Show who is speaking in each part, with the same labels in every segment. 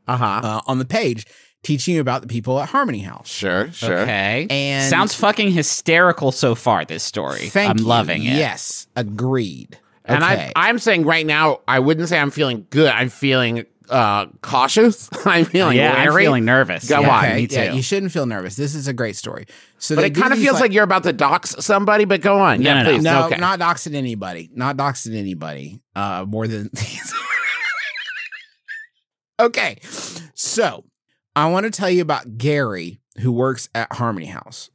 Speaker 1: Uh
Speaker 2: Uh-huh.
Speaker 1: huh.
Speaker 3: uh, on the page, teaching you about the people at Harmony House.
Speaker 1: sure. Sure.
Speaker 2: Okay.
Speaker 3: And-
Speaker 2: sounds fucking hysterical so far. This story. I'm
Speaker 3: you.
Speaker 2: loving it.
Speaker 3: Yes, agreed.
Speaker 1: And
Speaker 3: Okay.
Speaker 1: I, I'm saying right now, I wouldn't say I'm feeling good. I'm feeling uh, cautious. I'm feeling
Speaker 2: yeah, I'm
Speaker 1: wary.
Speaker 2: feeling nervous.
Speaker 1: Go
Speaker 2: yeah,
Speaker 1: on.
Speaker 2: Me too.
Speaker 3: Yeah, you shouldn't feel nervous. This is a great story. So
Speaker 1: But
Speaker 3: they
Speaker 1: it
Speaker 3: do
Speaker 1: kind of
Speaker 3: these,
Speaker 1: feels like, you're about to dox somebody. But go on.
Speaker 2: No,
Speaker 1: yeah,
Speaker 2: no, no.
Speaker 1: please.
Speaker 3: no,
Speaker 2: okay.
Speaker 3: not doxing anybody, not doxing anybody. Uh, more than okay. So I want to tell you about Gary, who works at Harmony House.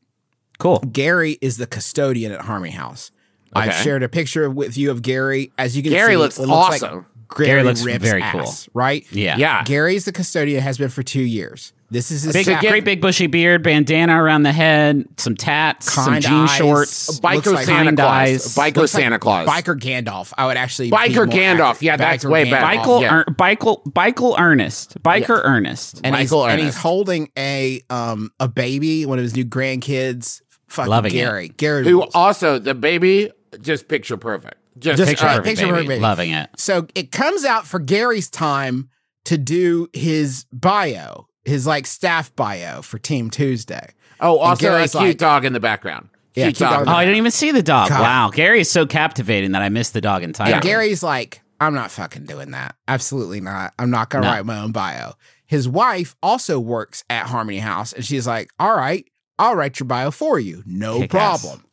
Speaker 2: cool.
Speaker 3: Gary is the custodian at Harmony House. I've
Speaker 1: Okay.
Speaker 3: shared a picture with you of Gary. As you can
Speaker 1: Gary
Speaker 3: see,
Speaker 1: looks
Speaker 3: it looks
Speaker 1: awesome.
Speaker 3: Like Gary,
Speaker 2: Gary looks
Speaker 3: rips
Speaker 2: very
Speaker 3: ass, right?
Speaker 2: Yeah.
Speaker 1: Yeah.
Speaker 3: Gary's the custodian has been for two years. This is his
Speaker 2: Big,
Speaker 3: second-
Speaker 2: great big bushy beard, bandana around the head, some tats, some
Speaker 3: Kind
Speaker 2: jean
Speaker 3: eyes.
Speaker 2: shorts.
Speaker 3: Looks
Speaker 1: Biker
Speaker 3: like
Speaker 1: Santa
Speaker 2: kind
Speaker 1: Claus.
Speaker 2: eyes.
Speaker 1: Biker
Speaker 3: Looks like
Speaker 1: Santa Claus.
Speaker 3: Biker Gandalf. I would actually. be
Speaker 1: Biker
Speaker 3: more
Speaker 1: Gandalf.
Speaker 3: accurate.
Speaker 1: Yeah, that's way better.
Speaker 3: Gandalf.
Speaker 2: Bikel,
Speaker 1: Yeah.
Speaker 2: Ern- Bikel, Bikel Ernest. Biker Ernest.
Speaker 3: And he's,
Speaker 1: Michael
Speaker 3: and he's
Speaker 1: Ernest.
Speaker 3: holding a um a baby, one of his new grandkids. Fucking
Speaker 2: Loving it.
Speaker 3: Gary. Gary.
Speaker 1: Who
Speaker 3: rules.
Speaker 1: also the baby just picture perfect. Just,
Speaker 3: Just
Speaker 2: picture
Speaker 3: uh,
Speaker 2: perfect,
Speaker 3: picture
Speaker 2: baby.
Speaker 3: perfect baby.
Speaker 2: Loving it.
Speaker 3: so it comes out for Gary's time to do his bio, his like staff bio for Team Tuesday.
Speaker 1: Oh,
Speaker 3: And
Speaker 1: also a
Speaker 3: Gary's
Speaker 1: cute
Speaker 3: like-
Speaker 1: dog in the background.
Speaker 3: Yeah,
Speaker 1: cute
Speaker 3: cute
Speaker 1: dog.
Speaker 3: dog.
Speaker 2: Oh, I didn't even see the dog.
Speaker 3: God.
Speaker 2: Wow. Gary is so captivating that I missed the dog entirely.
Speaker 3: And Gary's like, I'm not fucking doing that. Absolutely not. I'm not gonna
Speaker 2: No.
Speaker 3: write my own bio. His wife also works at Harmony House, and she's like, All right, I'll write your bio for you. No
Speaker 2: Kick ass.
Speaker 3: problem.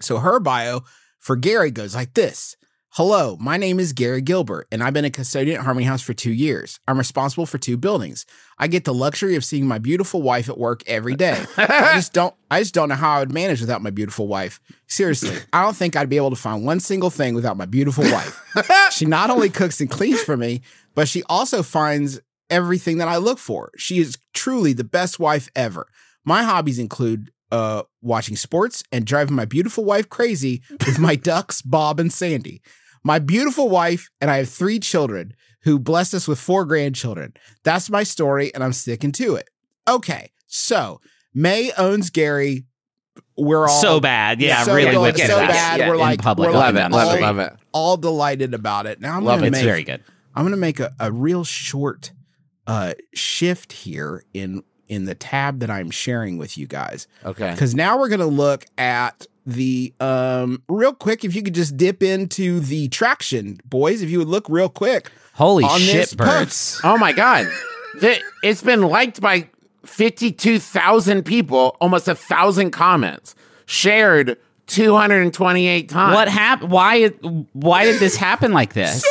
Speaker 3: So her bio for Gary goes like this. Hello, my name is Gary Gilbert, and I've been a custodian at Harmony House for two years. I'm responsible for two buildings. I get the luxury of seeing my beautiful wife at work every day. I just don't I just don't know how I would manage without my beautiful wife. Seriously, I don't think I'd be able to find one single thing without my beautiful wife. she not only cooks and cleans for me, but she also finds everything that I look for. She is truly the best wife ever. My hobbies include uh, watching sports and driving my beautiful wife crazy with my ducks, Bob and Sandy. My beautiful wife and I have three children who blessed us with four grandchildren. That's my story, and I'm sticking to it. Okay, so May owns Gary we're all
Speaker 2: so bad. Yeah,
Speaker 3: so
Speaker 2: really
Speaker 3: good,
Speaker 2: whips it
Speaker 3: so
Speaker 2: out.
Speaker 3: bad.
Speaker 1: Yeah,
Speaker 3: we're
Speaker 1: in
Speaker 3: like,
Speaker 2: public.
Speaker 3: we're
Speaker 2: Love
Speaker 3: like
Speaker 2: it, love
Speaker 3: all,
Speaker 2: it,
Speaker 1: love it.
Speaker 3: all delighted about it. Now I'm
Speaker 1: Love
Speaker 3: gonna
Speaker 2: It's
Speaker 3: make
Speaker 2: very good.
Speaker 3: I'm gonna make a, a real short uh, shift here in in the tab that I'm sharing with you guys
Speaker 1: Okay.
Speaker 3: because now we're gonna look at the um real quick. If you could just dip into the traction, boys, if you would look real quick
Speaker 2: Holy
Speaker 3: on this
Speaker 2: shit, Bert.
Speaker 3: post.
Speaker 1: Oh my god, Th- it's been liked by fifty-two thousand people, almost a thousand comments, shared two hundred and twenty-eight times.
Speaker 2: What happened? Why? it- Why did this happen like this?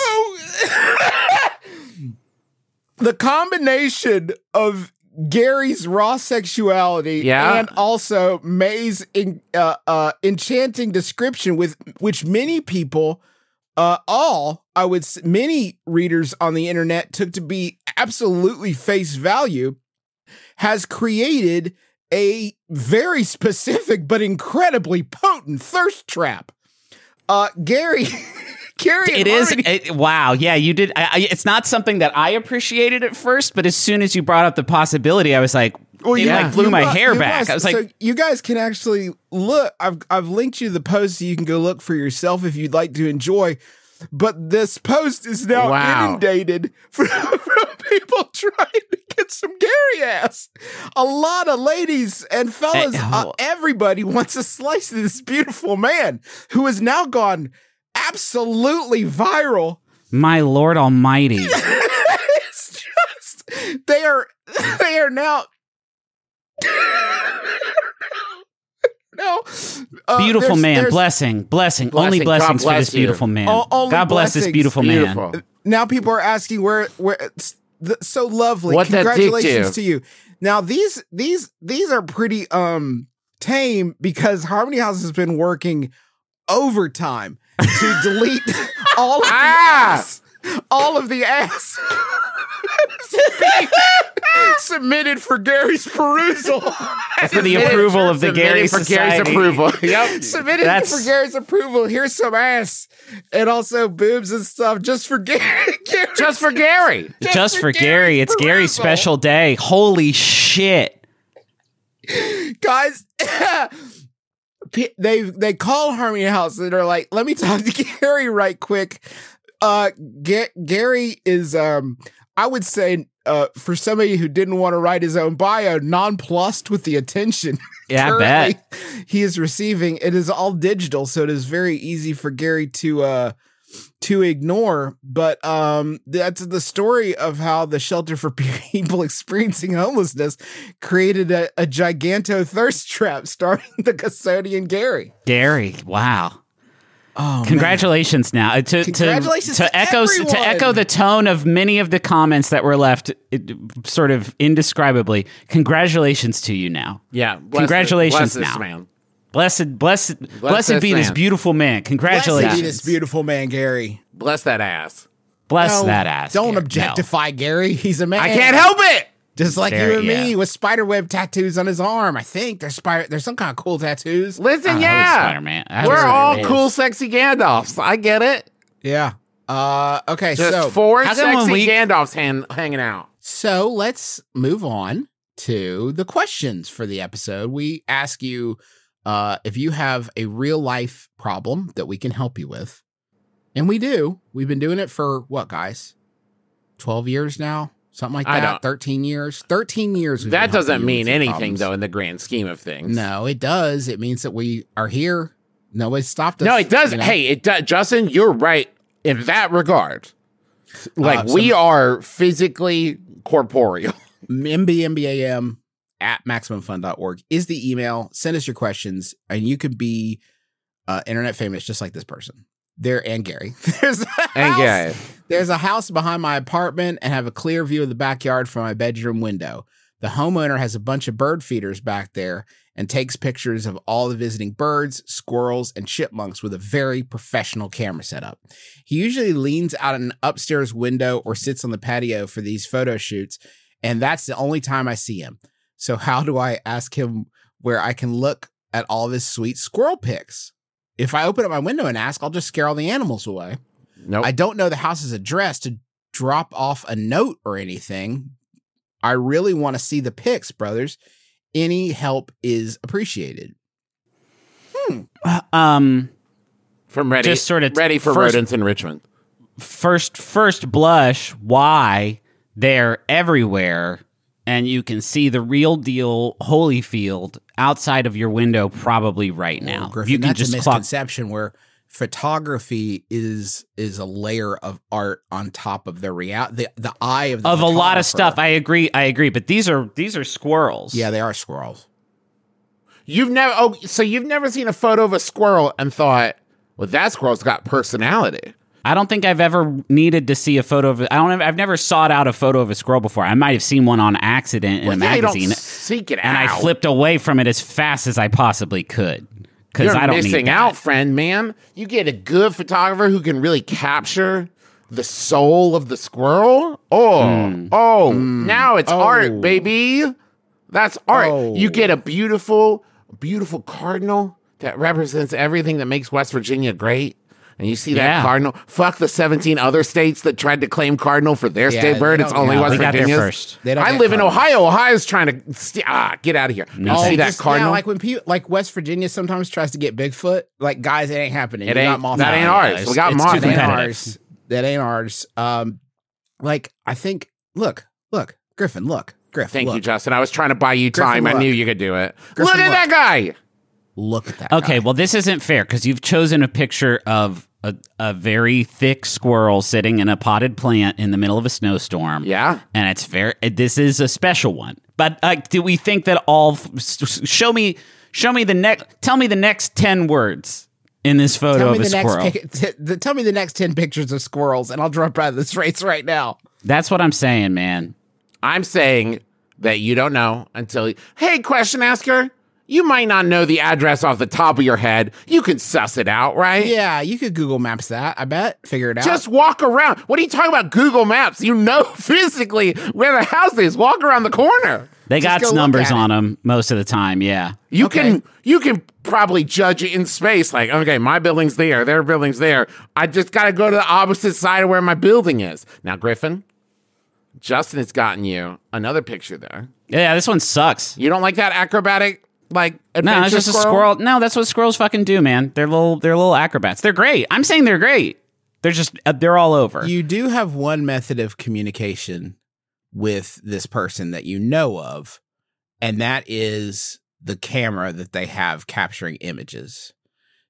Speaker 3: the combination of Gary's raw sexuality
Speaker 1: Yeah.
Speaker 3: and also May's en- uh, uh, enchanting description, with which many people, uh, all I would s- many readers on the internet took to be absolutely face value, has created a very specific but incredibly potent thirst trap. Uh, Gary, Gary, had
Speaker 2: it is
Speaker 3: already-
Speaker 2: it, wow yeah you did I, I, it's not something that i appreciated at first but as soon as you brought up the possibility i was like it
Speaker 3: yeah.
Speaker 2: like blew
Speaker 3: You
Speaker 2: my
Speaker 3: gu-
Speaker 2: hair
Speaker 3: you
Speaker 2: back
Speaker 3: guys-
Speaker 2: i was like
Speaker 3: so you guys can actually look. I've I've linked you the post so you can go look for yourself if you'd like to enjoy. But this post is now
Speaker 1: Wow.
Speaker 3: inundated from, from people trying to get some Gary ass. A lot of ladies and fellas,
Speaker 2: Eh,
Speaker 3: uh,
Speaker 2: oh.
Speaker 3: everybody wants a slice of this beautiful man who has now gone absolutely viral.
Speaker 2: my lord almighty
Speaker 3: It's just they are they are now no uh,
Speaker 2: beautiful
Speaker 3: there's-
Speaker 2: man
Speaker 3: there's-
Speaker 2: blessing blessing
Speaker 1: Blessing.
Speaker 2: only
Speaker 1: God
Speaker 2: blessings for
Speaker 1: bless
Speaker 2: this
Speaker 1: you.
Speaker 2: beautiful man
Speaker 3: O- only
Speaker 2: god bless this
Speaker 3: blessings.
Speaker 2: beautiful,
Speaker 1: Beautiful.
Speaker 2: man
Speaker 3: now people are asking where where it's the, so lovely.
Speaker 1: What that dick
Speaker 3: Congratulations
Speaker 1: do?
Speaker 3: to you. Now these these these are pretty um tame because Harmony House has been working overtime to delete all of the
Speaker 1: Ah!
Speaker 3: ass, all of the ass. submitted for Gary's perusal.
Speaker 2: for the approval of the
Speaker 1: Submitted
Speaker 2: gary
Speaker 1: for Gary's
Speaker 2: Society.
Speaker 1: approval. yep.
Speaker 3: submitted
Speaker 2: That's-
Speaker 3: for Gary's approval. Here's some ass and also boobs and stuff just for Gary. Gary.
Speaker 1: Just for Gary.
Speaker 2: just for gary it's gary's
Speaker 3: perusal.
Speaker 2: special day holy shit
Speaker 3: guys p- they they call harmony house and they're like let me talk to gary right quick uh Ga- gary is um i would say uh for somebody who didn't want to write his own bio nonplussed with the attention
Speaker 2: yeah i
Speaker 3: currently
Speaker 2: bet
Speaker 3: he is receiving it is all digital so it is very easy for gary to uh to ignore but um that's the story of how the shelter for people experiencing homelessness created a, a giganto thirst trap starting the custodian gary
Speaker 2: gary wow
Speaker 3: oh
Speaker 2: Congratulations now. Uh, to, to-
Speaker 3: Congratulations
Speaker 2: to,
Speaker 3: to
Speaker 2: echo
Speaker 3: everyone.
Speaker 2: to echo the tone of many of the comments that were left it, sort of indescribably. Congratulations to you now.
Speaker 1: Yeah. bless this-
Speaker 2: Congratulations
Speaker 1: bless this
Speaker 2: now.
Speaker 1: man.
Speaker 2: Blessed blessed blessed
Speaker 1: this
Speaker 2: be this
Speaker 1: man.
Speaker 2: beautiful man.
Speaker 3: Blessed be
Speaker 2: Congratulations.
Speaker 3: this beautiful man, Gary.
Speaker 1: Bless that ass.
Speaker 2: Bless
Speaker 3: No,
Speaker 2: that ass.
Speaker 3: Don't
Speaker 2: Gary.
Speaker 3: objectify Gary. He's a man.
Speaker 1: I can't help it.
Speaker 3: Just like
Speaker 2: There-
Speaker 3: you and me
Speaker 2: yeah.
Speaker 3: with spiderweb tattoos on his arm. I think there's spider. There's some kind of cool tattoos.
Speaker 1: Listen,
Speaker 2: Oh,
Speaker 1: yeah.
Speaker 2: Spider-Man. I was
Speaker 1: We're all
Speaker 2: Spider-Man.
Speaker 1: cool, sexy Gandalfs. I get it.
Speaker 3: Yeah. Uh. Okay.
Speaker 1: Just
Speaker 3: so
Speaker 1: four
Speaker 2: how come when
Speaker 1: sexy
Speaker 2: we-
Speaker 1: Gandalfs hand, hanging out.
Speaker 3: So let's move on to the questions for the episode. We ask you uh, if you have a real life problem that we can help you with. And we do. We've been doing it for what, guys? 12 years now? Something like
Speaker 1: I
Speaker 3: that?
Speaker 1: don't-
Speaker 3: 13 years? 13 years. we've
Speaker 1: That
Speaker 3: been helping
Speaker 1: doesn't
Speaker 3: you
Speaker 1: mean
Speaker 3: with your
Speaker 1: anything,
Speaker 3: problems.
Speaker 1: though, in the grand scheme of things.
Speaker 3: No, it does. It means that we are here. Nobody stopped us.
Speaker 1: no, it does.
Speaker 3: you know?
Speaker 1: Hey, it does. Justin, you're right in that regard. Like
Speaker 3: so-
Speaker 1: we are physically corporeal.
Speaker 3: mbmbam at maximumfun.org is the email. Send us your questions, and you could be uh, internet famous just like this person. There and Gary. There's a house, There's a house behind my apartment and have a clear view of the backyard from my bedroom window. The homeowner has a bunch of bird feeders back there and takes pictures of all the visiting birds, squirrels, and chipmunks with a very professional camera setup. He usually leans out an upstairs window or sits on the patio for these photo shoots, and that's the only time I see him. So, how do I ask him where I can look at all this sweet squirrel pics? If I open up my window and ask, I'll just scare all the animals away.
Speaker 2: Oh.
Speaker 1: Nope.
Speaker 3: I don't know the house's address to drop off a note or anything. I really want to see the pics, brothers. Any help is appreciated.
Speaker 2: Um,
Speaker 1: From ready,
Speaker 2: Just sort of
Speaker 1: ready for
Speaker 2: first-
Speaker 1: rodents in Richmond.
Speaker 2: first first blush why they're everywhere and you can see the real deal Holyfield outside of your window probably right now.
Speaker 3: Oh, Griffin,
Speaker 2: you can
Speaker 3: that's
Speaker 2: just
Speaker 3: a
Speaker 2: clock
Speaker 3: misconception where photography is is a layer of art on top of the real the, the eye of the
Speaker 2: of a lot of
Speaker 3: photographer.
Speaker 2: stuff. I agree. I agree. But these are these are squirrels.
Speaker 3: Yeah, they are squirrels.
Speaker 1: You've never oh, so you've never seen a photo of a squirrel and thought, well, that squirrel's got personality.
Speaker 2: I don't think I've ever needed to see a photo of. I don't. have- I've never sought out a photo of a squirrel before. I might have seen one on accident in a
Speaker 1: Well, yeah, you don't
Speaker 2: magazine,
Speaker 1: seek it
Speaker 2: and I
Speaker 1: out.
Speaker 2: flipped away from it as fast as I possibly could because
Speaker 1: You're
Speaker 2: I don't
Speaker 1: missing
Speaker 2: need
Speaker 1: out, friend, man. You get a good photographer who can really capture the soul of the squirrel. Oh,
Speaker 2: Hmm.
Speaker 1: oh, now it's art, baby. That's art.
Speaker 2: Oh.
Speaker 1: You get a beautiful, beautiful cardinal that represents everything that makes West Virginia great. And you see that
Speaker 2: Yeah.
Speaker 1: cardinal? Fuck the 17 other states that tried to claim cardinal for their
Speaker 3: Yeah,
Speaker 1: state
Speaker 3: they
Speaker 1: bird.
Speaker 3: don't-
Speaker 1: It's only
Speaker 3: no,
Speaker 1: West
Speaker 2: they got there
Speaker 1: Virginia.
Speaker 2: first.
Speaker 3: They don't
Speaker 1: I
Speaker 3: get
Speaker 1: live in
Speaker 3: cardinals.
Speaker 1: Ohio. Ohio's trying to st- ah get out of here. You
Speaker 2: Oh,
Speaker 1: see that
Speaker 3: Just- yeah,
Speaker 1: cardinal?
Speaker 3: like when people like West Virginia sometimes tries to get Bigfoot. Like guys, it ain't happening.
Speaker 1: It
Speaker 3: You
Speaker 1: ain't-
Speaker 3: got
Speaker 1: that
Speaker 3: Mothman.
Speaker 1: ain't ours. We got
Speaker 2: It's
Speaker 1: Mothman.
Speaker 2: too
Speaker 3: that ain't
Speaker 2: competitive.
Speaker 3: ours. That ain't ours. Um, like I think. Look, look, Griffin. Look, Griffin.
Speaker 1: Thank you,
Speaker 3: look.
Speaker 1: Justin. I was trying to buy you time. I
Speaker 3: look.
Speaker 1: knew you could do it.
Speaker 3: Griffin,
Speaker 1: look at
Speaker 3: look.
Speaker 1: that guy.
Speaker 3: Look at that.
Speaker 2: Okay, well, this isn't fair because you've chosen a picture of a, a very thick squirrel sitting in a potted plant in the middle of a snowstorm.
Speaker 1: Yeah.
Speaker 2: and it's fair. This is a special one. But like, do we think that all? f- s- s- Show me, show me the next. Tell me the next ten words in this photo
Speaker 3: Tell me
Speaker 2: of a
Speaker 3: the
Speaker 2: squirrel.
Speaker 3: next. Pic- t- the- tell me the next ten pictures of squirrels, and I'll jump out of this race right now.
Speaker 2: That's what I'm saying, man.
Speaker 1: I'm saying that you don't know until. Hey, question asker, you might not know the address off the top of your head. You can suss it out, right?
Speaker 3: Yeah, you could Google Maps that. I bet. Figure it out.
Speaker 1: Just walk around. What are you talking about? Google Maps. You know physically where the house is. Walk around the corner.
Speaker 2: They
Speaker 3: Just go
Speaker 2: got
Speaker 3: look
Speaker 2: numbers
Speaker 3: at
Speaker 2: on them most of the time. Yeah.
Speaker 1: You
Speaker 3: Okay.
Speaker 1: can you can probably judge it in space. Like, okay, my building's there, their building's there. I just gotta go to the opposite side of where my building is. Now, Griffin, Justin has gotten you another picture there.
Speaker 2: Yeah, this one sucks.
Speaker 1: You don't like that acrobatic like
Speaker 2: No, it's
Speaker 1: adventure
Speaker 2: just a squirrel. No, that's what squirrels fucking do, man. They're little, they're little acrobats. They're great. I'm saying they're great. They're just, uh, they're all over.
Speaker 3: you do have one method of communication with this person that you know of, and that is the camera that they have capturing images.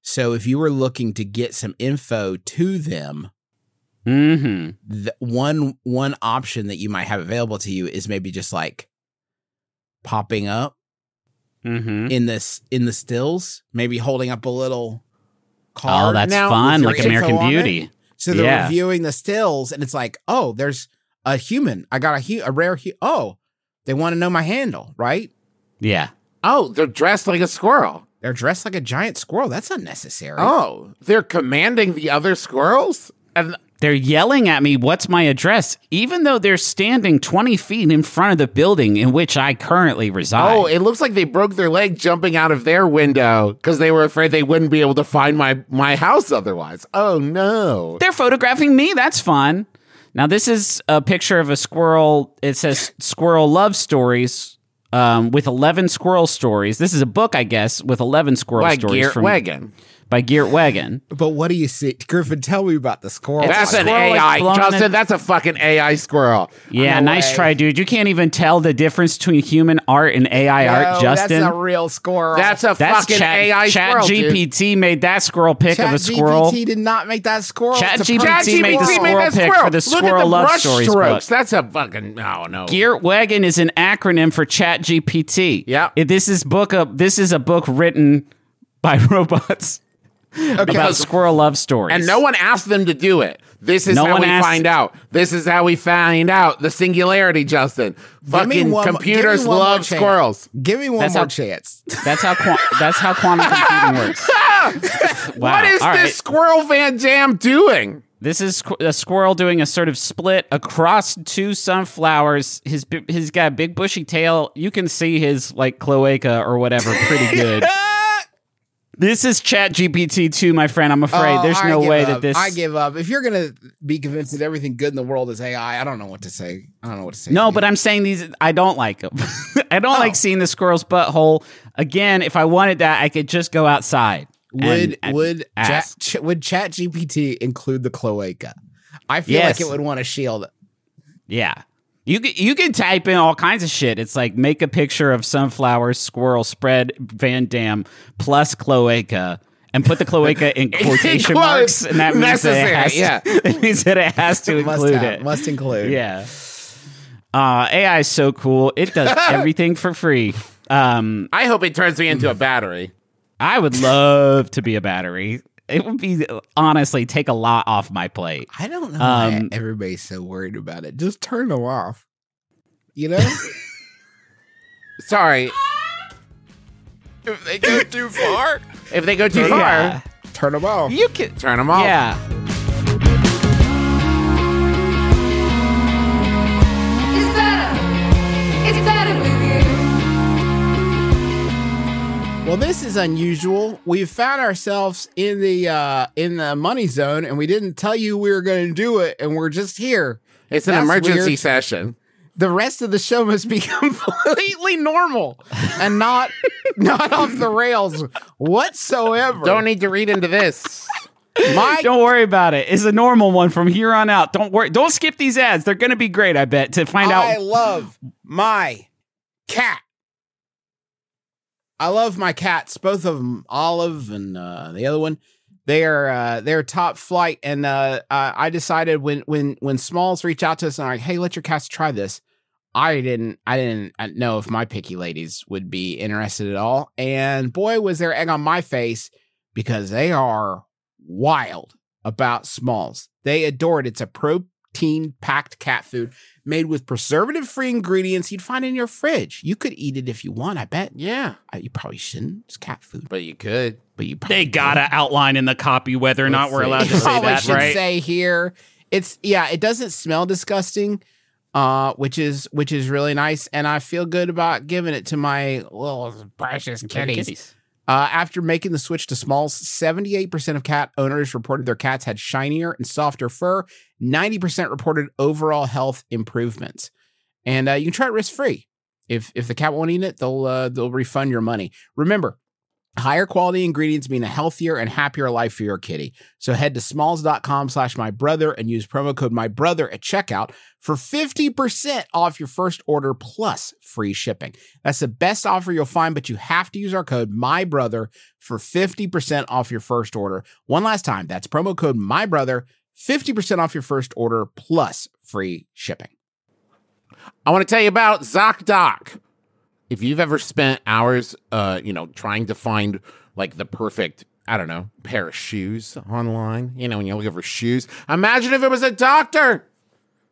Speaker 3: So if you were looking to get some info to them,
Speaker 2: mm-hmm.
Speaker 3: the one one option that you might have available to you is maybe just like popping up
Speaker 2: Mm-hmm.
Speaker 3: in this in the stills, maybe holding up a little
Speaker 2: Oh,
Speaker 3: card.
Speaker 2: that's
Speaker 1: now
Speaker 2: fun,
Speaker 3: with
Speaker 2: like
Speaker 3: your info
Speaker 2: American
Speaker 3: on it?
Speaker 2: Beauty.
Speaker 3: So they're
Speaker 2: Yeah.
Speaker 3: reviewing the stills, and it's like, oh, there's a human. I got a hu- a rare. Hu- oh, they want to know my handle, right?
Speaker 2: Yeah.
Speaker 1: Oh, they're dressed like a squirrel.
Speaker 3: They're dressed like a giant squirrel. That's unnecessary.
Speaker 1: Oh, they're commanding the other squirrels? And
Speaker 2: They're yelling at me, what's my address? Even though they're standing 20 feet in front of the building in which I currently reside.
Speaker 1: Oh, it looks like they broke their leg jumping out of their window because they were afraid they wouldn't be able to find my my house otherwise. Oh no!
Speaker 2: they're photographing me. That's fun. Now, this is a picture of a squirrel. It says Squirrel Love Stories um, with 11 squirrel stories. This is a book, I guess, with 11 squirrel
Speaker 1: By
Speaker 2: stories
Speaker 1: Geert
Speaker 2: from,
Speaker 1: Wagon.
Speaker 2: by Geert Wagon.
Speaker 3: But what do you see, Griffin? Tell me about the squirrel.
Speaker 1: That's
Speaker 2: a
Speaker 1: an
Speaker 2: squirrel, like,
Speaker 1: AI,
Speaker 2: blown
Speaker 1: Justin.
Speaker 2: in-
Speaker 1: That's a fucking AI squirrel.
Speaker 2: Yeah, nice
Speaker 3: way.
Speaker 2: try, dude. You can't even tell the difference between human art and AI art, Justin.
Speaker 3: That's a real squirrel.
Speaker 1: That's a
Speaker 2: That's
Speaker 1: fucking
Speaker 2: Chat,
Speaker 1: AI
Speaker 2: Chat
Speaker 1: squirrel. dude.
Speaker 2: GPT made that squirrel pic of a
Speaker 3: Chat
Speaker 2: squirrel.
Speaker 3: GPT did not make that squirrel.
Speaker 2: Chat
Speaker 3: It's a perfect
Speaker 2: GPT
Speaker 1: ChatGPT
Speaker 2: made
Speaker 1: made
Speaker 2: the
Speaker 3: squirrel.
Speaker 2: squirrel
Speaker 1: that
Speaker 2: pick for
Speaker 1: squirrel.
Speaker 2: the
Speaker 1: Look at
Speaker 2: Squirrel
Speaker 1: the
Speaker 2: Love
Speaker 1: brush
Speaker 2: Stories
Speaker 1: strokes.
Speaker 2: book.
Speaker 1: That's a fucking oh no.
Speaker 2: Geert Wagon is an acronym for Chat GPT.
Speaker 1: Yeah.
Speaker 2: This is book a this is a book written by robots about
Speaker 1: Because-
Speaker 2: squirrel love stories.
Speaker 1: and no one asked them to do it. This is
Speaker 2: No
Speaker 1: how
Speaker 2: one
Speaker 1: we
Speaker 2: asked-
Speaker 1: find out. This is how we find out the singularity, Justin.
Speaker 3: Give me
Speaker 1: Fucking
Speaker 3: one- give me
Speaker 1: computers
Speaker 3: one more
Speaker 1: love
Speaker 3: chance.
Speaker 1: squirrels.
Speaker 3: Give me one
Speaker 2: That's
Speaker 3: more
Speaker 2: how-
Speaker 3: chance.
Speaker 2: That's how quan- that's how quantum computing works. Wow.
Speaker 1: What is
Speaker 2: All
Speaker 1: this
Speaker 2: right.
Speaker 1: squirrel Van Jam doing?
Speaker 2: This is squ- a squirrel doing a sort of split across two sunflowers. His bi- he's got a big bushy tail. You can see his like cloaca or whatever pretty good. This is Chat GPT two, my friend. I'm afraid
Speaker 3: Oh,
Speaker 2: there's
Speaker 3: I
Speaker 2: no
Speaker 3: give
Speaker 2: way
Speaker 3: up.
Speaker 2: that this.
Speaker 3: I give up. If you're gonna be convinced that everything good in the world is AI, I don't know what to say. I don't know what to say.
Speaker 2: No, but I'm saying these. I don't like them. I
Speaker 3: Oh.
Speaker 2: don't like seeing the squirrel's butthole. Again, if I wanted that, I could just go outside. and-
Speaker 3: would
Speaker 2: and
Speaker 3: would chat,
Speaker 2: ask.
Speaker 3: ch- would Chat GPT include the cloaca? I feel
Speaker 2: Yes.
Speaker 3: like it would want to shield.
Speaker 2: yeah. You could, you can type in all kinds of shit. It's like make a picture of sunflower squirrel spread Van Dam plus cloaca and put the cloaca in quotation
Speaker 1: Well,
Speaker 2: marks, and that means that
Speaker 1: necessary,
Speaker 2: it has to,
Speaker 1: yeah.
Speaker 2: it means that it has to
Speaker 3: Must
Speaker 2: include
Speaker 3: have,
Speaker 2: it.
Speaker 3: Must include.
Speaker 2: Yeah. Uh, AI is so cool. It does everything for free. Um,
Speaker 1: I hope it turns me into a battery.
Speaker 2: I would love to be a battery. It would be honestly take a lot off my plate.
Speaker 3: I don't know
Speaker 2: Um,
Speaker 3: why everybody's so worried about it. Just turn them off. You know?
Speaker 1: Sorry. If they go too far, if they go too far,
Speaker 2: Yeah.
Speaker 3: turn them off.
Speaker 2: You can.
Speaker 1: turn them off.
Speaker 2: Yeah.
Speaker 4: It's better. It's better with you.
Speaker 3: Well, this is unusual. We found ourselves in the uh in the money zone and we didn't tell you we were going to do it and we're just here.
Speaker 1: It's an
Speaker 3: That's
Speaker 1: emergency
Speaker 3: weird.
Speaker 1: session.
Speaker 3: The rest of the show must be completely normal and not not off the rails whatsoever.
Speaker 1: Don't need to read into this.
Speaker 3: My
Speaker 2: Don't worry about it. It's a normal one from here on out. Don't worry. Don't skip these ads. They're going to be great. I bet to find
Speaker 3: I
Speaker 2: out.
Speaker 3: love my cat. I love my cats, both of them, Olive and uh, the other one. They are uh, they're top flight, and uh, uh, I decided when when when Smalls reached out to us and like, hey, let your cats try this. I didn't I didn't uh, know if my picky ladies would be interested at all, and boy was their egg on my face because they are wild about Smalls. They adore it. It's a protein packed cat food made with preservative free ingredients you'd find in your fridge. You could eat it if you want, I bet.
Speaker 1: Yeah,
Speaker 3: Uh, You probably shouldn't. It's cat food,
Speaker 1: but you could.
Speaker 3: but you probably
Speaker 2: They gotta outline in the copy whether or not we're allowed
Speaker 3: you
Speaker 2: to say
Speaker 3: probably
Speaker 2: that,
Speaker 3: should
Speaker 2: right?
Speaker 3: say here. It's yeah, it doesn't smell disgusting, uh, which is which is really nice, and I feel good about giving it to my little precious kitties. Uh, after making the switch to smalls, 78% of cat owners reported their cats had shinier and softer fur. 90% reported overall health improvements. And uh, you can try it risk free. If, if the cat won't eat it, they'll, uh, they'll refund your money. Remember, higher quality ingredients mean a healthier and happier life for your kitty. So head to smalls.com slash my brother and use promo code my brother at checkout for 50% off your first order plus free shipping. That's the best offer you'll find, but you have to use our code MyBrother for 50% off your first order. One last time, that's promo code MyBrother, 50% off your first order plus free shipping.
Speaker 1: I want to tell you about ZocDoc. If you've ever spent hours, uh, you know, trying to find like the perfect, I don't know, pair of shoes online, you know, when you look for shoes, imagine if it was a doctor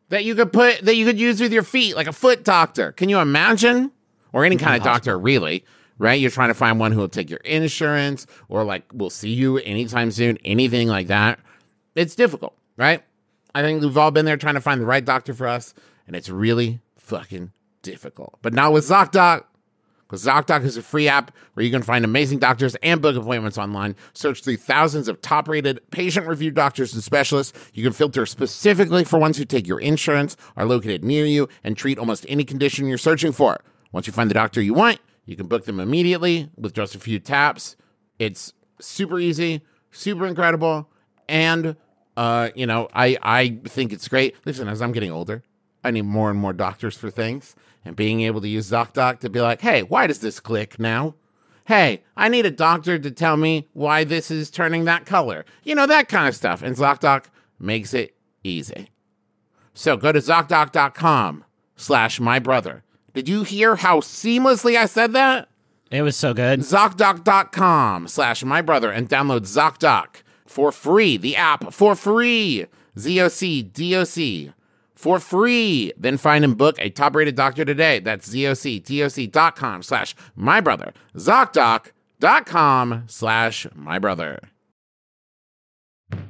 Speaker 1: that you could put that you could use with your feet, like a foot doctor. Can you imagine? Or any kind of doctor, really, right? You're trying to find one who will take your insurance or like will see you anytime soon, anything like that. It's difficult, right? I think we've all been there trying to find the right doctor for us, and it's really fucking difficult. But not with ZocDoc. Because ZocDoc is a free app where you can find amazing doctors and book appointments online. Search through thousands of top rated patient reviewed doctors and specialists. You can filter specifically for ones who take your insurance, are located near you, and treat almost any condition you're searching for. Once you find the doctor you want, you can book them immediately with just a few taps. It's super easy, super incredible, and uh, you know, I I think it's great. Listen, as I'm getting older, I need more and more doctors for things, and being able to use ZocDoc to be like, hey, why does this click now? Hey, I need a doctor to tell me why this is turning that color. You know, that kind of stuff. And ZocDoc makes it easy. So go to ZocDoc.com slash my brother. Did you hear how seamlessly I said that?
Speaker 2: It was so good.
Speaker 1: ZocDoc.com slash my brother and download ZocDoc for free. The app for free. Z O C D O C for free. Then find and book a top rated doctor today. That's Z O C D O C.com slash my brother. ZocDoc.com slash my brother.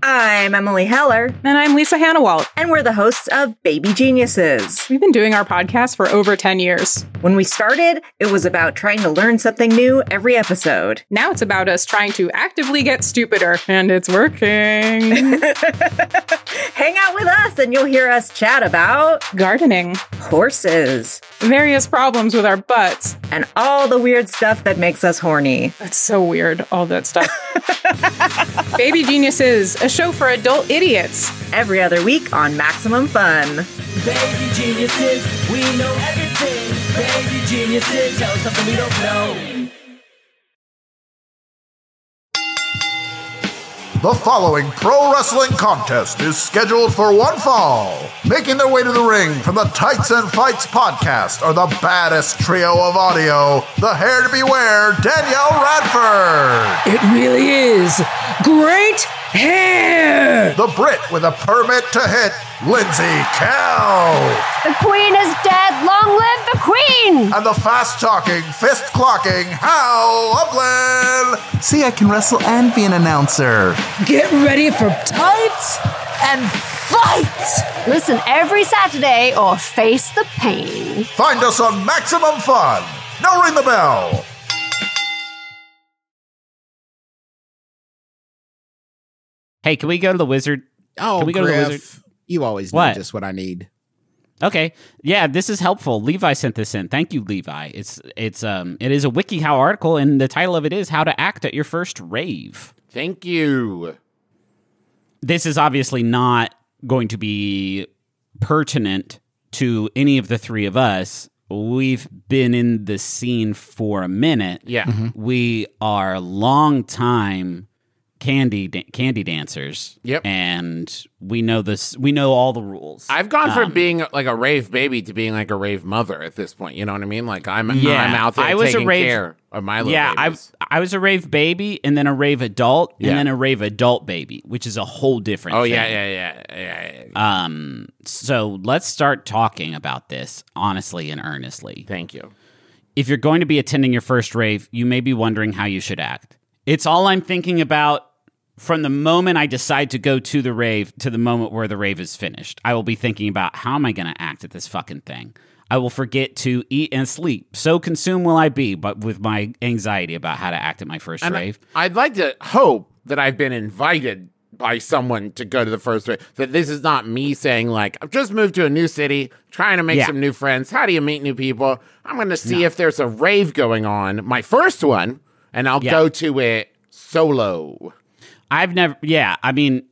Speaker 5: I'm Emily Heller,
Speaker 6: And I'm Lisa Hannawalt.
Speaker 5: and we're the hosts of Baby Geniuses.
Speaker 6: We've been doing our podcast for over 10 years.
Speaker 5: When we started, it was about trying to learn something new every episode.
Speaker 6: Now it's about us trying to actively get stupider, and it's working.
Speaker 5: Hang out with us and you'll hear us chat about
Speaker 6: Gardening,
Speaker 5: horses
Speaker 6: various problems with our butts.
Speaker 5: and all the weird stuff that makes us horny.
Speaker 6: That's so weird, all that stuff. Baby Geniuses, a show for adult idiots.
Speaker 5: Every other week on Maximum Fun.
Speaker 7: Baby geniuses, we know everything. Baby geniuses, tell us something we don't know.
Speaker 8: The following pro wrestling contest is scheduled for one fall. Making their way to the ring from the Tights and Fights podcast are the baddest trio of audio, the hair to beware, Danielle Radford,
Speaker 7: It really is great hair.
Speaker 8: the Brit with a permit to hit, Lindsay Kell,
Speaker 4: The queen is dead. Long live the queen!
Speaker 8: and the fast talking, fist clocking Hal Upland. See, I can wrestle and be an announcer.
Speaker 7: Get ready for tights and fights.
Speaker 4: Listen every Saturday or face the pain.
Speaker 8: Find us on Maximum Fun. Now ring the bell.
Speaker 2: Hey, can we go to the wizard?
Speaker 3: Oh,
Speaker 2: Can we go to the
Speaker 3: Griff,
Speaker 2: wizard?
Speaker 3: You always know
Speaker 2: What?
Speaker 3: just what I need.
Speaker 2: Okay. Yeah, this is helpful. Levi sent this in. Thank you, Levi. It's it's um it is a WikiHow article and the title of it is How to Act at Your First Rave.
Speaker 1: Thank you.
Speaker 2: This is obviously not going to be pertinent to any of the three of us. We've been in the scene for a minute.
Speaker 1: Yeah.
Speaker 2: We are long time candy da- candy dancers.
Speaker 1: Yep.
Speaker 2: And we know this we know all the rules.
Speaker 1: I've gone
Speaker 2: Um,
Speaker 1: from being like a rave baby to being like a rave mother at this point. You know what I mean? Like I'm,
Speaker 2: Yeah.
Speaker 1: I'm out there
Speaker 2: I was a
Speaker 1: taking
Speaker 2: rave-
Speaker 1: care of my little
Speaker 2: yeah, I
Speaker 1: babies.
Speaker 2: I was a rave baby and then a rave adult
Speaker 1: Yeah.
Speaker 2: and then a rave adult baby, which is a whole different
Speaker 1: Oh
Speaker 2: thing.
Speaker 1: yeah, yeah, yeah, yeah, yeah, yeah.
Speaker 2: Um so let's start talking about this honestly and earnestly.
Speaker 1: Thank you.
Speaker 2: If you're going to be attending your first rave, you may be wondering how you should act. It's all I'm thinking about from the moment I decide to go to the rave to the moment where the rave is finished. I will be thinking about how am I going to act at this fucking thing? I will forget to eat and sleep. So consumed will I be, but with my anxiety about how to act at my first
Speaker 1: And
Speaker 2: rave.
Speaker 1: I'd like to hope that I've been invited by someone to go to the first rave. That this is not me saying like I've just moved to a new city, trying to make
Speaker 2: Yeah.
Speaker 1: some new friends. How do you meet new people? I'm going to see if there's a rave going on, my first one, and I'll
Speaker 2: Yeah.
Speaker 1: go to it solo.
Speaker 2: I've never, yeah, I mean,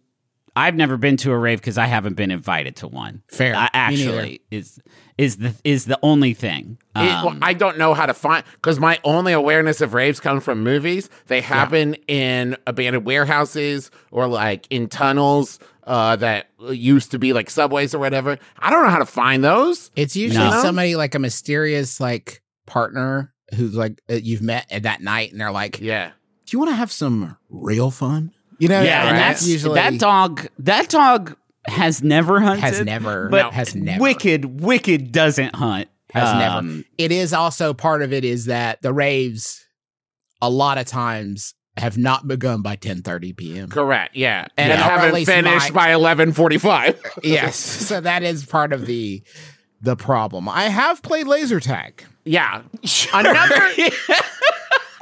Speaker 2: I've never been to a rave because I haven't been invited to one.
Speaker 3: Fair.
Speaker 2: I,
Speaker 3: Me neither.
Speaker 2: actually is is the is the only thing.
Speaker 1: It-
Speaker 2: Um,
Speaker 1: well, I don't know how to find because my only awareness of raves come from movies. They happen in abandoned warehouses or like in tunnels uh, that used to be like subways or whatever. I don't know how to find those.
Speaker 3: It's usually
Speaker 2: No.
Speaker 3: somebody like a mysterious like partner who's like uh, you've met at that night, and they're like,
Speaker 1: Yeah,
Speaker 3: "Do you want to have some real fun?" You know,
Speaker 2: yeah,
Speaker 1: yeah,
Speaker 2: and
Speaker 1: right.
Speaker 2: that's that dog. That dog has never hunted.
Speaker 3: has never,
Speaker 2: but
Speaker 3: has never,
Speaker 2: Wicked, wicked doesn't hunt.
Speaker 3: has
Speaker 2: Um,
Speaker 3: never. It is also part of it is that the raves, a lot of times, have not begun by ten thirty p.m.
Speaker 1: correct. Yeah, and,
Speaker 3: Yeah. Or at
Speaker 1: haven't
Speaker 3: least
Speaker 1: finished
Speaker 3: my-
Speaker 1: by eleven forty-five.
Speaker 3: yes, so that is part of the the problem. I have played laser tag.
Speaker 1: yeah, another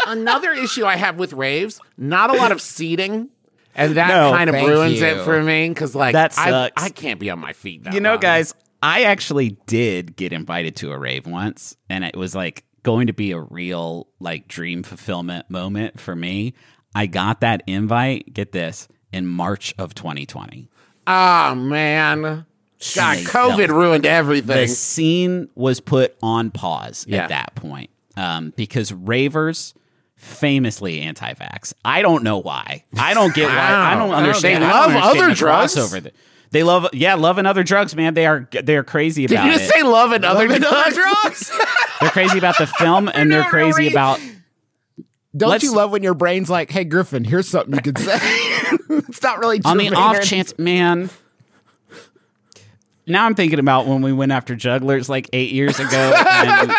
Speaker 1: another issue I have with raves: not a lot of seating. And that
Speaker 2: No,
Speaker 1: kind of
Speaker 3: thank
Speaker 1: ruins it
Speaker 3: you.
Speaker 1: for me because, like,
Speaker 2: That
Speaker 1: I,
Speaker 2: sucks.
Speaker 1: I can't be on my feet. That
Speaker 2: you know,
Speaker 1: long.
Speaker 2: guys, I actually did get invited to a rave once, and it was like going to be a real like dream fulfillment moment for me. I got that invite. Get this in March of 2020.
Speaker 1: Oh man. God,
Speaker 2: They
Speaker 1: COVID
Speaker 2: felt-
Speaker 1: ruined
Speaker 2: The
Speaker 1: everything.
Speaker 2: scene was put on pause
Speaker 1: Yeah.
Speaker 2: at that point um, because ravers famously anti-vax. I don't know why. I don't get why. I
Speaker 1: Wow. Oh,
Speaker 2: don't understand.
Speaker 1: They
Speaker 2: I
Speaker 1: love
Speaker 2: don't understand
Speaker 1: other
Speaker 2: the
Speaker 1: drugs?
Speaker 2: crossover that- They love, yeah, love and other drugs, man. They are, they're crazy
Speaker 1: Did
Speaker 2: about
Speaker 1: you just
Speaker 2: it.
Speaker 1: say love and other drugs?
Speaker 2: They're crazy about the film and they're crazy about
Speaker 3: Don't
Speaker 2: Let's-
Speaker 3: you love when your brain's like, "Hey, Griffin, here's something you could say." it's not really
Speaker 2: on the
Speaker 3: germane or
Speaker 2: off
Speaker 3: anything.
Speaker 2: chance, man. Now I'm thinking about when we went after jugglers like eight years ago. and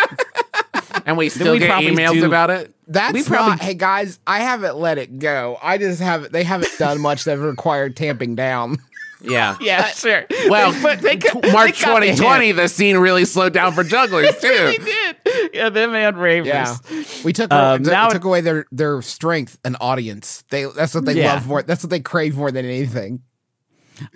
Speaker 1: and we
Speaker 2: we
Speaker 1: still get
Speaker 2: probably
Speaker 1: emails
Speaker 2: do-
Speaker 1: about it?
Speaker 3: That's
Speaker 2: We probably-
Speaker 3: not. Hey guys, I haven't let it go. I just haven't. They haven't done much that required tamping down.
Speaker 1: Yeah.
Speaker 2: Yeah, sure.
Speaker 1: Well,
Speaker 2: They- but they could-
Speaker 1: t- March
Speaker 2: they got me
Speaker 1: 2020,
Speaker 2: hit.
Speaker 1: the scene really slowed down for jugglers too.
Speaker 2: They did. Yeah, that man ravers.
Speaker 3: Yeah, we took
Speaker 2: Um,
Speaker 3: t-
Speaker 2: now-
Speaker 3: took away their their strength and audience. They that's what they
Speaker 2: Yeah.
Speaker 3: love more. That's what they crave more than anything.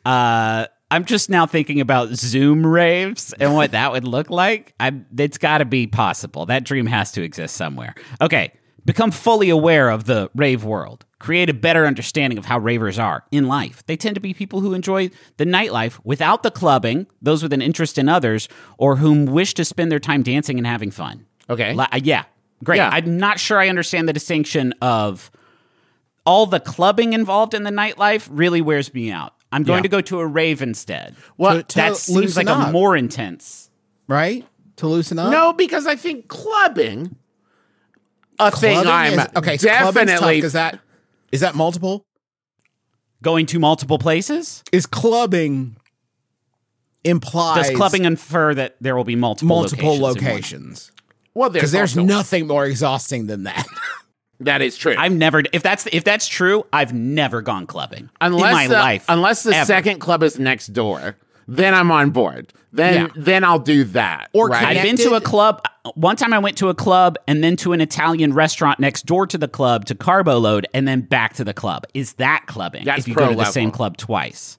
Speaker 2: Uh, I'm just now thinking about Zoom raves and what that would look like. I, it's got to be possible. That dream has to exist somewhere. Okay, become fully aware of the rave world. Create a better understanding of how ravers are in life. They tend to be people who enjoy the nightlife without the clubbing, those with an interest in others, or whom wish to spend their time dancing and having fun.
Speaker 1: Okay.
Speaker 2: La- yeah, great.
Speaker 1: Yeah.
Speaker 2: I'm not sure I understand the distinction of all the clubbing involved in the nightlife really wears me out. I'm going
Speaker 1: Yeah.
Speaker 2: to go to a rave instead.
Speaker 1: Well,
Speaker 3: To-
Speaker 2: that seems
Speaker 3: loosen
Speaker 2: like
Speaker 3: up.
Speaker 2: a more intense.
Speaker 3: Right to loosen up.
Speaker 1: No, because I think clubbing, a thing
Speaker 3: Clubbing
Speaker 1: I'm
Speaker 3: is- okay. So
Speaker 1: definitely
Speaker 3: is that is that multiple?
Speaker 2: Going to multiple places?
Speaker 3: Is clubbing implies
Speaker 2: Does clubbing infer that there will be multiple
Speaker 3: multiple
Speaker 2: locations? in one?
Speaker 3: locations?
Speaker 1: well. There's
Speaker 3: Because there's
Speaker 1: also-
Speaker 3: nothing more exhausting than that.
Speaker 1: that is true.
Speaker 2: I've never if that's if that's true, I've never gone clubbing
Speaker 1: unless
Speaker 2: in my
Speaker 1: the,
Speaker 2: life.
Speaker 1: unless the
Speaker 2: ever.
Speaker 1: second club is next door, then I'm on board. Then
Speaker 2: Yeah.
Speaker 1: then I'll do that.
Speaker 3: Or
Speaker 1: right?
Speaker 2: I've been to a
Speaker 3: connected-
Speaker 2: club. One time I went to a club and then to an Italian restaurant next door to the club to carbo load and then back to the club. Is that clubbing?
Speaker 1: That's
Speaker 2: if you
Speaker 1: pro
Speaker 2: go to the
Speaker 1: level.
Speaker 2: same club twice.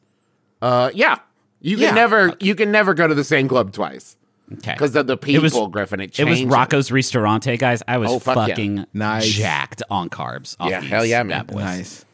Speaker 1: Uh, yeah, you can
Speaker 3: Yeah.
Speaker 2: Uh,
Speaker 1: never you can never go to the same club twice
Speaker 2: Okay.
Speaker 1: because of the people.
Speaker 2: It was-
Speaker 1: Griffin, it
Speaker 2: It
Speaker 1: changes.
Speaker 2: was Rocco's Ristorante, guys. I was
Speaker 1: Oh, fuck yeah.
Speaker 2: fucking
Speaker 3: Nice.
Speaker 2: jacked on carbs. Off
Speaker 1: Yeah,
Speaker 2: these
Speaker 1: hell yeah, man.
Speaker 2: bad boys.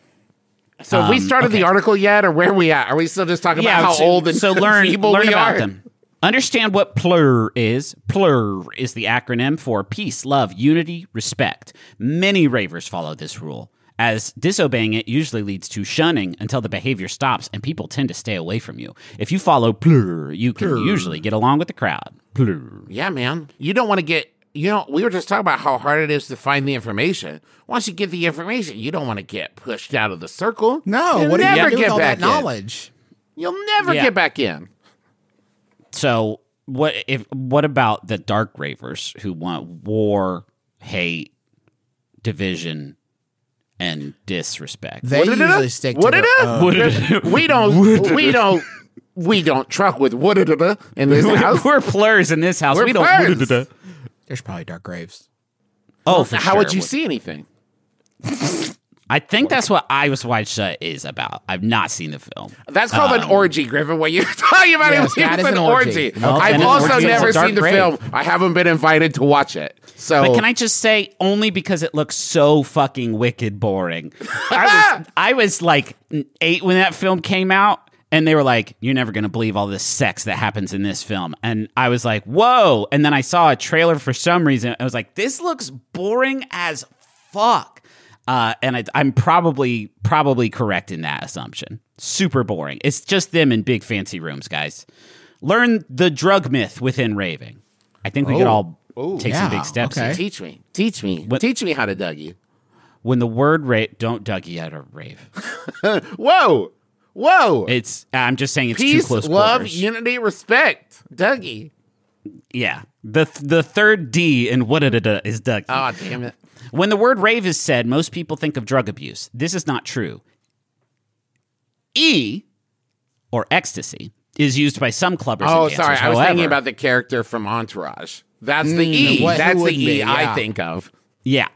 Speaker 1: So have we started the article yet, or where are we at? Are we still just talking
Speaker 2: Yeah,
Speaker 1: about how
Speaker 2: so,
Speaker 1: old and
Speaker 2: so learn
Speaker 1: feeble
Speaker 2: learn
Speaker 1: we
Speaker 2: about
Speaker 1: are?
Speaker 2: them. Understand what PLUR is. PLUR is the acronym for peace, love, unity, respect. Many ravers follow this rule, as disobeying it usually leads to shunning until the behavior stops and people tend to stay away from you. If you follow PLUR, you can usually get along with the crowd. PLUR.
Speaker 1: Yeah, man. You don't want to get, you know, we were just talking about how hard it is to find the information. Once you get the information, you don't want to get pushed out of the circle.
Speaker 3: No,
Speaker 1: You'll
Speaker 3: what do you
Speaker 1: never
Speaker 3: do with
Speaker 1: get
Speaker 3: all
Speaker 1: back
Speaker 3: that
Speaker 1: in.
Speaker 3: knowledge?
Speaker 1: You'll never
Speaker 2: Yeah.
Speaker 1: get back in.
Speaker 2: So what if what about the dark ravers who want war, hate, division, and disrespect?
Speaker 3: They
Speaker 1: What-a-da-da?
Speaker 3: usually stick to uh,
Speaker 1: What-a-da?
Speaker 3: their own.
Speaker 2: What-
Speaker 1: We don't, we don't, we don't truck with what in this house.
Speaker 2: We're plurs in this house.
Speaker 1: We're
Speaker 2: we don't.
Speaker 1: plurs.
Speaker 3: There's probably dark graves.
Speaker 2: Oh, for
Speaker 1: How would
Speaker 2: sure.
Speaker 1: you see anything?
Speaker 2: I think that's what I was wide shut is about. I've not seen the film.
Speaker 1: That's called an orgy, Griffin. What you're talking about
Speaker 3: Yes,
Speaker 1: it
Speaker 3: that
Speaker 1: was
Speaker 3: is an
Speaker 1: an
Speaker 3: orgy.
Speaker 1: orgy. I've
Speaker 2: then an
Speaker 1: also
Speaker 2: orgy is a
Speaker 1: never
Speaker 2: dark
Speaker 1: seen the
Speaker 2: grave.
Speaker 1: film. I haven't been invited to watch it. So
Speaker 2: But
Speaker 3: Oh.
Speaker 2: can I just say only because it looks so fucking wicked boring. I was I was like 8 when that film came out and they were like you're never going to believe all this sex that happens in this film and I was like whoa and then I saw a trailer for some reason I was like this looks boring as fuck. Uh, and I, I'm probably probably correct in that assumption. Super boring. It's just them in big fancy rooms, guys. Learn the drug myth within raving. I think we could all take some
Speaker 3: Oh. yeah,
Speaker 2: big steps.
Speaker 3: okay.
Speaker 2: here
Speaker 1: Teach me. Teach me.
Speaker 2: What-
Speaker 1: Teach me how to dug you.
Speaker 2: when the word rave don't Dougie at a rave.
Speaker 1: Whoa. Whoa.
Speaker 2: It's I'm just saying it's
Speaker 1: Peace,
Speaker 2: too close
Speaker 1: love,
Speaker 2: quarters.
Speaker 1: unity, respect. Dougie.
Speaker 2: yeah. The the third D in what it is Dougie.
Speaker 1: Oh, damn it.
Speaker 2: when the word rave is said, most people think of drug abuse. This is not true. E or ecstasy is used by some clubbers.
Speaker 1: Oh,
Speaker 2: and dancers.
Speaker 1: sorry. I was thinking
Speaker 2: However-
Speaker 1: about the character from Entourage. That's the E.
Speaker 3: what- who
Speaker 1: That's the
Speaker 3: wouldn't
Speaker 1: E
Speaker 3: be?
Speaker 1: I
Speaker 3: Yeah.
Speaker 1: think of.
Speaker 2: Yeah.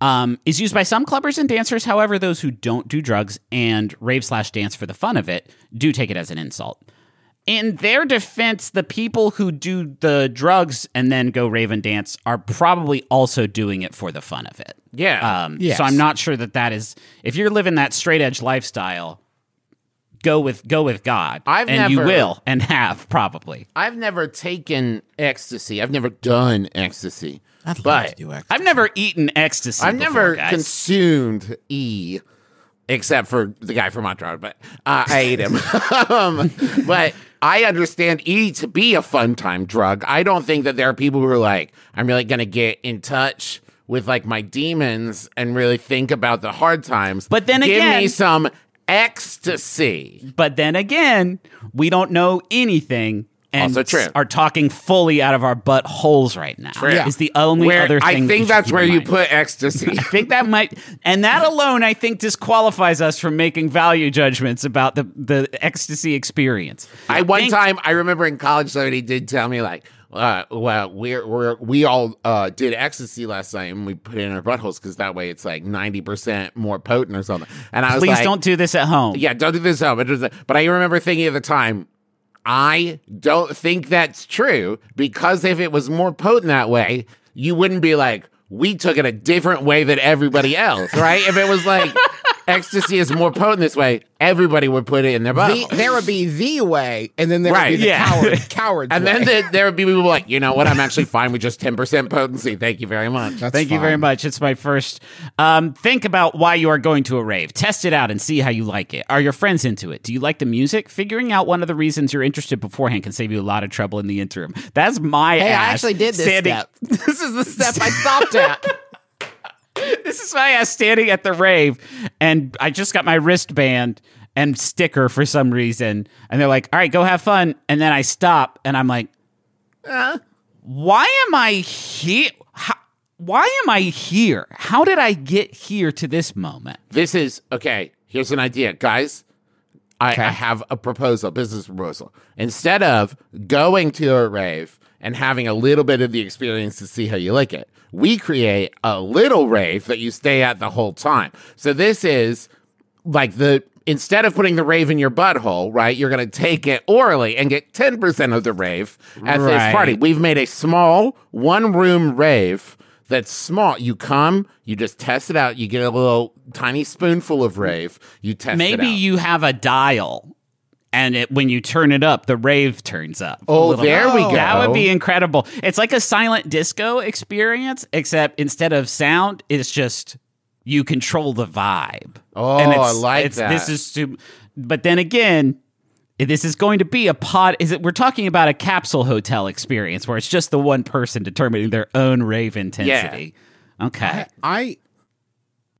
Speaker 2: Um, is used by some clubbers and dancers. However, those who don't do drugs and rave slash dance for the fun of it do take it as an insult. In their defense, the people who do the drugs and then go rave and dance are probably also doing it for the fun of it.
Speaker 1: Yeah.
Speaker 2: Um,
Speaker 3: Yes.
Speaker 2: So I'm not sure that that is. If you're living that straight edge lifestyle, go with go with God,
Speaker 1: I've
Speaker 2: and you
Speaker 1: never-
Speaker 2: will and have probably.
Speaker 1: I've never taken ecstasy. I've never done ecstasy.
Speaker 3: I'd love
Speaker 1: but
Speaker 3: to do ecstasy.
Speaker 2: I've never eaten ecstasy.
Speaker 1: I've
Speaker 2: before,
Speaker 1: never
Speaker 2: guys.
Speaker 1: consumed E, except for the guy from Entourage, but uh, I ate him. um, but I understand E to be a fun time drug. I don't think that there are people who are like, I'm really going to get in touch with like my demons and really think about the hard times.
Speaker 2: But then
Speaker 1: give me
Speaker 2: again-
Speaker 1: some ecstasy.
Speaker 2: But then again, we don't know anything and
Speaker 1: Also true.
Speaker 2: are talking fully out of our buttholes right now.
Speaker 1: True.
Speaker 2: Is the only
Speaker 1: Where
Speaker 2: other thing
Speaker 1: I
Speaker 2: that we
Speaker 1: think
Speaker 2: should
Speaker 1: that's
Speaker 2: keep
Speaker 1: where
Speaker 2: in
Speaker 1: you
Speaker 2: mind.
Speaker 1: put ecstasy.
Speaker 2: I think that might, and that alone, I think, disqualifies us from making value judgments about the, the ecstasy experience.
Speaker 1: I one
Speaker 2: think-
Speaker 1: time I remember in college somebody did tell me like, uh, well, we're, we're we all uh, did ecstasy last night and we put it in our buttholes because that way it's like ninety percent more potent or something. And I was
Speaker 2: Please
Speaker 1: like,
Speaker 2: don't do this at home.
Speaker 1: yeah, don't do this up. It was- But I remember thinking at the time, I don't think that's true because if it was more potent that way, you wouldn't be like, we took it a different way than everybody else, right? if it was like ecstasy is more potent this way, everybody would put it in their body.
Speaker 3: The, there would be the way, and then there would
Speaker 1: Oh. Right.
Speaker 3: be the
Speaker 2: Yeah.
Speaker 3: coward, coward's
Speaker 1: And
Speaker 3: way.
Speaker 1: then the, there would be people like, you know what? I'm actually fine with just 10% potency. Thank you very much.
Speaker 3: That's
Speaker 2: Thank you very
Speaker 3: fine.
Speaker 2: much. It's my first. Um, think about why you are going to a rave. Test it out and see how you like it. Are your friends into it? Do you like the music? Figuring out one of the reasons you're interested beforehand can save you a lot of trouble in the interim. That's my
Speaker 3: Hey, I
Speaker 2: ass
Speaker 3: actually did this
Speaker 2: standing-
Speaker 3: step. This is the step I stopped at.
Speaker 2: This is my ass standing at the rave, and I just got my wristband and sticker for some reason. And they're like, all right, go have fun. And then I stop and I'm like, "Uh, why am I here? Why am I here? How did I get here to this moment?
Speaker 1: This is okay. Here's an idea, guys. I, I have a proposal, business proposal. Instead of going to a rave and having a little bit of the experience to see how you like it, we create a little rave that you stay at the whole time. So this is like the instead of putting the rave in your butthole, right? You're going to take it orally and get 10% of the rave at
Speaker 2: Right.
Speaker 1: this party. We've made a small one room rave that's small. You come, you just test it out, you get a little tiny spoonful of rave, you test it out.
Speaker 2: Maybe you have a dial, and it, when you turn it up, the rave turns up. a
Speaker 1: Oh,
Speaker 2: little
Speaker 1: there we
Speaker 2: bit. That
Speaker 1: go.
Speaker 2: would be incredible. It's like a silent disco experience, except instead of sound, it's just you control the vibe.
Speaker 1: Oh, I like that.
Speaker 2: This is, stu- but then again. This is going to be a pod. Is it? We're talking about a capsule hotel experience where it's just the one person determining their own rave intensity. Okay.
Speaker 3: I,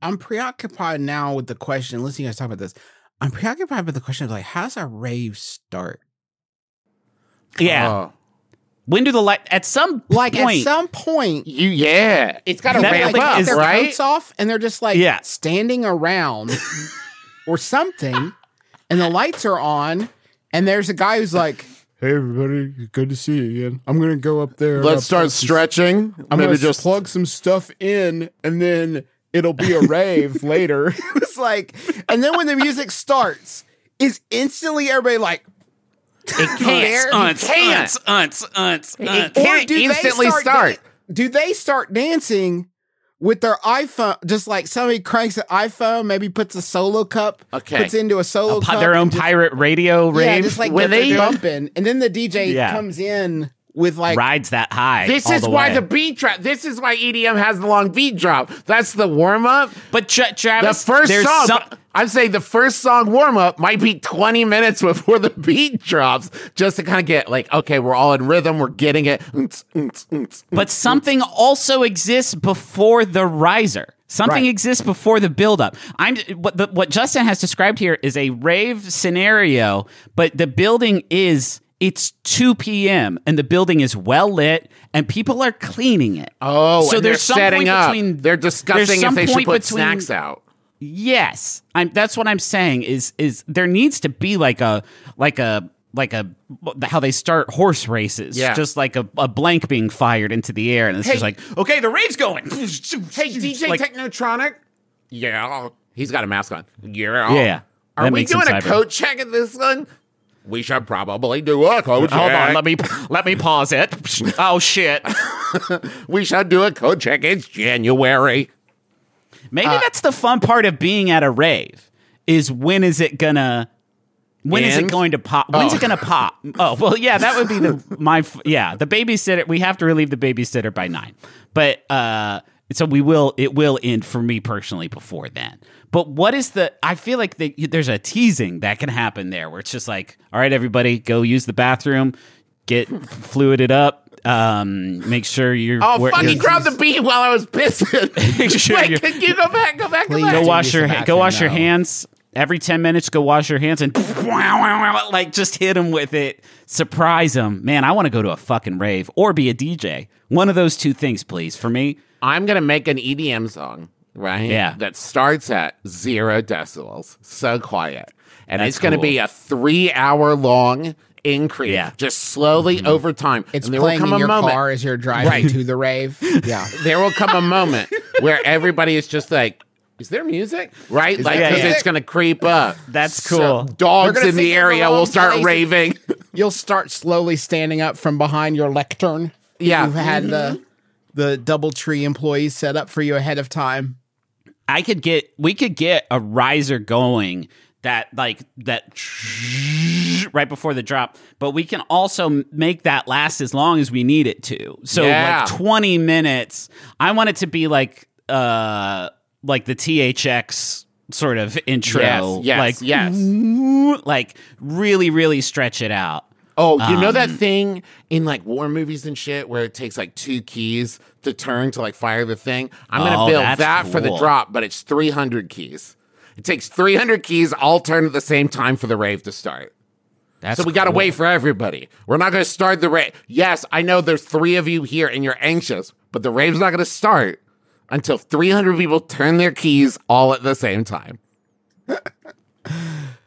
Speaker 3: I'm preoccupied now with the question. Listen, you guys talk about this. I'm preoccupied with the question of like, how does a rave start?
Speaker 2: Yeah.
Speaker 1: Oh.
Speaker 2: when do the light? At some
Speaker 3: Like
Speaker 2: point,
Speaker 3: at some point,
Speaker 1: You yeah, it's got to
Speaker 2: That
Speaker 1: ramp
Speaker 2: like
Speaker 1: up,
Speaker 2: is-
Speaker 3: their
Speaker 1: right?
Speaker 3: coats off and they're just like
Speaker 2: Yeah.
Speaker 3: standing around or something, and the lights are on, and there's a guy who's like, "Hey, everybody, good to see you again. I'm gonna go up there.
Speaker 1: Let's start stretching.
Speaker 3: plug some stuff in, and then it'll be a rave later." it's like, and then when the music starts, is instantly everybody like.
Speaker 2: It can't. Unts,
Speaker 1: can't.
Speaker 2: unts, unts, unts, unts.
Speaker 1: It can't instantly start.
Speaker 3: dan- do they start dancing with their iPhone? Just like somebody cranks an iPhone, maybe puts a solo cup,
Speaker 1: Okay.
Speaker 3: puts into a solo
Speaker 2: Pi-
Speaker 3: cup,
Speaker 2: their own
Speaker 3: and just-
Speaker 2: pirate radio rave
Speaker 3: yeah, just like when
Speaker 1: When they-
Speaker 3: they bumping, and then the DJ
Speaker 2: Yeah.
Speaker 3: comes in with like
Speaker 2: rides that high.
Speaker 1: This
Speaker 2: all
Speaker 1: is
Speaker 2: the
Speaker 1: why
Speaker 2: way.
Speaker 1: the beat drop. This is why EDM has the long beat drop. That's the warm up.
Speaker 2: but Tra-
Speaker 1: The
Speaker 2: Travis,
Speaker 1: first
Speaker 2: there's
Speaker 1: song,
Speaker 2: some-
Speaker 1: I'm saying the first song warm up might be 20 minutes before the beat drops, just to kind of get like, okay, we're all in rhythm, we're getting it. Oonts, oonts, oonts.
Speaker 2: but something also exists before the riser. Something
Speaker 3: Right.
Speaker 2: exists before the buildup. I'm what the, what Justin has described here is a rave scenario, but the building is it's 2 p.m. and the building is well lit and people are cleaning it.
Speaker 1: Oh,
Speaker 2: so
Speaker 1: and
Speaker 2: there's
Speaker 1: they're
Speaker 2: some
Speaker 1: setting
Speaker 2: point
Speaker 1: up.
Speaker 2: between
Speaker 1: they're discussing
Speaker 2: there's
Speaker 1: if
Speaker 2: some
Speaker 1: they should
Speaker 2: point
Speaker 1: put
Speaker 2: between-
Speaker 1: snacks out.
Speaker 2: Yes, I'm. That's what I'm saying. Is is there needs to be like a like a like a how they start horse races?
Speaker 1: Yeah.
Speaker 2: just like a, a blank being fired into the air, and it's just like okay, the rave's going. Hey,
Speaker 1: Hey, DJ Technotronic. Yeah, he's got a mask on. Yeah,
Speaker 2: Yeah,
Speaker 1: Are
Speaker 2: that
Speaker 1: we
Speaker 2: makes him
Speaker 1: doing a
Speaker 2: cyber.
Speaker 1: coat check at this one? We should probably do a coat check.
Speaker 2: Hold on, let me let me pause it. Oh shit!
Speaker 1: We should do a coat check. It's January.
Speaker 2: Maybe
Speaker 1: Uh,
Speaker 2: that's the fun part of being at a rave is when is it gonna when is
Speaker 1: End?
Speaker 2: it going to pop? When's it gonna pop? Oh well, yeah, that would be the my f- yeah the babysitter. We have to relieve the babysitter by nine, but uh, so we will it will end for me personally before then. But what is the? I feel like the, there's a teasing that can happen there where it's just like, all right, everybody, go use the bathroom, get fluided up. Um, make sure you're
Speaker 1: Oh,
Speaker 2: where-
Speaker 1: fucking drop the beat while I was pissing.
Speaker 2: Make sure
Speaker 1: Wait,
Speaker 2: you're-
Speaker 1: can you go back? Go back. Go
Speaker 3: Please
Speaker 1: back.
Speaker 2: go
Speaker 3: Don't
Speaker 2: wash
Speaker 3: use
Speaker 2: your
Speaker 3: the
Speaker 2: ha- go
Speaker 3: bathroom,
Speaker 2: wash your
Speaker 3: no.
Speaker 2: hands. every 10 minutes, go wash your hands and like just hit them with it. Surprise them. Man, I want to go to a fucking rave or be a DJ. One of those two things, please, for me.
Speaker 1: I'm gonna make an EDM song, right?
Speaker 2: Yeah.
Speaker 1: That starts at zero decibels, so quiet, and
Speaker 2: That's
Speaker 1: it's gonna
Speaker 2: cool.
Speaker 1: be a three-hour long increase,
Speaker 2: Yeah. Mm-hmm.
Speaker 1: just slowly over time.
Speaker 3: It's
Speaker 1: and there
Speaker 3: playing
Speaker 1: will come
Speaker 3: in
Speaker 1: a
Speaker 3: your
Speaker 1: moment.
Speaker 3: car as you're driving
Speaker 1: Right.
Speaker 3: to the rave. Yeah.
Speaker 1: There will come a moment where everybody is just like. Is there music? Right? Like,
Speaker 2: there
Speaker 1: 'cause
Speaker 2: music?
Speaker 1: it's going to creep up.
Speaker 2: That's
Speaker 1: So
Speaker 2: cool.
Speaker 3: They're
Speaker 1: dogs
Speaker 3: gonna think
Speaker 1: in the
Speaker 3: you're in
Speaker 1: area
Speaker 3: the
Speaker 1: will
Speaker 3: wrong
Speaker 1: start
Speaker 3: place.
Speaker 1: raving.
Speaker 3: You'll start slowly standing up from behind your lectern.
Speaker 1: Yeah. Mm-hmm.
Speaker 3: You've had the the double tree employees set up for you ahead of time.
Speaker 2: I could get we could get a riser going that like that right before the drop, but we can also make that last as long as we need it to. So
Speaker 1: Yeah.
Speaker 2: like 20 minutes. I want it to be like uh like the THX sort of intro.
Speaker 1: Yes, yes,
Speaker 2: like
Speaker 1: yes.
Speaker 2: like really really stretch it out.
Speaker 1: Oh, you know
Speaker 2: Um,
Speaker 1: that thing in like war movies and shit where it takes like two keys to turn to like fire the thing? I'm going to
Speaker 2: Oh,
Speaker 1: build
Speaker 2: that's
Speaker 1: that for the
Speaker 2: cool.
Speaker 1: drop, but it's 300 keys. It takes 300 keys all turn at the same time for the rave to start.
Speaker 2: That's
Speaker 1: so we got to
Speaker 2: cool.
Speaker 1: wait for everybody. We're not going to start the rave. Yes, I know there's three of you here and you're anxious, but the rave's not going to start until 300 people turn their keys all at the same time.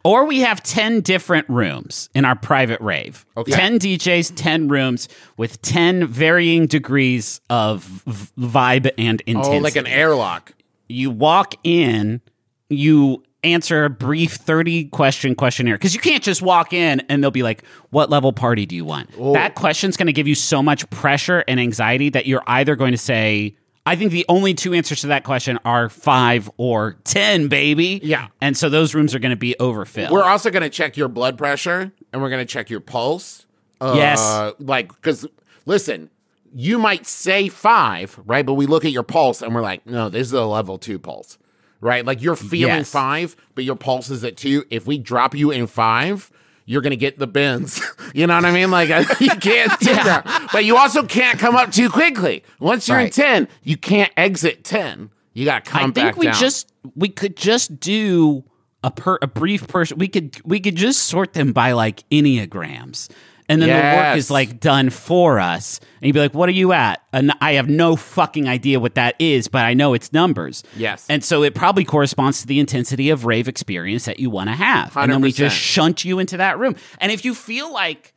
Speaker 2: Or we have 10 different rooms in our private rave.
Speaker 1: Okay.
Speaker 2: 10 DJs, 10 rooms with 10 varying degrees of v- vibe and intensity.
Speaker 1: Oh, like an airlock.
Speaker 2: you walk in, you answer a brief 30 question questionnaire because you can't just walk in and they'll be like, What level party do you want?
Speaker 1: Oh.
Speaker 2: That question's going to give you so much pressure and anxiety that you're either going to say, I think the only two answers to that question are five or 10, baby.
Speaker 1: Yeah.
Speaker 2: And so those rooms are going to be overfilled.
Speaker 1: We're also going to check your blood pressure and we're going to check your pulse. Uh,
Speaker 2: Yes.
Speaker 1: Like, because listen, you might say five, right? But we look at your pulse and we're like, no, this is a level two pulse, right? Like you're feeling
Speaker 2: Yes.
Speaker 1: five, but your pulse is at two. If we drop you in five, you're going to get the bends. you know what I mean? Like, you can't do that. But you also can't come up too quickly. Once you're in
Speaker 3: Right.
Speaker 1: 10, you can't exit 10. You got to come
Speaker 2: I
Speaker 1: back
Speaker 2: think we
Speaker 1: down.
Speaker 2: just we could just do a per a brief person. We could we could just sort them by like enneagrams, and then the work
Speaker 1: Yes.
Speaker 2: is like done for us. And you'd be like, "What are you at?" And I have no fucking idea what that is, but I know it's numbers.
Speaker 1: Yes.
Speaker 2: and so it probably corresponds to the intensity of rave experience that you want to have. And then we just
Speaker 1: 100%.
Speaker 2: shunt you into that room. And if you feel like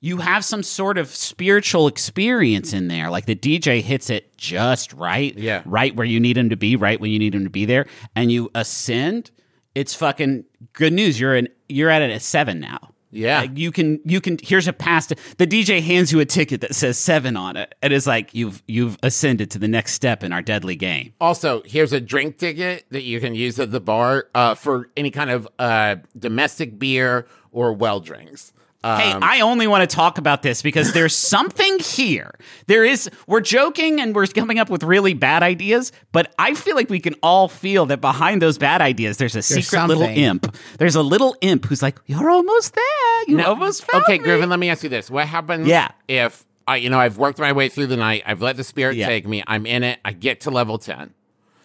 Speaker 2: you have some sort of spiritual experience in there. Like the DJ hits it just right.
Speaker 1: Yeah.
Speaker 2: Right where you need him to be, right when you need him to be there. And you ascend, it's fucking good news. You're an you're at it at seven now.
Speaker 1: Yeah.
Speaker 2: Like you can you can here's a pass to, the DJ hands you a ticket that says seven on it. And it's like you've you've ascended to the next step in our deadly game.
Speaker 1: Also, here's a drink ticket that you can use at the bar uh, for any kind of uh, domestic beer or well drinks. Um,
Speaker 2: Hey, I only want to talk about this because there's something here. There is, we're joking and we're coming up with really bad ideas, but I feel like we can all feel that behind those bad ideas, there's a secret little
Speaker 3: something.
Speaker 2: imp. There's a little imp who's like, You're almost there. You
Speaker 1: now-
Speaker 2: almost found
Speaker 1: Okay,
Speaker 2: me."
Speaker 1: Griffin, let me ask you this: What happens?
Speaker 2: Yeah.
Speaker 1: If I, you know, I've worked my way through the night. I've let the spirit
Speaker 2: Yeah.
Speaker 1: take me. I'm in it. I get to level ten.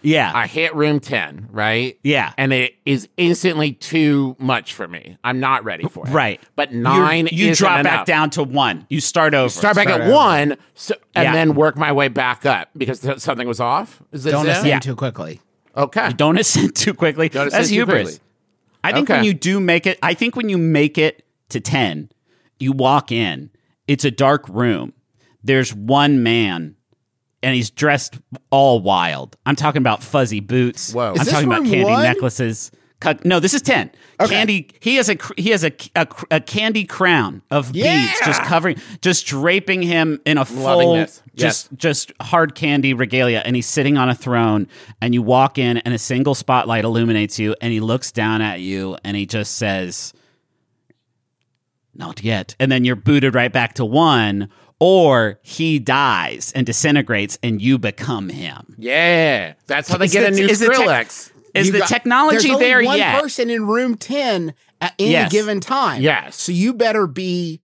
Speaker 2: Yeah.
Speaker 1: I hit room ten, right?
Speaker 2: Yeah.
Speaker 1: And it is instantly too much for me. I'm not ready for it.
Speaker 2: right.
Speaker 1: But
Speaker 2: You're-
Speaker 1: 9
Speaker 2: You
Speaker 1: isn't
Speaker 2: drop
Speaker 1: enough.
Speaker 2: back down to one. You start over.
Speaker 1: Start back at one, so, and
Speaker 2: Yeah.
Speaker 1: then work my way back up because th- something was off. Is this
Speaker 3: Don't
Speaker 1: it?
Speaker 3: ascend
Speaker 2: Yeah.
Speaker 3: too quickly.
Speaker 1: Okay.
Speaker 2: Don't ascend too quickly.
Speaker 1: Don't
Speaker 2: That's
Speaker 1: ascend too
Speaker 2: hubris.
Speaker 1: quickly.
Speaker 2: I think
Speaker 1: Okay.
Speaker 2: when you do make it, I think when you make it to 10, you walk in, it's a dark room. There's one man and he's dressed all wild. I'm talking about fuzzy boots.
Speaker 1: Whoa. Is
Speaker 2: I'm
Speaker 3: this
Speaker 2: talking about
Speaker 3: room
Speaker 2: candy
Speaker 3: one?
Speaker 2: necklaces. Cut- No, this is 10. Candy he has a cr- he has a, c- a cr- a candy crown of beads just covering just draping him in a
Speaker 1: Loving
Speaker 2: full
Speaker 1: this. Yes.
Speaker 2: just just hard candy regalia and he's sitting on a throne and you walk in and a single spotlight illuminates you and he looks down at you and he just says not yet and then you're booted right back to one or he dies and disintegrates and you become him
Speaker 1: Yeah, that's how they
Speaker 2: Is
Speaker 1: get
Speaker 2: it-
Speaker 1: a new
Speaker 2: is it tech-
Speaker 1: Skrillex.
Speaker 2: is
Speaker 3: You
Speaker 2: the
Speaker 3: got-
Speaker 2: technology
Speaker 3: there's only
Speaker 2: there
Speaker 3: one
Speaker 2: yet
Speaker 3: person in room 10 at any
Speaker 2: Yes.
Speaker 3: given time.
Speaker 1: Yes.
Speaker 3: So you better be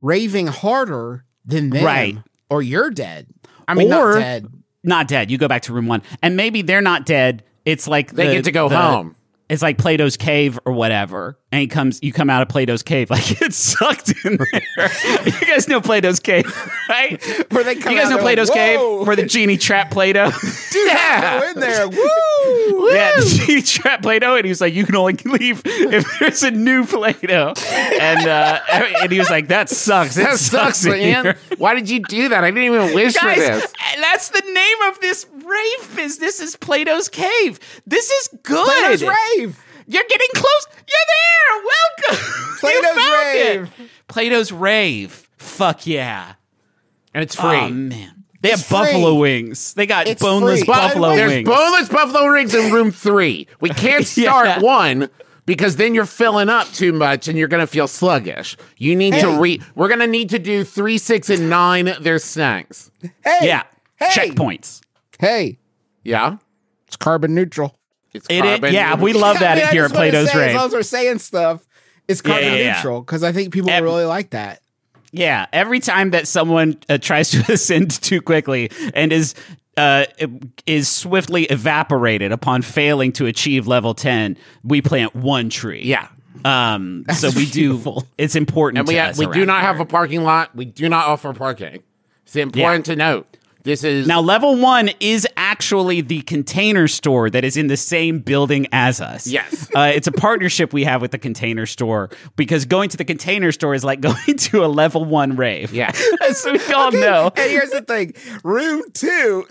Speaker 3: raving harder than them.
Speaker 2: Right.
Speaker 3: Or you're dead. I mean,
Speaker 2: Or-
Speaker 3: not dead.
Speaker 2: not dead you go back to room one and maybe they're not dead it's like
Speaker 1: they
Speaker 2: the-
Speaker 1: get to go
Speaker 2: the-
Speaker 1: home.
Speaker 2: it's like Plato's cave or whatever. And he comes, you come out of Plato's cave like it's sucked in there. you guys know Plato's cave, right?
Speaker 3: Where they come
Speaker 2: you guys
Speaker 3: out,
Speaker 2: know
Speaker 3: they're
Speaker 2: Plato's
Speaker 3: like, "Whoa."
Speaker 2: cave where the genie trapped Plato.
Speaker 3: yeah. go in there. Woo!
Speaker 2: Yeah, the genie trapped Plato, and he was like, "You can only leave if there's a new Plato." And uh, and he was like, "That sucks. It
Speaker 1: That sucks,
Speaker 2: in
Speaker 1: man.
Speaker 2: here."
Speaker 1: Why did you do that? I didn't even wish
Speaker 2: Guys,
Speaker 1: for this.
Speaker 2: that's the name of this rave business is Plato's Cave. This is good.
Speaker 3: Plato's rave.
Speaker 2: You're getting close. You're there. Welcome.
Speaker 3: Plato's
Speaker 2: you found
Speaker 3: Rave.
Speaker 2: It. Plato's Rave. Fuck yeah.
Speaker 1: And it's free.
Speaker 2: Oh man. They have
Speaker 3: It's
Speaker 2: buffalo
Speaker 3: free.
Speaker 2: wings. They got
Speaker 3: It's
Speaker 2: boneless
Speaker 3: free. By the
Speaker 2: buffalo
Speaker 3: way,
Speaker 1: There's
Speaker 2: wings.
Speaker 1: boneless buffalo rings in room three. We can't start
Speaker 2: Yeah.
Speaker 1: one because then you're filling up too much and you're gonna feel sluggish. You need to re. We're gonna need to do three, six, and nine. There's snacks.
Speaker 3: Hey.
Speaker 2: yeah.
Speaker 3: Hey.
Speaker 2: Checkpoints.
Speaker 3: Hey.
Speaker 1: Yeah,
Speaker 3: It's carbon neutral.
Speaker 1: it's
Speaker 2: It, it-
Speaker 1: carbon.
Speaker 2: yeah, we love that
Speaker 3: I mean, I
Speaker 2: here at
Speaker 3: just wanna
Speaker 2: Plato's
Speaker 3: say,
Speaker 2: Rave.
Speaker 3: As long as we're saying stuff, it's
Speaker 2: Yeah,
Speaker 3: carbon
Speaker 2: yeah, yeah.
Speaker 3: neutral because I think people
Speaker 2: Ev-
Speaker 3: really like that.
Speaker 2: Yeah, every time that someone uh, tries to ascend too quickly and is uh, is swiftly evaporated upon failing to achieve level ten, we plant one tree.
Speaker 1: Yeah.
Speaker 2: um, so we do. It's important.
Speaker 1: and we
Speaker 2: to
Speaker 1: ha-
Speaker 2: us
Speaker 1: we do
Speaker 2: around
Speaker 1: not have
Speaker 2: here.
Speaker 1: a parking lot. We do not offer parking. It's important to note. This is
Speaker 2: now. Level one is actually the container store that is in the same building as us.
Speaker 1: Yes.
Speaker 2: uh, it's a partnership we have with the container store because going to the container store is like going to a level one rave.
Speaker 1: Yeah.
Speaker 2: as we all know.
Speaker 3: And here's the thing room two,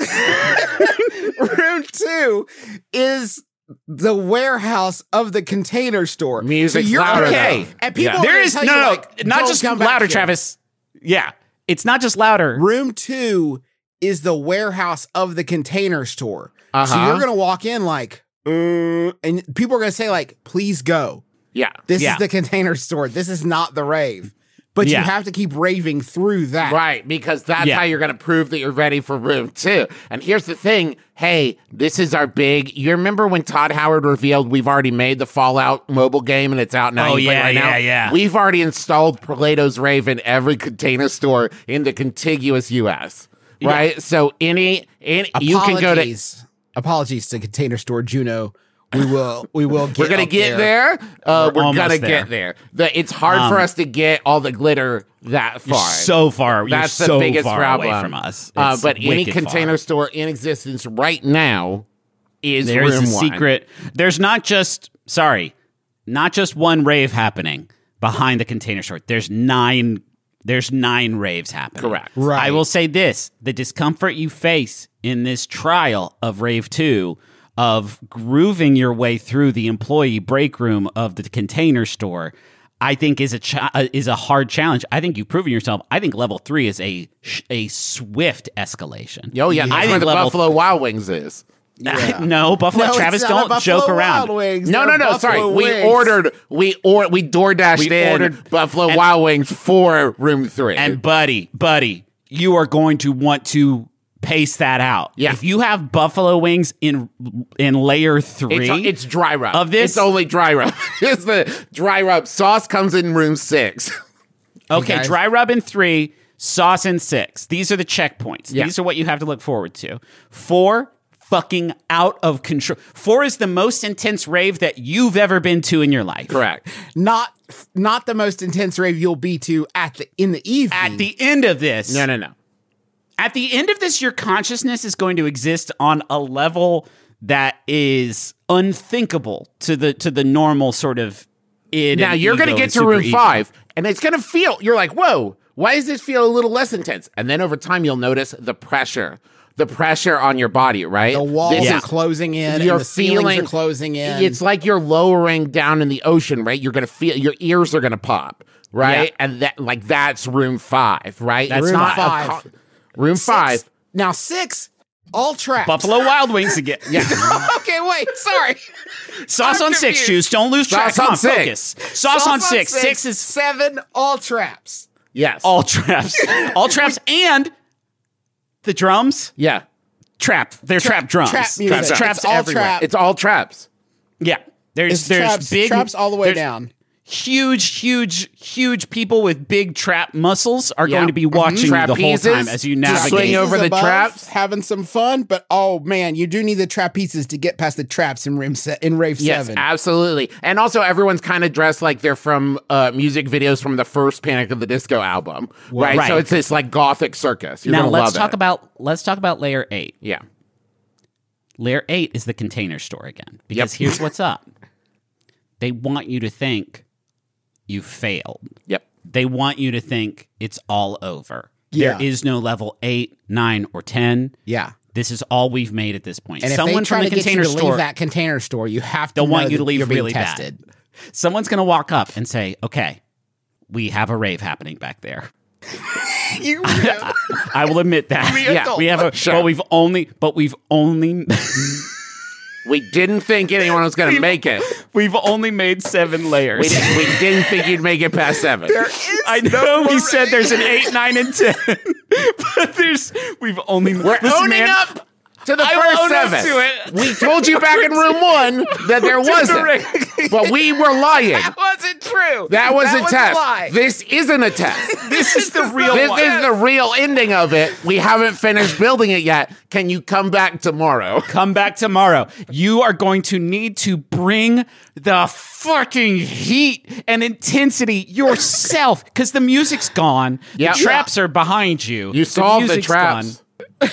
Speaker 3: room two is the warehouse of the container store.
Speaker 1: Music's
Speaker 3: so you're
Speaker 1: louder,
Speaker 3: okay.
Speaker 1: though.
Speaker 3: And people
Speaker 1: Yeah.
Speaker 3: are
Speaker 2: There
Speaker 3: gonna
Speaker 2: is no,
Speaker 3: tell
Speaker 2: no,
Speaker 3: you,
Speaker 2: no,
Speaker 3: like,
Speaker 2: not
Speaker 3: "Don't
Speaker 2: just
Speaker 3: come back
Speaker 2: louder,
Speaker 3: here."
Speaker 2: Travis. Yeah, it's not just louder.
Speaker 3: Room two is the warehouse of the container store. So
Speaker 1: Uh-huh.
Speaker 3: you're gonna walk in like, "Uh," and people are gonna say like, "Please go."
Speaker 1: yeah.
Speaker 3: This
Speaker 2: Yeah.
Speaker 3: is the container store. This is not the rave. But
Speaker 2: Yeah.
Speaker 3: you have to keep raving through that.
Speaker 1: Right, because that's
Speaker 2: Yeah.
Speaker 1: how you're going to prove that you're ready for room two. And here's the thing hey, this is our big. You remember when Todd Howard revealed we've already made the Fallout mobile game and it's out now?
Speaker 2: Oh,
Speaker 1: You play it
Speaker 2: yeah,
Speaker 1: right now?
Speaker 2: yeah, yeah.
Speaker 1: We've already installed Plato's Rave in every container store in the contiguous U.S. Right, so any, any you can go to
Speaker 3: Apologies. Apologies to container store Juno. We will we will get
Speaker 1: We're gonna
Speaker 3: up
Speaker 1: get there. Uh,
Speaker 2: We're
Speaker 1: we're gonna
Speaker 2: almost Um,
Speaker 1: get there. The, it's hard for us to get all the glitter that far.
Speaker 2: so far. You're
Speaker 1: That's
Speaker 2: so
Speaker 1: the biggest
Speaker 2: far
Speaker 1: problem
Speaker 2: away from us.
Speaker 1: Uh,
Speaker 2: It's
Speaker 1: but any
Speaker 2: wicked far.
Speaker 1: container store in existence right now is
Speaker 2: There is
Speaker 1: room
Speaker 2: a
Speaker 1: one.
Speaker 2: secret. There's not just sorry, not just one rave happening behind the container store. There's nine. There's nine raves happening.
Speaker 1: Correct.
Speaker 3: Right.
Speaker 2: I will say this: the discomfort you face in this trial of rave two. Of grooving your way through the employee break room of the container store, I think is a chi- uh, is a hard challenge. I think you've proven yourself. I think level three is a sh- a swift escalation.
Speaker 1: Yo, Oh, yeah,
Speaker 2: I
Speaker 1: that's where
Speaker 2: think
Speaker 1: the
Speaker 2: level
Speaker 1: Buffalo Wild Wings is.
Speaker 2: no, Buffalo
Speaker 3: No, it's
Speaker 2: Travis,
Speaker 3: not a
Speaker 2: don't
Speaker 3: Buffalo
Speaker 2: joke around.
Speaker 3: Wild Wings.
Speaker 1: No, no,
Speaker 3: They're
Speaker 1: no. sorry,
Speaker 3: Buffalo
Speaker 1: we
Speaker 3: Wings.
Speaker 1: ordered, we or we door dashed
Speaker 2: We
Speaker 1: in
Speaker 2: ordered-
Speaker 1: Buffalo
Speaker 2: and-
Speaker 1: Wild Wings for room three.
Speaker 2: And buddy, buddy, you are going to want to pace that out.
Speaker 1: Yeah.
Speaker 2: If you have Buffalo wings in in layer three,
Speaker 1: It's, it's dry rub.
Speaker 2: Of this-
Speaker 1: it's only dry rub. it's the dry rub. Sauce comes in room six.
Speaker 2: okay.
Speaker 3: guys.
Speaker 2: Dry rub in three, sauce in six. These are the checkpoints.
Speaker 1: Yeah.
Speaker 2: These are what you have to look forward to. Four. Fucking out of control. Four is the most intense rave that you've ever been to in your life.
Speaker 1: Correct.
Speaker 3: Not not the most intense rave you'll be to at the in the evening.
Speaker 2: At the end of this,
Speaker 1: No, no, no.
Speaker 2: at the end of this, your consciousness is going to exist on a level that is unthinkable to the to the normal sort of id.
Speaker 1: Now
Speaker 2: and
Speaker 1: you're
Speaker 2: ego
Speaker 1: going to get
Speaker 2: and
Speaker 1: to room
Speaker 2: super ego.
Speaker 1: five, and it's going to feel. You're like, whoa. Why does this feel a little less intense? And then over time, you'll notice the pressure, the pressure on your body. Right.
Speaker 3: the walls
Speaker 1: This
Speaker 3: are
Speaker 1: is-
Speaker 3: closing in.
Speaker 1: You're
Speaker 3: and the ceilings
Speaker 1: feeling-
Speaker 3: are closing in.
Speaker 1: It's like you're lowering down in the ocean, right? You're gonna feel your ears are gonna pop, right? And that, like, that's room five, right?
Speaker 2: That's
Speaker 1: It's
Speaker 2: room
Speaker 1: a
Speaker 3: five.
Speaker 1: con- room
Speaker 3: Six-
Speaker 1: five.
Speaker 3: Now six. All traps.
Speaker 2: Buffalo Wild Wings again.
Speaker 1: Yeah.
Speaker 3: okay, wait. Sorry.
Speaker 2: Sauce
Speaker 3: I'm
Speaker 2: on six,
Speaker 3: confused.
Speaker 2: shoes. Don't lose track.
Speaker 1: Sauce
Speaker 2: Come
Speaker 1: on
Speaker 2: on,
Speaker 1: six.
Speaker 2: focus. Sauce, on, six. six. is
Speaker 3: seven. All traps.
Speaker 1: yes.
Speaker 2: all traps. all traps and the drums.
Speaker 1: yeah.
Speaker 2: Trap. They're trap drums.
Speaker 3: Trap music.
Speaker 2: Traps,
Speaker 3: It's
Speaker 2: traps
Speaker 3: all
Speaker 2: everywhere.
Speaker 3: trap.
Speaker 1: It's all traps.
Speaker 2: Yeah. There's
Speaker 3: It's
Speaker 2: there's
Speaker 3: traps.
Speaker 2: big
Speaker 3: traps all the way
Speaker 2: there's-
Speaker 3: down.
Speaker 2: huge, huge, huge people with big trap muscles are
Speaker 3: Yeah.
Speaker 2: going to be watching you the whole
Speaker 1: Trapezes
Speaker 2: time as you
Speaker 1: to
Speaker 2: navigate.
Speaker 1: swing over
Speaker 3: Pieces
Speaker 1: the
Speaker 3: above,
Speaker 1: traps?
Speaker 3: having some fun. But oh man, you do need the trap pieces to get past the traps in rim se- in rave
Speaker 1: Yes,
Speaker 3: seven.
Speaker 1: absolutely. And also, everyone's kind of dressed like they're from uh, music videos from the first Panic of the Disco album, right? So
Speaker 2: right.
Speaker 1: it's this like gothic circus. You're
Speaker 2: now
Speaker 1: gonna
Speaker 2: let's
Speaker 1: love
Speaker 2: talk
Speaker 1: it.
Speaker 2: about let's talk about layer eight.
Speaker 1: yeah.
Speaker 2: Layer eight is the container store again. Because
Speaker 1: Yep.
Speaker 2: here's what's up. They want you to think you failed.
Speaker 1: Yep.
Speaker 2: They want you to think it's all over.
Speaker 3: Yeah.
Speaker 2: There is no level eight, nine, or ten.
Speaker 3: yeah.
Speaker 2: This is all we've made at this point.
Speaker 3: And if
Speaker 2: Someone
Speaker 3: they try
Speaker 2: from the
Speaker 3: to get you
Speaker 2: container
Speaker 3: to
Speaker 2: store
Speaker 3: leave that container store, you have to
Speaker 2: They'll want
Speaker 3: know
Speaker 2: you to
Speaker 3: that
Speaker 2: leave
Speaker 3: you're being
Speaker 2: really bad.
Speaker 3: tested.
Speaker 2: someone's going to walk up and say, okay, we have a rave happening back there. I will admit that.
Speaker 1: Yeah.
Speaker 2: We have a, but we've only, but we've only,
Speaker 1: We didn't think anyone was going to make it.
Speaker 2: we've only made seven layers.
Speaker 1: We, didn't- we didn't think you'd make it past seven.
Speaker 2: I know we said there's an eight, nine, and ten, but there's, we've only,
Speaker 1: We're
Speaker 2: this
Speaker 1: owning
Speaker 2: man-
Speaker 1: up to the
Speaker 2: I will
Speaker 1: first
Speaker 2: own up
Speaker 1: seven.
Speaker 2: to it.
Speaker 1: We told you back in room one that there wasn't,
Speaker 2: direct.
Speaker 1: but we were lying.
Speaker 2: wasn't true.
Speaker 1: That was
Speaker 3: That
Speaker 1: a
Speaker 3: was a
Speaker 1: test.
Speaker 3: lie.
Speaker 1: This isn't a test.
Speaker 2: This is the real
Speaker 1: this
Speaker 2: one.
Speaker 1: is the real ending of it. We haven't finished building it yet. Can you come back tomorrow?
Speaker 2: Come back tomorrow. You are going to need to bring the fucking heat and intensity yourself because the music's gone.
Speaker 1: Yeah.
Speaker 2: The traps are behind you.
Speaker 1: You solved the,
Speaker 2: music's
Speaker 1: traps.
Speaker 2: gone.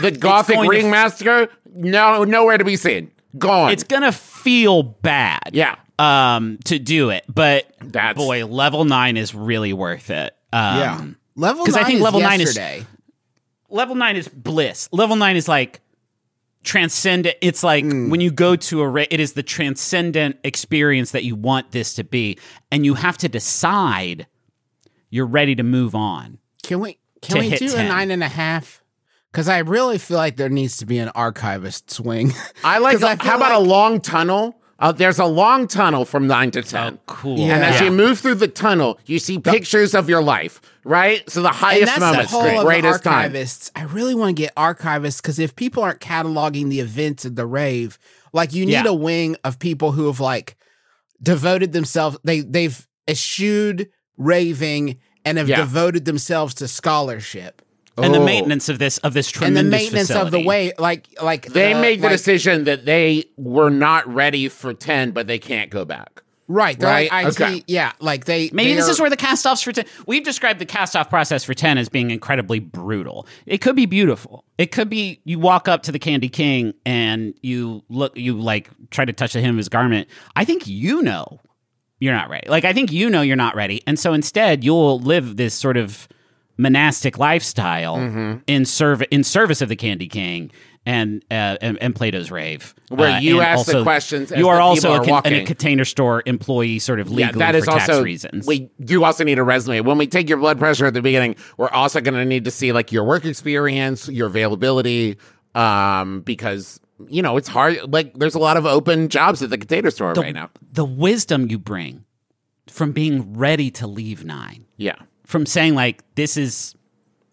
Speaker 1: the gothic
Speaker 2: going to-
Speaker 1: ringmaster, no, nowhere to be seen. Gone.
Speaker 2: It's gonna feel bad.
Speaker 1: Yeah.
Speaker 2: Um, to do it, but
Speaker 1: That's-
Speaker 2: boy, level nine is really worth it. Um,
Speaker 3: Yeah. Level
Speaker 2: 'cause
Speaker 3: nine
Speaker 2: I think
Speaker 3: is
Speaker 2: level nine is-
Speaker 3: yesterday.
Speaker 2: level nine is bliss. Level nine is like transcendent. It's like when you go to a ra- it is the transcendent experience that you want this to be, and you have to decide you're ready to move on.
Speaker 3: Can we can
Speaker 2: to
Speaker 3: we
Speaker 2: hit
Speaker 3: do a
Speaker 2: 10.
Speaker 3: nine and a half? Because I really feel like there needs to be an archivist swing.
Speaker 1: I like.
Speaker 3: 'Cause I feel
Speaker 1: how about
Speaker 3: like-
Speaker 1: a long tunnel? Uh, there's a long tunnel from nine to ten.
Speaker 2: Cool.
Speaker 3: Yeah.
Speaker 1: And as
Speaker 3: Yeah.
Speaker 1: you move through the tunnel, you see pictures of your life, right? So the highest moments,
Speaker 3: the whole
Speaker 1: the
Speaker 3: of
Speaker 1: greatest
Speaker 3: the
Speaker 1: time.
Speaker 3: archivists. I really want to get archivists because if people aren't cataloging the events of the rave, like you need
Speaker 2: Yeah.
Speaker 3: a wing of people who have like devoted themselves. They they've eschewed raving and have
Speaker 1: Yeah.
Speaker 3: devoted themselves to scholarship
Speaker 2: And the
Speaker 1: Oh.
Speaker 2: maintenance of this of this
Speaker 3: and
Speaker 2: tremendous
Speaker 3: the maintenance of the
Speaker 2: facility.
Speaker 3: way. Like like
Speaker 1: They make the
Speaker 3: like-
Speaker 1: decision that they were not ready for ten, but they can't go back.
Speaker 3: right. They're
Speaker 1: Right?
Speaker 3: like IT.
Speaker 1: Okay.
Speaker 3: Yeah, like they
Speaker 2: Maybe
Speaker 3: they
Speaker 2: this
Speaker 3: are-
Speaker 2: is where the cast-offs for 10. We've described the cast-off process for 10 as being incredibly brutal. It could be beautiful. It could be you walk up to the Candy King and you look you like try to touch the hem of his garment. I think you know you're not ready. Like I think you know you're not ready. And so instead you'll live this sort of monastic lifestyle
Speaker 1: Mm-hmm.
Speaker 2: in serv- in service of the Candy King. And, uh, and and Plato's rave,
Speaker 1: Where
Speaker 2: Uh,
Speaker 1: you
Speaker 2: and
Speaker 1: ask the
Speaker 2: also-
Speaker 1: questions as
Speaker 2: You
Speaker 1: the
Speaker 2: are
Speaker 1: people
Speaker 2: also
Speaker 1: are
Speaker 2: a, con-
Speaker 1: walking.
Speaker 2: a container store employee, sort of legally for tax reasons.
Speaker 1: We do also need a resume. When we take your blood pressure at the beginning, we're also going to need to see like your work experience, your availability, um, because you know it's hard. Like there's a lot of open jobs at the container store right now.
Speaker 2: the wisdom you bring from being ready to leave nine
Speaker 1: Yeah,
Speaker 2: from saying like this is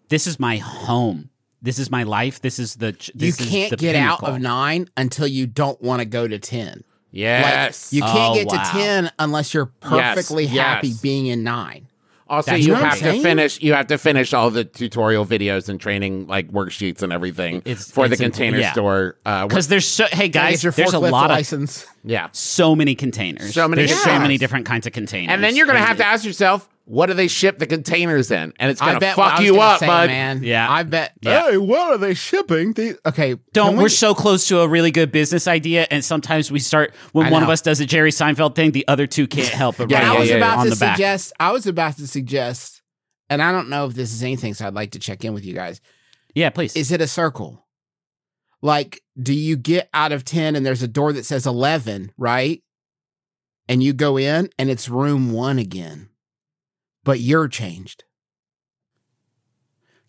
Speaker 2: this is my home this is my life this is the ch-
Speaker 3: you
Speaker 2: this is
Speaker 3: can't
Speaker 2: the
Speaker 3: get out
Speaker 2: pinnacle.
Speaker 3: of nine until you don't want to go to ten. Like,
Speaker 1: yes.
Speaker 3: you can't
Speaker 2: Oh,
Speaker 3: get
Speaker 2: wow.
Speaker 3: to 10 unless you're
Speaker 1: Yes,
Speaker 3: perfectly
Speaker 1: yes.
Speaker 3: happy being in 9.
Speaker 1: also,
Speaker 2: That's
Speaker 1: you
Speaker 2: what I'm
Speaker 1: have to
Speaker 3: saying.
Speaker 1: finish. You have to finish all the tutorial videos and training like worksheets and everything
Speaker 2: It's-
Speaker 1: for
Speaker 2: it's
Speaker 1: the
Speaker 2: a-
Speaker 1: container
Speaker 2: yeah.
Speaker 1: store. Uh, work-
Speaker 2: because there's so hey
Speaker 3: Get
Speaker 2: guys
Speaker 3: your
Speaker 2: there's a
Speaker 3: forklift
Speaker 2: lot of
Speaker 3: license.
Speaker 1: yeah,
Speaker 2: so many containers
Speaker 1: So many
Speaker 2: there's so
Speaker 1: containers.
Speaker 2: many different kinds of containers
Speaker 1: and then you're going to have to ask yourself. What do they ship the containers in? And it's
Speaker 3: I
Speaker 1: gonna
Speaker 3: bet I
Speaker 1: fuck
Speaker 3: was
Speaker 1: you
Speaker 3: gonna
Speaker 1: up,
Speaker 3: say,
Speaker 1: bud.
Speaker 3: man.
Speaker 2: Yeah.
Speaker 3: I bet.
Speaker 2: Yeah.
Speaker 3: Hey, what are they shipping? The, okay.
Speaker 2: don't
Speaker 3: can
Speaker 2: we,
Speaker 3: we-
Speaker 2: are so close to a really good business idea and sometimes we start when
Speaker 3: I
Speaker 2: one
Speaker 3: know.
Speaker 2: of us does a jerry seinfeld thing the other two can't help but
Speaker 1: Yeah,
Speaker 2: write
Speaker 3: I was
Speaker 1: yeah,
Speaker 3: about
Speaker 2: on
Speaker 3: to
Speaker 2: the back
Speaker 3: suggest. I was about to suggest, and I don't know if this is anything, so I'd like to check in with you guys.
Speaker 2: yeah please
Speaker 3: Is it a circle? Like, do you get out of 10 and there's a door that says 11, right? And you go in and it's room one again, but you're changed.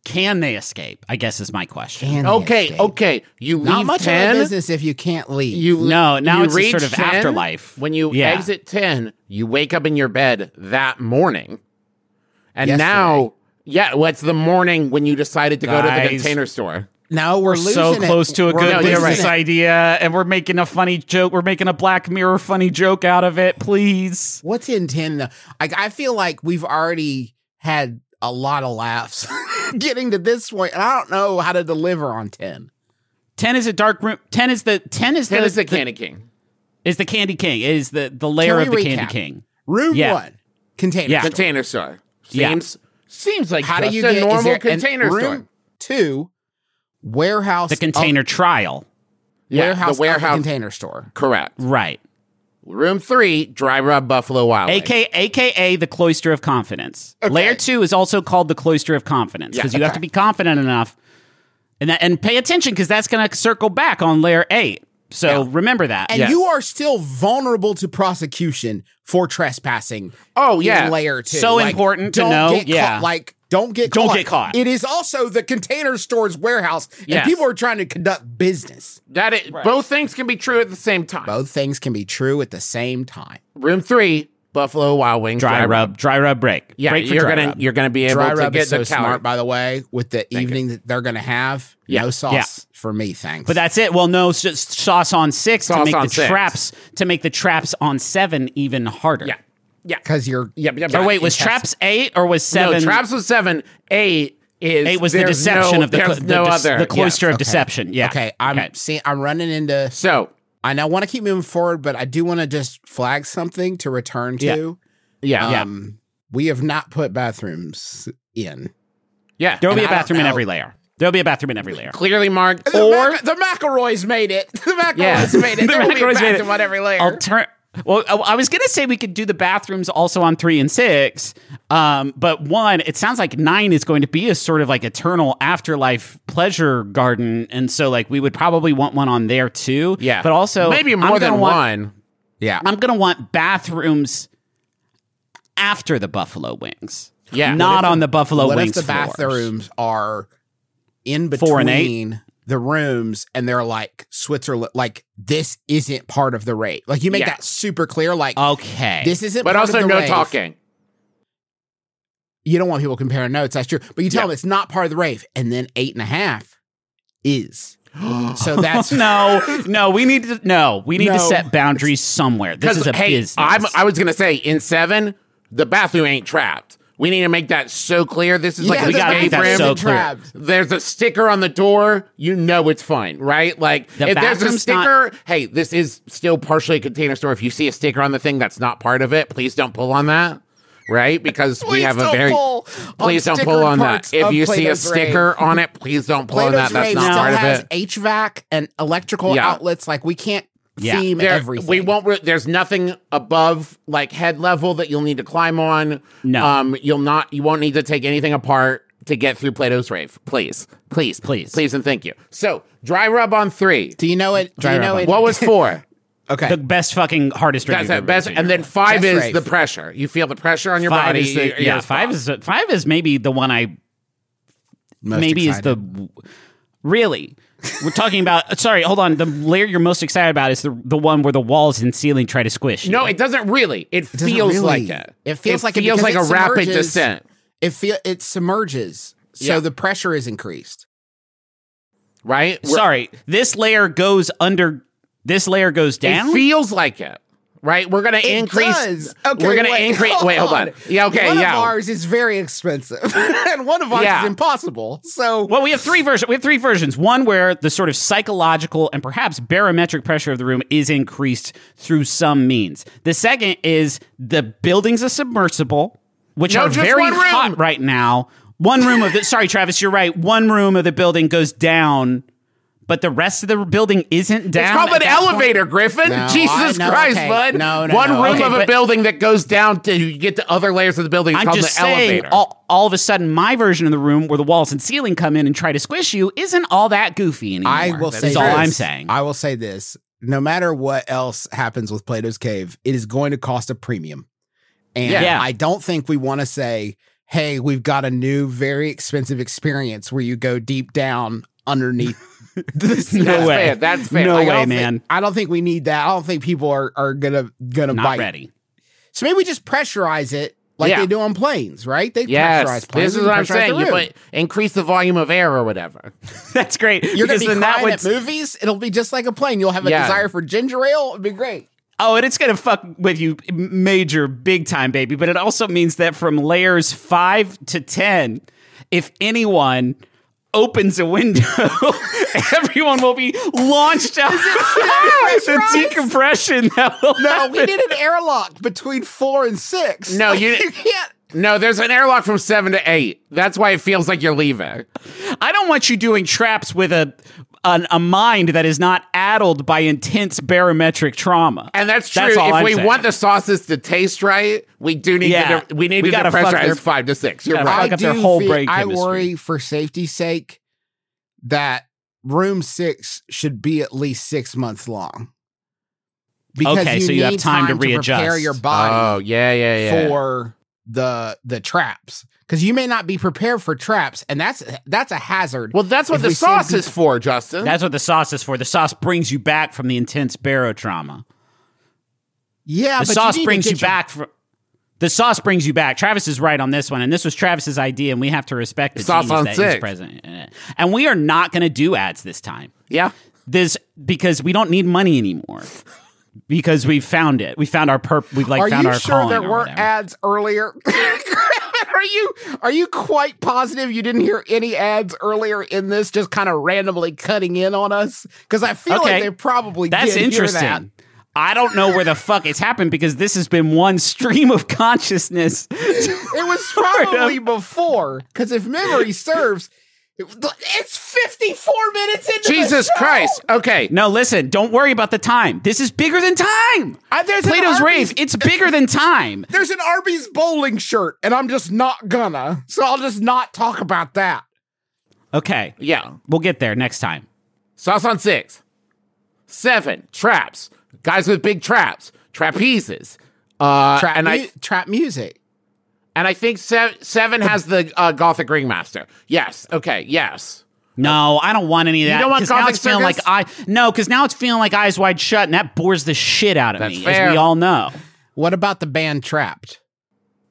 Speaker 2: can they escape i guess is my question
Speaker 3: Can they
Speaker 1: Okay,
Speaker 3: escape?
Speaker 1: okay. You leave
Speaker 3: Not much
Speaker 1: ten.
Speaker 3: of a business if you can't leave.
Speaker 1: You
Speaker 2: No, now
Speaker 1: you
Speaker 2: it's a sort
Speaker 1: reach
Speaker 2: of afterlife.
Speaker 1: When you
Speaker 2: Yeah.
Speaker 1: exit ten, you wake up in your bed that morning, and now, yeah, what's the morning when you decided to go to the
Speaker 2: Guys.
Speaker 1: container store?
Speaker 3: No, we're,
Speaker 2: We're
Speaker 3: losing
Speaker 2: so
Speaker 3: it.
Speaker 2: close to a
Speaker 3: We're
Speaker 2: good
Speaker 3: losing
Speaker 2: business
Speaker 3: it.
Speaker 2: idea, and we're making a funny joke. We're making a Black Mirror funny joke out of it. Please,
Speaker 3: What's in ten? Though? Like I feel like we've already had a lot of laughs getting to this point, and I don't know how to deliver on ten.
Speaker 2: ten is a dark room. Ten is the ten is
Speaker 1: Ten
Speaker 2: the,
Speaker 1: is the Candy King.
Speaker 2: is the candy king. It is the the layer
Speaker 3: Can
Speaker 2: of the
Speaker 3: we recap?
Speaker 2: candy king.
Speaker 3: Room
Speaker 2: Yeah.
Speaker 3: one container.
Speaker 2: Yeah.
Speaker 3: store.
Speaker 1: Container store.
Speaker 2: Yeah.
Speaker 1: Seems seems like
Speaker 3: How
Speaker 1: just
Speaker 3: do you
Speaker 1: a
Speaker 3: get is
Speaker 1: normal
Speaker 3: there- and
Speaker 1: container
Speaker 3: room
Speaker 1: store.
Speaker 3: Two warehouse.
Speaker 2: The
Speaker 3: of-
Speaker 2: container trial.
Speaker 1: Yeah,
Speaker 3: warehouse. of
Speaker 1: the warehouse.
Speaker 3: container store.
Speaker 1: Correct.
Speaker 2: Right.
Speaker 1: Room three, dry rub Buffalo Wild. Wings.
Speaker 2: AK, AKA the cloister of confidence. Layer two is also called the cloister of confidence because you have to be confident enough and that, and pay attention because that's going to circle back on layer eight. So remember that.
Speaker 3: And you are still vulnerable to prosecution for trespassing.
Speaker 1: Oh, yeah.
Speaker 3: in layer two.
Speaker 2: So important to
Speaker 3: don't
Speaker 2: know,
Speaker 3: Get
Speaker 2: yeah.
Speaker 3: caught, like don't get
Speaker 2: Don't
Speaker 3: caught.
Speaker 2: get caught.
Speaker 3: It is also the container store's warehouse, and
Speaker 2: Yes.
Speaker 3: people are trying to conduct business.
Speaker 1: That it, both things can be true at the same time.
Speaker 3: Both things can be true at the same time.
Speaker 1: Room three, Buffalo Wild Wings.
Speaker 2: dry, rub, dry rub break.
Speaker 1: Yeah,
Speaker 2: break for
Speaker 1: you're
Speaker 2: dry
Speaker 1: gonna
Speaker 2: rub.
Speaker 1: you're gonna be able
Speaker 3: Dry
Speaker 1: to
Speaker 3: rub
Speaker 1: get
Speaker 3: is so
Speaker 1: the calorie.
Speaker 3: smart, by the way, with the evening that they're going to have. No sauce for me, thanks.
Speaker 2: But that's it. Well, no, it's just sauce on six to
Speaker 1: Sauce
Speaker 2: make
Speaker 1: on
Speaker 2: the
Speaker 1: six.
Speaker 2: traps to make the traps on seven even harder.
Speaker 1: yeah, yeah.
Speaker 3: because you're
Speaker 1: Yep, yep,
Speaker 2: Or
Speaker 1: yep.
Speaker 2: wait, was traps eight or was
Speaker 1: no
Speaker 2: seven?
Speaker 1: traps was seven. Eight is
Speaker 2: Eight was the
Speaker 1: there's
Speaker 2: deception
Speaker 1: no-
Speaker 2: of the, clo-
Speaker 1: there's
Speaker 2: the,
Speaker 1: no
Speaker 2: dis-
Speaker 1: other
Speaker 2: the cloister
Speaker 1: Yeah.
Speaker 2: of deception. Yeah.
Speaker 3: okay. I'm seeing. I'm running into.
Speaker 1: So
Speaker 3: And I want to keep moving forward, but I do want to just flag something to return to.
Speaker 1: yeah, yeah,
Speaker 3: Um, we have not put bathrooms in.
Speaker 1: yeah.
Speaker 2: There'll be a
Speaker 3: And I don't
Speaker 2: bathroom in
Speaker 3: know-
Speaker 2: every layer. There'll be a bathroom in every layer.
Speaker 1: Clearly marked.
Speaker 3: The Mac- the McElroys made it. The McElroys
Speaker 1: Yeah.
Speaker 3: made it.
Speaker 2: The
Speaker 3: There will be a
Speaker 2: McElroys made it.
Speaker 3: bathroom on every layer.
Speaker 2: Alter- well, I- I was gonna say we could do the bathrooms also on three and six, um, but one, it sounds like nine is going to be a sort of like eternal afterlife pleasure garden, and so like we would probably want one on there too.
Speaker 1: yeah,
Speaker 2: but also
Speaker 1: maybe
Speaker 2: I'm
Speaker 1: more
Speaker 2: gonna
Speaker 1: than
Speaker 2: want-
Speaker 1: one.
Speaker 3: yeah.
Speaker 2: I'm gonna want bathrooms after the buffalo wings.
Speaker 1: Yeah.
Speaker 2: not on the buffalo
Speaker 3: what if
Speaker 2: wings.
Speaker 3: the
Speaker 2: floors.
Speaker 3: bathrooms are in between
Speaker 2: Four and eight?
Speaker 3: the rooms and they're like Switzerland like this isn't part of the rave. Like you make
Speaker 1: Yeah.
Speaker 3: that super clear like
Speaker 2: Okay.
Speaker 3: this isn't part
Speaker 1: But
Speaker 3: of
Speaker 1: also
Speaker 3: the
Speaker 1: no
Speaker 3: rave.
Speaker 1: talking.
Speaker 3: You don't want people comparing notes, that's true. But you tell
Speaker 1: Yeah.
Speaker 3: them it's not part of the rave. And then eight and a half is. so that's
Speaker 2: no, no, we need to no, we need
Speaker 3: No.
Speaker 2: to set boundaries somewhere. This is a
Speaker 1: hey,
Speaker 2: business.
Speaker 1: I'm, I was gonna say in seven, the bathroom ain't trapped. We need to make that so clear. This is like
Speaker 3: Yeah,
Speaker 1: an
Speaker 2: we gotta make
Speaker 1: escape room.
Speaker 2: that so clear.
Speaker 3: trapped.
Speaker 1: There's a sticker on the door. You know it's fine, right? Like
Speaker 2: The
Speaker 1: if there's a
Speaker 2: bathroom's
Speaker 1: sticker, hey, this is still partially a container store. If you see a sticker on the thing that's not part of it, please don't pull on that. Right, because we
Speaker 3: Please
Speaker 1: have a
Speaker 3: don't
Speaker 1: very
Speaker 3: pull on
Speaker 1: please don't
Speaker 3: stickered
Speaker 1: pull on
Speaker 3: parts
Speaker 1: that. If
Speaker 3: of
Speaker 1: you see a
Speaker 3: Plato's Rave.
Speaker 1: sticker on it, please don't pull on that.
Speaker 3: Plato's
Speaker 1: That's
Speaker 3: Rave
Speaker 1: not
Speaker 3: still
Speaker 1: part of
Speaker 3: has
Speaker 1: it.
Speaker 3: HVAC and electrical
Speaker 1: Yeah.
Speaker 3: outlets. Like we can't
Speaker 2: Yeah.
Speaker 3: theme
Speaker 1: There-
Speaker 3: everything.
Speaker 1: We won't. Re- there's nothing above like head level that you'll need to climb on.
Speaker 2: No.
Speaker 1: um, you'll not. You won't need to take anything apart to get through Plato's rave. Please, please,
Speaker 2: Please.
Speaker 1: please, and thank you. So dry rub on three.
Speaker 3: Do you know it? Do
Speaker 2: Dry
Speaker 3: you know
Speaker 2: rub.
Speaker 3: it?
Speaker 1: What was four?
Speaker 3: okay?
Speaker 2: the best fucking hardest
Speaker 1: That's
Speaker 2: review
Speaker 1: the
Speaker 2: I've
Speaker 1: best.
Speaker 2: ever
Speaker 1: And
Speaker 2: seen.
Speaker 1: then five
Speaker 3: That's
Speaker 1: is
Speaker 3: rave.
Speaker 1: the pressure. You feel the pressure on your
Speaker 2: five
Speaker 1: body.
Speaker 2: is
Speaker 1: You-
Speaker 2: the,
Speaker 1: you're
Speaker 2: yeah,
Speaker 1: spot.
Speaker 2: five is five is maybe the one I
Speaker 3: Most
Speaker 2: maybe
Speaker 3: excited.
Speaker 2: is the really we're talking about sorry hold on the layer you're most excited about is the the one where the walls and ceiling try to squish you.
Speaker 1: No, it doesn't really. It,
Speaker 3: doesn't
Speaker 1: feels
Speaker 3: really.
Speaker 1: like it.
Speaker 3: It feels like it
Speaker 1: feels
Speaker 3: because
Speaker 1: like a
Speaker 3: it
Speaker 1: rapid
Speaker 3: submerges-
Speaker 1: descent.
Speaker 3: it feel it submerges, so
Speaker 1: Yeah.
Speaker 3: the pressure is increased.
Speaker 1: Right. We're-
Speaker 2: sorry this layer goes under this layer goes down
Speaker 1: It feels like it, right? We're gonna
Speaker 3: It
Speaker 1: increase.
Speaker 3: does. Okay,
Speaker 1: we're gonna
Speaker 3: wait,
Speaker 1: increase.
Speaker 3: hold
Speaker 1: Wait, hold
Speaker 3: on.
Speaker 1: on. Yeah, okay,
Speaker 3: one
Speaker 1: yeah.
Speaker 3: of ours is very expensive, and one of ours
Speaker 1: Yeah.
Speaker 3: is impossible. So
Speaker 2: Well, we have three versions. We have three versions. One where the sort of psychological and perhaps barometric pressure of the room is increased through some means. The second is the building's a submersible, which
Speaker 1: No,
Speaker 2: are
Speaker 1: just
Speaker 2: very
Speaker 1: one room.
Speaker 2: hot right now. One room of the sorry, Travis, you're right. One room of the building goes down, but the rest of the building isn't down.
Speaker 1: It's called
Speaker 2: at
Speaker 1: an
Speaker 2: that point.
Speaker 1: elevator, Griffin.
Speaker 3: No,
Speaker 1: Jesus
Speaker 3: I- no,
Speaker 1: Christ,
Speaker 3: okay.
Speaker 1: bud.
Speaker 3: No, no,
Speaker 1: One
Speaker 3: no.
Speaker 1: room
Speaker 2: Okay,
Speaker 1: of a
Speaker 2: but-
Speaker 1: building that goes down to you get to other layers of the building. It's
Speaker 2: I'm
Speaker 1: called
Speaker 2: just
Speaker 1: an
Speaker 2: saying,
Speaker 1: elevator.
Speaker 2: all, all of a sudden, my version of the room where the walls and ceiling come in and try to squish you isn't all that goofy anymore.
Speaker 3: I will
Speaker 2: That's
Speaker 3: say
Speaker 2: all
Speaker 3: this.
Speaker 2: I'm saying.
Speaker 3: I will say this: no matter what else happens with Plato's Cave, it is going to cost a premium, and
Speaker 2: Yeah.
Speaker 3: I don't think we want to say, "Hey, we've got a new, very expensive experience where you go deep down underneath." this
Speaker 2: No
Speaker 1: That's
Speaker 2: way.
Speaker 1: fair. That's fair.
Speaker 2: No
Speaker 1: Like,
Speaker 2: way,
Speaker 1: I'll-
Speaker 2: man.
Speaker 3: I don't think we need that. I don't think people are are gonna gonna
Speaker 2: Not
Speaker 3: bite.
Speaker 2: ready.
Speaker 3: So maybe we just pressurize it like
Speaker 1: Yeah.
Speaker 3: they do on planes, right? They
Speaker 1: Yes,
Speaker 3: planes.
Speaker 1: this is
Speaker 3: they
Speaker 1: what I'm
Speaker 3: pressurize the
Speaker 1: saying. You
Speaker 3: room.
Speaker 1: put, increase the volume of air or whatever.
Speaker 2: That's great.
Speaker 3: You're gonna
Speaker 2: because
Speaker 3: be
Speaker 2: then
Speaker 3: crying
Speaker 2: that would
Speaker 3: at movies. It'll be just like a plane. You'll have a
Speaker 1: Yeah.
Speaker 3: desire for ginger ale. It'd be great.
Speaker 2: Oh, and it's going to fuck with you major big time, baby. But it also means that from layers five to 10, if anyone opens a window, everyone will be launched out. the decompression that will
Speaker 3: No, we
Speaker 2: happen.
Speaker 3: did an airlock between four and six.
Speaker 1: No, you-
Speaker 3: you can't.
Speaker 1: No, there's an airlock from seven to eight. That's why it feels like you're leaving.
Speaker 2: I don't want you doing traps with a, an, a mind that is not addled by intense barometric trauma.
Speaker 1: And that's true.
Speaker 2: all
Speaker 1: if
Speaker 2: I'm
Speaker 1: we
Speaker 2: saying.
Speaker 1: want the sauces to taste right, we do need
Speaker 2: Yeah.
Speaker 1: to we need
Speaker 2: We
Speaker 1: to
Speaker 2: gotta fuck
Speaker 1: depressurize
Speaker 2: their-
Speaker 1: five to six. You're
Speaker 2: Yeah,
Speaker 1: right.
Speaker 2: fuck up their whole
Speaker 3: feel-
Speaker 2: brain
Speaker 3: I
Speaker 2: chemistry.
Speaker 3: worry for safety's sake that room six should be at least six months long.
Speaker 2: Okay, so you have
Speaker 3: need
Speaker 2: time to
Speaker 3: prepare
Speaker 2: readjust.
Speaker 3: your body
Speaker 1: Oh yeah, yeah, yeah.
Speaker 3: for the the traps because you may not be prepared for traps, and that's that's a hazard.
Speaker 1: well, that's what
Speaker 3: If
Speaker 1: the
Speaker 3: we see
Speaker 1: sauce
Speaker 3: people-
Speaker 1: is for, Justin.
Speaker 2: That's what the sauce is for. The sauce brings you back from the intense barotrauma.
Speaker 3: yeah,
Speaker 2: the
Speaker 3: Ah, but
Speaker 2: sauce
Speaker 3: need to
Speaker 2: brings
Speaker 3: get
Speaker 2: you
Speaker 3: your-
Speaker 2: back from the sauce brings you back. Travis is right on this one, and this was Travis's idea, and we have to respect the
Speaker 1: Sauce
Speaker 2: genius
Speaker 1: on
Speaker 2: that is
Speaker 1: six.
Speaker 2: present in it. And we are not going to do ads this time.
Speaker 1: yeah.
Speaker 2: This because we don't need money anymore. Because we found it. We found our perp. We've like
Speaker 3: Are
Speaker 2: found
Speaker 3: you
Speaker 2: our
Speaker 3: sure
Speaker 2: calling
Speaker 3: there
Speaker 2: or
Speaker 3: weren't
Speaker 2: whatever.
Speaker 3: ads earlier? are you are you quite positive you didn't hear any ads earlier in this? Just kind of randomly cutting in on us because I feel
Speaker 2: Okay.
Speaker 3: like they probably
Speaker 2: That's
Speaker 3: did hear
Speaker 2: interesting.
Speaker 3: that.
Speaker 2: I don't know where the fuck it's happened because this has been one stream of consciousness.
Speaker 3: It was probably before because if memory serves, it- it's fifty four minutes into the
Speaker 1: Jesus
Speaker 3: show!
Speaker 1: Christ. Okay.
Speaker 2: No, listen, don't worry about the time. This is bigger than time.
Speaker 3: I- there's an
Speaker 2: Plato's
Speaker 3: Arby's-
Speaker 2: Rave, it's bigger than time.
Speaker 3: There's an Arby's bowling shirt, and I'm just not gonna. So I'll just not talk about that.
Speaker 2: Okay.
Speaker 1: Yeah.
Speaker 2: We'll get there next time.
Speaker 1: Sauce on six. Seven. Traps. Guys with big traps. Trapezes. Uh
Speaker 3: Trap,
Speaker 1: and
Speaker 3: mu-
Speaker 1: I
Speaker 3: trap music.
Speaker 1: and I think se- seven has the uh, Gothic Ringmaster. Yes. Okay. Yes.
Speaker 2: No, I don't want any of that.
Speaker 1: don't want
Speaker 2: 'cause now
Speaker 1: Gothic
Speaker 2: it's feeling like
Speaker 1: Circus?
Speaker 2: I no, because now it's feeling like eyes wide shut, and that bores the shit out of
Speaker 1: That's
Speaker 2: me,
Speaker 1: fair.
Speaker 2: as we all know.
Speaker 3: What about the band Trapped?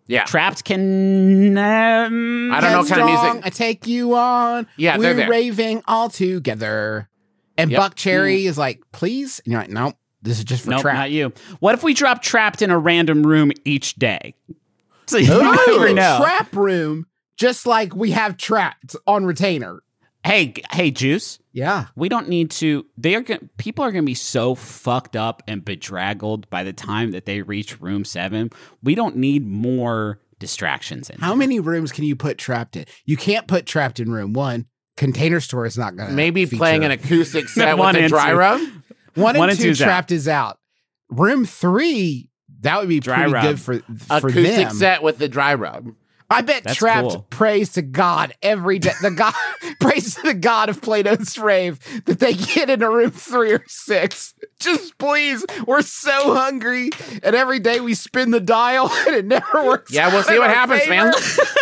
Speaker 1: Yeah.
Speaker 2: Trapped can um,
Speaker 1: I don't know what kind of
Speaker 3: Headstrong,
Speaker 1: music.
Speaker 3: I take you on.
Speaker 1: Yeah, they're
Speaker 3: we're
Speaker 1: there.
Speaker 3: raving all together. And
Speaker 1: Yep.
Speaker 3: Buck Cherry is like, please, and you're like, Mm. nope, this is just for
Speaker 2: nope,
Speaker 3: trap.
Speaker 2: not you. What if we drop trapped in a random room each day? So you never
Speaker 3: Ooh,
Speaker 2: know.
Speaker 3: Trap room, just like we have trapped on retainer.
Speaker 2: hey, g- hey, Juice.
Speaker 3: Yeah,
Speaker 2: we don't need to they are going people are going to be so fucked up and bedraggled by the time that they reach room 7 we don't need more distractions in
Speaker 3: how many rooms can you put trapped in? You can't put trapped in room one. Container store is not gonna
Speaker 1: Maybe
Speaker 3: feature
Speaker 1: playing
Speaker 3: it.
Speaker 1: an acoustic set
Speaker 2: One
Speaker 1: with a
Speaker 2: and
Speaker 1: dry
Speaker 2: two.
Speaker 1: rub.
Speaker 3: one and,
Speaker 2: one and
Speaker 3: two,
Speaker 2: two's out.
Speaker 3: trapped is out. Room three. That would be
Speaker 2: Dry
Speaker 3: pretty
Speaker 2: rub.
Speaker 3: good for for
Speaker 1: acoustic
Speaker 3: them.
Speaker 1: set with the dry rub.
Speaker 3: I bet
Speaker 2: That's
Speaker 3: Trapped
Speaker 2: cool.
Speaker 3: prays to God every day. The God prays to the God of Plato's Rave that they get into room three or six. Just please, we're so hungry, and every day we spin the dial and it never works.
Speaker 1: Yeah, we'll
Speaker 3: out
Speaker 1: see
Speaker 3: in
Speaker 1: what
Speaker 3: our
Speaker 1: happens,
Speaker 3: favor.
Speaker 1: man.
Speaker 2: I,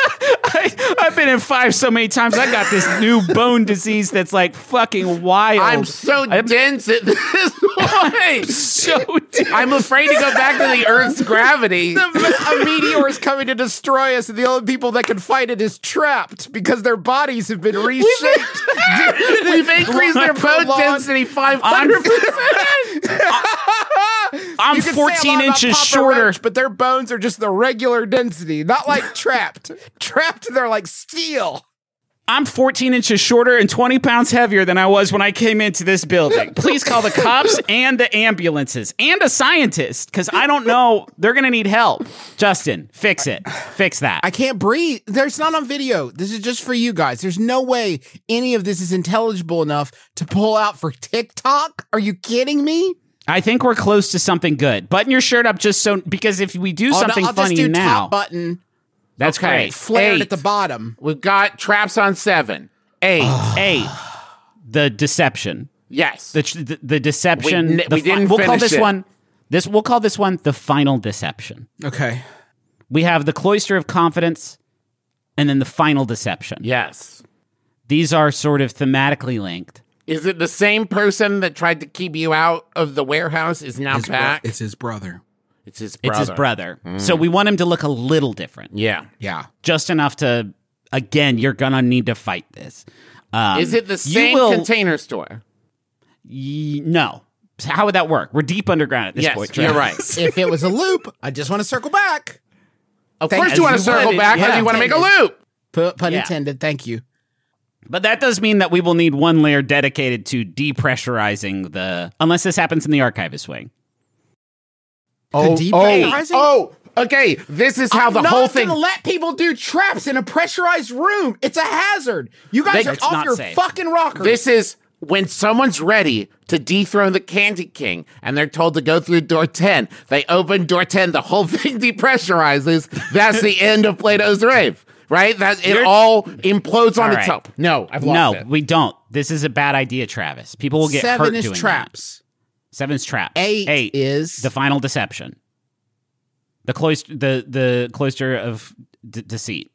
Speaker 2: i've been in 5 so many times i got this new bone disease that's like fucking wild
Speaker 1: I'm so dense at this point.
Speaker 2: so
Speaker 1: I'm afraid to go back to the Earth's gravity.
Speaker 3: A meteor is coming to destroy us, and the only people that can fight it is trapped because their bodies have been reshaped.
Speaker 1: We've increased their bone
Speaker 3: Prolonged-
Speaker 1: density 500.
Speaker 2: I'm, I'm
Speaker 3: You can say a lot
Speaker 2: 14
Speaker 3: about
Speaker 2: inches
Speaker 3: Papa
Speaker 2: shorter
Speaker 3: Roach, but their bones are just the regular density, not like trapped. trapped, they're like steel.
Speaker 2: I'm 14 inches shorter and 20 pounds heavier than I was when I came into this building. Please call the cops and the ambulances and a scientist because I don't know. They're going to need help. Justin, fix it. Fix that.
Speaker 3: I can't breathe. There's not on video. This is just for you guys. There's no way any of this is intelligible enough to pull out for TikTok. Are you kidding me?
Speaker 2: I think we're close to something good. Button your shirt up just so because if we do
Speaker 3: Oh, no,
Speaker 2: something
Speaker 3: I'll
Speaker 2: funny
Speaker 3: just do
Speaker 2: now,
Speaker 3: top button
Speaker 2: that's
Speaker 1: Okay.
Speaker 2: great.
Speaker 3: flared
Speaker 1: Eight.
Speaker 3: at the bottom.
Speaker 1: We've got traps on seven, eight.
Speaker 2: Eight, the deception.
Speaker 1: yes.
Speaker 2: The, the, the deception.
Speaker 1: We-
Speaker 2: the
Speaker 1: we didn't
Speaker 2: we'll call
Speaker 1: finish
Speaker 2: this
Speaker 1: it.
Speaker 2: one. This we'll call this one the final deception.
Speaker 3: Okay.
Speaker 2: We have the cloister of confidence and then the final deception.
Speaker 1: yes.
Speaker 2: These are sort of thematically linked.
Speaker 1: Is it the same person that tried to keep you out of the warehouse is now
Speaker 3: His bro-
Speaker 1: back?
Speaker 3: it's his brother.
Speaker 1: It's his brother. Mm.
Speaker 2: It's his brother. So we want him to look a little different,
Speaker 1: Yeah.
Speaker 3: Yeah.
Speaker 2: just enough to. Again, you're gonna need to fight this. Um,
Speaker 1: Is it the
Speaker 2: you
Speaker 1: same
Speaker 2: will-
Speaker 1: container store?
Speaker 2: y- no. So how would that work? We're deep underground at this
Speaker 1: Yes,
Speaker 2: point.
Speaker 1: you're
Speaker 2: Travis.
Speaker 1: right.
Speaker 3: if it was a loop, I just want to circle back.
Speaker 1: Of
Speaker 3: Thank
Speaker 1: course,
Speaker 3: you.
Speaker 1: you want to
Speaker 3: As
Speaker 1: circle
Speaker 2: you
Speaker 1: back
Speaker 2: would,
Speaker 1: because you want to make a
Speaker 3: yeah.
Speaker 1: loop.
Speaker 3: P- pun
Speaker 2: Yeah.
Speaker 3: intended. Thank you.
Speaker 2: But that does mean that we will need one layer dedicated to depressurizing the. Unless this happens in the archivist wing.
Speaker 3: Oh,
Speaker 1: Oh, oh, okay. This is how
Speaker 3: I'm
Speaker 1: the
Speaker 3: not
Speaker 1: whole thing.
Speaker 3: Gonna let people do traps in a pressurized room. It's a hazard. You guys
Speaker 1: They-
Speaker 3: are
Speaker 1: It's
Speaker 3: off
Speaker 2: not
Speaker 3: your
Speaker 2: safe.
Speaker 3: fucking rocker.
Speaker 1: This is when someone's ready to dethrone the Candy King and they're told to go through door 10. They open door 10, the whole thing depressurizes. That's the end of Plato's Rave, right? That it
Speaker 2: You're-
Speaker 1: all implodes on
Speaker 2: All right.
Speaker 1: itself. No, I've
Speaker 2: No,
Speaker 1: lost it.
Speaker 2: we don't. This is a bad idea, Travis. People will get
Speaker 3: seven
Speaker 2: hurt
Speaker 3: is
Speaker 2: doing that.
Speaker 3: traps.
Speaker 2: Seven is traps.
Speaker 3: Eight, is
Speaker 2: the final deception. The cloister, the the cloister of d- deceit.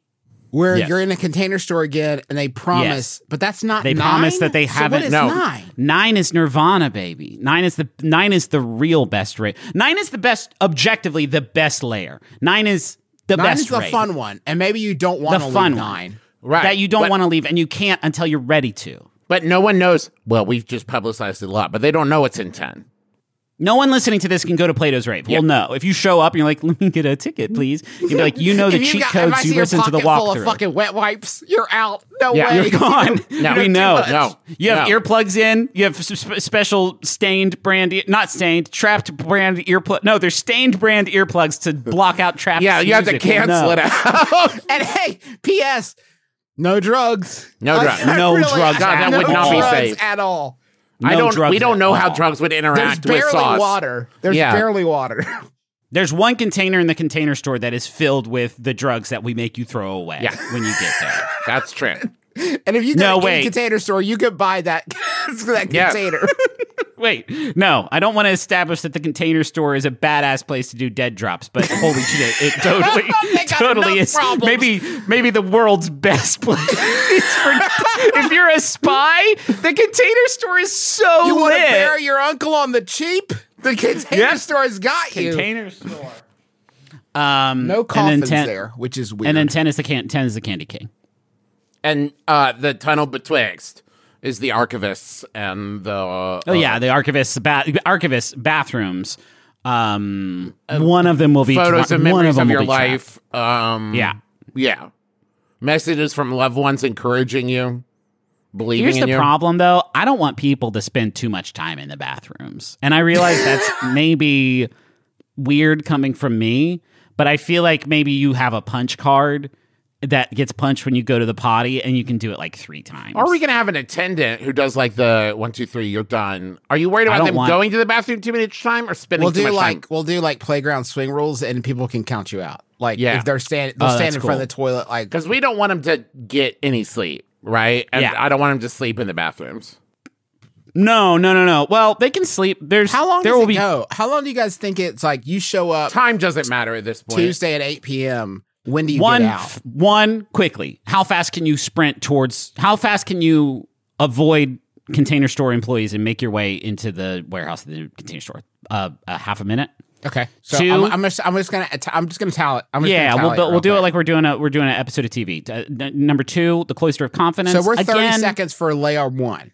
Speaker 3: where
Speaker 2: yes.
Speaker 3: you're in a container store again, and they promise, but that's not.
Speaker 2: They
Speaker 3: nine?
Speaker 2: promise that they
Speaker 3: So
Speaker 2: haven't.
Speaker 3: What is
Speaker 1: no.
Speaker 3: nine?
Speaker 2: Nine is Nirvana, baby. Nine is the nine is the real best rate. Nine is the best, objectively the best layer. Nine is the
Speaker 3: Nine
Speaker 2: best.
Speaker 3: is the
Speaker 2: rate
Speaker 3: fun one, and maybe you don't want to leave
Speaker 2: fun one.
Speaker 3: nine.
Speaker 1: Right.
Speaker 2: that you don't
Speaker 1: But-
Speaker 2: want to leave, and you can't until you're ready to.
Speaker 1: But no one knows. Well, we've just publicized it a lot, but they don't know what's in 10.
Speaker 2: No one listening to this can go to Plato's Rave. Well, no. If you show up and you're like, "Let me get a ticket, please," you'd be like, "You know the
Speaker 3: If you've
Speaker 2: cheat
Speaker 3: got- if I
Speaker 2: codes.
Speaker 3: see
Speaker 2: You
Speaker 3: your
Speaker 2: listen to the
Speaker 3: pocket Full of
Speaker 2: walkthrough.
Speaker 3: fucking wet wipes. You're out. No
Speaker 1: Yeah.
Speaker 3: way.
Speaker 2: You're gone.
Speaker 1: No.
Speaker 2: we
Speaker 1: Too
Speaker 2: know.
Speaker 1: much. No.
Speaker 2: You have
Speaker 1: No.
Speaker 2: earplugs in. You have s- sp- special stained brand, e- not stained, trapped brand earplug. No, they're stained brand earplugs to block out trapped.
Speaker 1: Yeah, you have to
Speaker 2: music. Well,
Speaker 1: cancel
Speaker 2: no.
Speaker 1: it out.
Speaker 3: And hey, P.S. No drugs.
Speaker 1: No
Speaker 3: Like,
Speaker 1: drugs. No
Speaker 2: drugs. God, that
Speaker 3: no
Speaker 2: would not be
Speaker 3: drugs
Speaker 1: safe.
Speaker 3: at all.
Speaker 1: I
Speaker 2: No
Speaker 1: don't.
Speaker 2: drugs
Speaker 1: We don't
Speaker 2: at
Speaker 1: know how
Speaker 2: all.
Speaker 1: drugs would
Speaker 3: There's
Speaker 1: interact with
Speaker 3: barely
Speaker 1: sauce.
Speaker 3: water. There's
Speaker 1: Yeah.
Speaker 3: barely water.
Speaker 2: There's one container in the container store that is filled with the drugs that we make you throw away
Speaker 1: Yeah.
Speaker 2: when you get there.
Speaker 1: That's true.
Speaker 3: And if you go
Speaker 2: No,
Speaker 3: to
Speaker 2: wait.
Speaker 3: a container store, you could buy that that
Speaker 1: Yeah.
Speaker 3: container.
Speaker 2: Wait, no, I don't want to establish that the container store is a badass place to do dead drops, but holy shit, it totally,
Speaker 3: They got
Speaker 2: totally
Speaker 3: enough
Speaker 2: is.
Speaker 3: problems.
Speaker 2: Maybe, maybe the world's best place. It's for, if you're a spy, the container store is so
Speaker 3: You want to
Speaker 2: lit.
Speaker 3: bury your uncle on the cheap? The container
Speaker 2: Oh, Yeah.
Speaker 3: store's got you.
Speaker 2: container store. Um,
Speaker 3: No
Speaker 2: and
Speaker 3: coffins
Speaker 2: then ten,
Speaker 3: there, which is weird.
Speaker 2: and then ten is the can, ten is the candy king.
Speaker 1: And uh, the tunnel betwixt is the archivists and the. Uh,
Speaker 2: Oh yeah, the archivist's ba- archivist bathrooms. Um, one of them will be
Speaker 1: Uh, photos
Speaker 2: tra-
Speaker 1: and
Speaker 2: one
Speaker 1: memories
Speaker 2: them
Speaker 1: of
Speaker 2: will
Speaker 1: your
Speaker 2: be trapped.
Speaker 1: life. Um,
Speaker 2: Yeah.
Speaker 1: yeah. Messages from loved ones encouraging you, believing
Speaker 2: Here's
Speaker 1: in
Speaker 2: the
Speaker 1: you.
Speaker 2: problem, though. I don't want people to spend too much time in the bathrooms, and I realize that's maybe weird coming from me, but I feel like maybe you have a punch card that gets punched when you go to the potty, and you can do it like three times.
Speaker 1: Are we gonna have an attendant who does like the one, two, three? You're done. Are you worried about
Speaker 2: don't
Speaker 1: them
Speaker 2: want-
Speaker 1: going to the bathroom too many time or spending
Speaker 3: we'll
Speaker 1: too
Speaker 3: do
Speaker 1: much
Speaker 3: like
Speaker 1: time?
Speaker 3: we'll do like playground swing rules, and people can count you out. Like
Speaker 1: Yeah.
Speaker 3: if they're standing, they'll
Speaker 2: Oh,
Speaker 3: stand
Speaker 2: that's
Speaker 3: in front
Speaker 2: cool.
Speaker 3: of the toilet. Like
Speaker 1: Because we don't want them to get any sleep, right? And
Speaker 2: Yeah.
Speaker 1: I don't want them to sleep in the bathrooms.
Speaker 2: No, no, no, no. Well, they can sleep. There's
Speaker 3: how long
Speaker 2: There
Speaker 3: does
Speaker 2: will
Speaker 3: it
Speaker 2: be.
Speaker 3: go? How long do you guys think it's like? You show up
Speaker 1: Time doesn't matter at this point.
Speaker 3: Tuesday at eight p.m. When do you
Speaker 2: one
Speaker 3: get out?
Speaker 2: one quickly how fast can you sprint towards how fast can you avoid container store employees and make your way into the warehouse of the container store uh, a half a minute
Speaker 3: Okay, so
Speaker 2: Two.
Speaker 3: I'm, I'm just I'm just gonna I'm just gonna tally. I'm just
Speaker 2: yeah
Speaker 3: gonna
Speaker 2: we'll,
Speaker 3: tally
Speaker 2: but we'll
Speaker 3: real
Speaker 2: do it
Speaker 3: quick.
Speaker 2: like we're doing a we're doing an episode of tv Uh, n- number two the cloister of confidence
Speaker 3: So we're 30
Speaker 2: Again,
Speaker 3: seconds for layer one.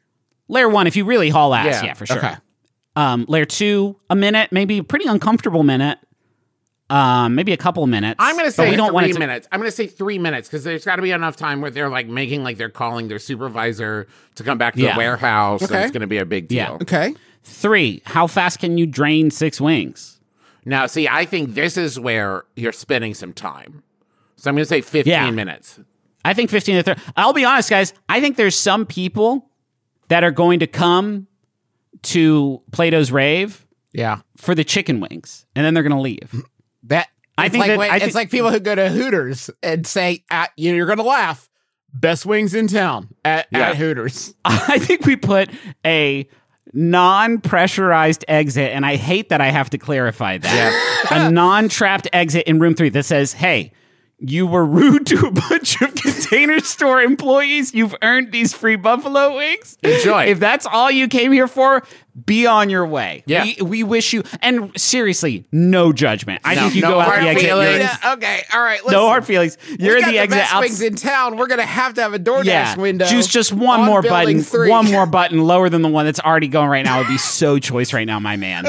Speaker 2: layer one if you really haul ass yeah,
Speaker 1: Yeah,
Speaker 2: for sure
Speaker 3: okay.
Speaker 2: um, layer two a minute maybe a pretty uncomfortable minute um, maybe a couple minutes
Speaker 1: I'm going to
Speaker 2: But
Speaker 1: say
Speaker 2: we don't
Speaker 1: three
Speaker 2: want it to-
Speaker 1: minutes. I'm going to say three minutes because there's got to be enough time where they're like making like they're calling their supervisor to come back to
Speaker 2: Yeah.
Speaker 1: the warehouse. And
Speaker 3: Okay.
Speaker 1: it's going to be a big deal.
Speaker 2: Yeah.
Speaker 3: Okay.
Speaker 2: three how fast can you drain six wings
Speaker 1: Now, see, I think this is where you're spending some time. So I'm going to say 15
Speaker 2: Yeah.
Speaker 1: minutes.
Speaker 2: I think 15 to 30. I'll be honest, guys. I think there's some people that are going to come to Plato's Rave
Speaker 3: Yeah.
Speaker 2: for the chicken wings and then they're going to leave.
Speaker 3: That
Speaker 2: I
Speaker 3: it's
Speaker 2: think
Speaker 3: like
Speaker 2: that-
Speaker 3: when-
Speaker 2: I
Speaker 3: it's
Speaker 2: think-
Speaker 3: like people who go to Hooters and say at, you know, you're gonna laugh. Best wings in town at,
Speaker 1: Yeah.
Speaker 3: at Hooters.
Speaker 2: I think we put a non pressurized exit, and I hate that I have to clarify that. a non trapped exit in room three that says, hey, You were rude to a bunch of container store employees. You've earned these free buffalo wings.
Speaker 1: Enjoy.
Speaker 2: If that's all you came here for, be on your way.
Speaker 1: Yeah.
Speaker 2: We, we wish you, and seriously, no judgment. I
Speaker 1: No,
Speaker 2: think you
Speaker 1: no
Speaker 2: go out
Speaker 1: hard
Speaker 2: the exit. you're-
Speaker 1: feelings.
Speaker 3: Yeah, okay, all right. Listen,
Speaker 2: No hard feelings. You're
Speaker 3: we
Speaker 2: in
Speaker 3: got
Speaker 2: the exit
Speaker 3: best
Speaker 2: outs-
Speaker 3: wings in town. We're gonna have to have a DoorDash window.
Speaker 2: Choose just one
Speaker 3: on
Speaker 2: more
Speaker 3: building
Speaker 2: button.
Speaker 3: Three.
Speaker 2: One more button lower than the one that's already going right now would be so choice right now, my man.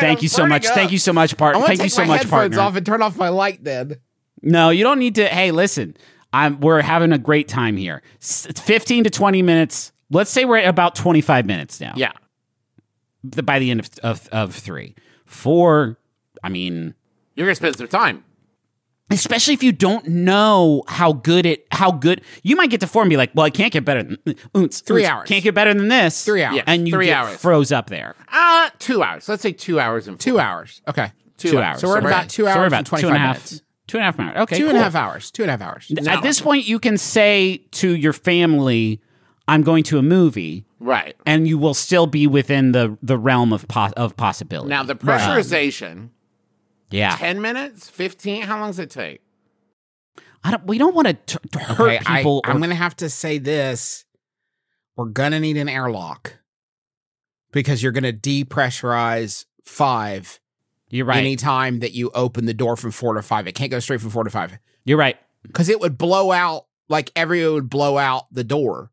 Speaker 2: Thank
Speaker 3: I'm
Speaker 2: you so
Speaker 3: burning
Speaker 2: much.
Speaker 3: up.
Speaker 2: Thank you so much,
Speaker 3: I
Speaker 2: partner.
Speaker 3: want to
Speaker 2: Thank you
Speaker 3: take
Speaker 2: so
Speaker 3: my
Speaker 2: much,
Speaker 3: headphones
Speaker 2: partner.
Speaker 3: off and turn off my light. Then
Speaker 2: No, you don't need to. Hey, listen, I'm we're having a great time here. S- 15 to 20 minutes. Let's say we're at about 25 minutes now.
Speaker 1: Yeah.
Speaker 2: The- By the end of, of, of three. Four, I mean,
Speaker 1: You're going to spend some time.
Speaker 2: especially if you don't know how good it how good you might get to four and be like, well, I can't get better than oonce,
Speaker 3: Three
Speaker 2: oonce,
Speaker 3: hours.
Speaker 2: Can't get better than this.
Speaker 3: Three hours.
Speaker 2: And you
Speaker 1: Three
Speaker 2: get
Speaker 1: hours.
Speaker 2: froze up there.
Speaker 1: Uh, two hours. Let's say two hours and
Speaker 3: two hours. Okay,
Speaker 1: Two,
Speaker 2: Two
Speaker 1: hours.
Speaker 2: hours.
Speaker 3: So we're at about two hours
Speaker 2: So we're
Speaker 3: and
Speaker 2: about two
Speaker 3: 25
Speaker 2: and a half.
Speaker 3: minutes.
Speaker 2: Two and a half hours. Okay.
Speaker 3: Two and a half
Speaker 2: cool.
Speaker 3: hours. Two and a half hours.
Speaker 2: At this point, you can say to your family, "I'm going to a movie,"
Speaker 1: Right.
Speaker 2: and you will still be within the the realm of pos- of possibility.
Speaker 1: Now, the pressurization,
Speaker 2: yeah,
Speaker 1: 10 minutes, 15, how long does it take?
Speaker 2: I don't, we don't want to t- hurt
Speaker 3: Okay, I,
Speaker 2: people.
Speaker 3: I'm
Speaker 2: or-
Speaker 3: gonna have to say this: we're gonna need an airlock because you're gonna depressurize five
Speaker 2: you're right.
Speaker 3: anytime that you open the door from four to five. It can't go straight from four to five
Speaker 2: you're right.
Speaker 3: because it would blow out like everyone would blow out the door.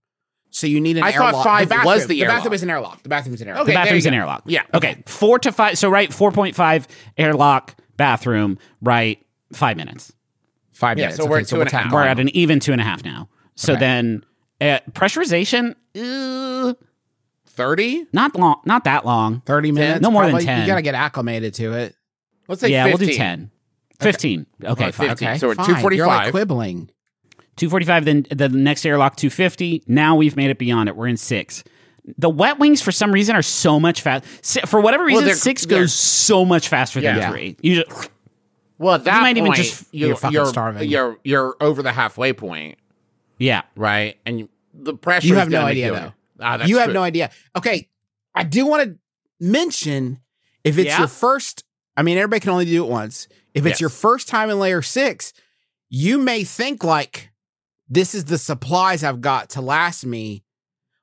Speaker 3: So you need an
Speaker 1: I thought
Speaker 3: airlock.
Speaker 1: five
Speaker 3: the
Speaker 1: was
Speaker 3: bathroom-
Speaker 1: the
Speaker 3: The
Speaker 1: airlock.
Speaker 3: bathroom is an airlock. The bathroom is an airlock.
Speaker 1: Okay,
Speaker 2: the
Speaker 1: there
Speaker 2: bathroom's
Speaker 1: you
Speaker 2: an
Speaker 1: go.
Speaker 2: airlock.
Speaker 1: Yeah,
Speaker 2: Okay. Four to five. So right, four point five airlock bathroom. Right, five minutes.
Speaker 3: Five
Speaker 1: Yeah,
Speaker 3: minutes.
Speaker 1: so we're
Speaker 3: Okay,
Speaker 1: at two and a
Speaker 3: we're
Speaker 1: half.
Speaker 3: tied.
Speaker 2: We're at an even two and a half now. So
Speaker 3: Okay.
Speaker 2: then uh, pressurization, uh,
Speaker 1: 30?
Speaker 2: not long, not that long.
Speaker 3: 30 minutes.
Speaker 2: No more than
Speaker 3: probably.
Speaker 2: 10.
Speaker 3: You got to get acclimated to it.
Speaker 1: Let's say
Speaker 2: yeah,
Speaker 1: 15.
Speaker 2: we'll do 10. 15. Okay, fine.
Speaker 1: 15.
Speaker 3: Okay.
Speaker 1: So we're
Speaker 3: fine.
Speaker 1: 245.
Speaker 3: You're like quibbling.
Speaker 2: 245, then the next airlock 250. Now we've made it beyond it. We're in six. The wet wings, for some reason, are so much fast. si- For whatever reason,
Speaker 1: they're-
Speaker 2: six
Speaker 1: they're-
Speaker 2: goes so much faster than
Speaker 1: Yeah.
Speaker 2: three. You just,
Speaker 1: Well, at that
Speaker 2: might even
Speaker 1: point,
Speaker 2: just-
Speaker 1: you,
Speaker 3: you're
Speaker 1: are
Speaker 3: fucking starving.
Speaker 1: You're, you're over the halfway point,
Speaker 2: yeah.
Speaker 1: right? And you- the pressure
Speaker 3: You
Speaker 1: is
Speaker 3: have no
Speaker 1: gonna
Speaker 3: idea,
Speaker 1: do it.
Speaker 3: though.
Speaker 1: Ah, that's
Speaker 3: you have
Speaker 1: true.
Speaker 3: no idea. Okay. I do want to mention if it's
Speaker 2: Yeah?
Speaker 3: your first, I mean, everybody can only do it once. If it's
Speaker 1: Yes.
Speaker 3: your first time in layer six, you may think like, this is the supplies I've got to last me.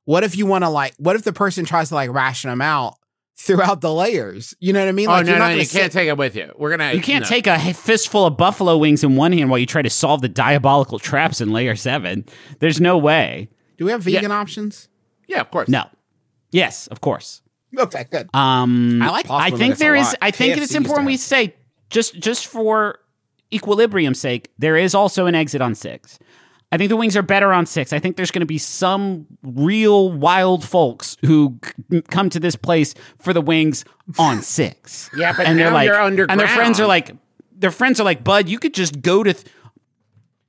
Speaker 3: What if you want to like, what if the person tries to like ration them out throughout the layers? You know what I mean?
Speaker 1: Oh,
Speaker 3: Like,
Speaker 1: no, no,
Speaker 3: gonna
Speaker 1: you
Speaker 3: sit-
Speaker 1: can't take it with you. We're going to.
Speaker 2: You can't take a h- fistful of buffalo wings in one hand while you try to solve the diabolical traps in layer seven. There's no way.
Speaker 3: Do we have vegan options?
Speaker 1: Yeah, of course.
Speaker 2: No. Yes, of course.
Speaker 3: Okay, good.
Speaker 2: Um,
Speaker 3: I like
Speaker 2: I
Speaker 3: Possible
Speaker 2: think
Speaker 3: Minutes a
Speaker 2: there is.
Speaker 3: lot.
Speaker 2: I think
Speaker 3: KFC
Speaker 2: it's
Speaker 3: used to
Speaker 2: important we
Speaker 3: have-
Speaker 2: say just just for equilibrium's sake, there is also an exit on six. I think the wings are better on six. I think there's going to be some real wild folks who c- come to this place for the wings on six.
Speaker 1: Yeah, but
Speaker 2: and they're
Speaker 1: now
Speaker 2: like,
Speaker 1: you're
Speaker 2: and their friends
Speaker 1: underground.
Speaker 2: are like, their friends are like, bud, you could just go to. Th-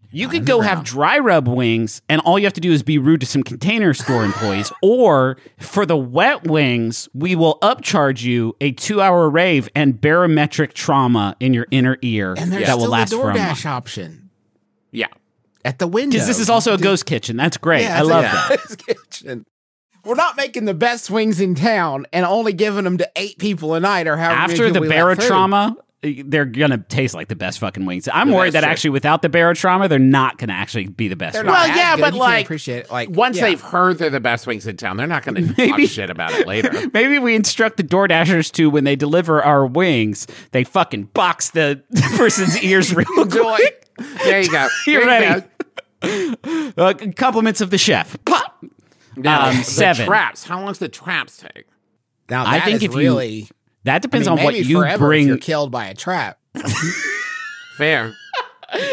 Speaker 3: Oh,
Speaker 2: you could go have dry rub wings, and all you have to do is be rude to some container store employees. or for the wet wings, we will upcharge you a two hour rave and barometric trauma in your inner ear
Speaker 3: And there's
Speaker 2: that
Speaker 3: still
Speaker 2: will last
Speaker 3: the
Speaker 2: for a
Speaker 3: DoorDash
Speaker 2: month.
Speaker 3: option
Speaker 1: Yeah.
Speaker 3: at the window.
Speaker 2: Because this is also a ghost kitchen. That's great.
Speaker 3: Yeah,
Speaker 2: I
Speaker 3: it's
Speaker 2: love
Speaker 3: a
Speaker 2: that.
Speaker 3: ghost kitchen. We're not making the best wings in town and only giving them to eight people a night or however many
Speaker 2: After
Speaker 3: people
Speaker 2: the
Speaker 3: we let through.
Speaker 2: barotrauma, they're gonna taste like the best fucking wings. I'm
Speaker 1: Yeah, that's
Speaker 2: worried that
Speaker 1: true.
Speaker 2: actually without the barotrauma, they're not gonna actually be the best.
Speaker 3: They're
Speaker 2: wings.
Speaker 3: not
Speaker 1: Well,
Speaker 3: as
Speaker 1: yeah,
Speaker 3: good.
Speaker 1: but
Speaker 3: You can't
Speaker 1: like,
Speaker 3: appreciate it. like
Speaker 1: Once
Speaker 3: yeah.
Speaker 1: they've heard they're the best wings in town, they're not going to talk
Speaker 2: Maybe-
Speaker 1: shit about it later.
Speaker 2: Maybe we instruct the DoorDashers to when they deliver our wings, they fucking box the person's ears real quick.
Speaker 1: There you go.
Speaker 2: You're
Speaker 1: There you
Speaker 2: ready. Uh, compliments of the chef. Pop.
Speaker 1: go. Now,
Speaker 2: Um,
Speaker 1: the
Speaker 2: seven.
Speaker 1: traps. How long does the traps take?
Speaker 3: now
Speaker 2: I
Speaker 3: that
Speaker 2: think
Speaker 3: is
Speaker 2: if you-
Speaker 3: really
Speaker 2: That
Speaker 3: I
Speaker 2: depends
Speaker 3: mean,
Speaker 2: on what
Speaker 3: maybe
Speaker 2: you
Speaker 3: forever if
Speaker 2: bring.
Speaker 3: you're killed by a trap.
Speaker 1: Fair.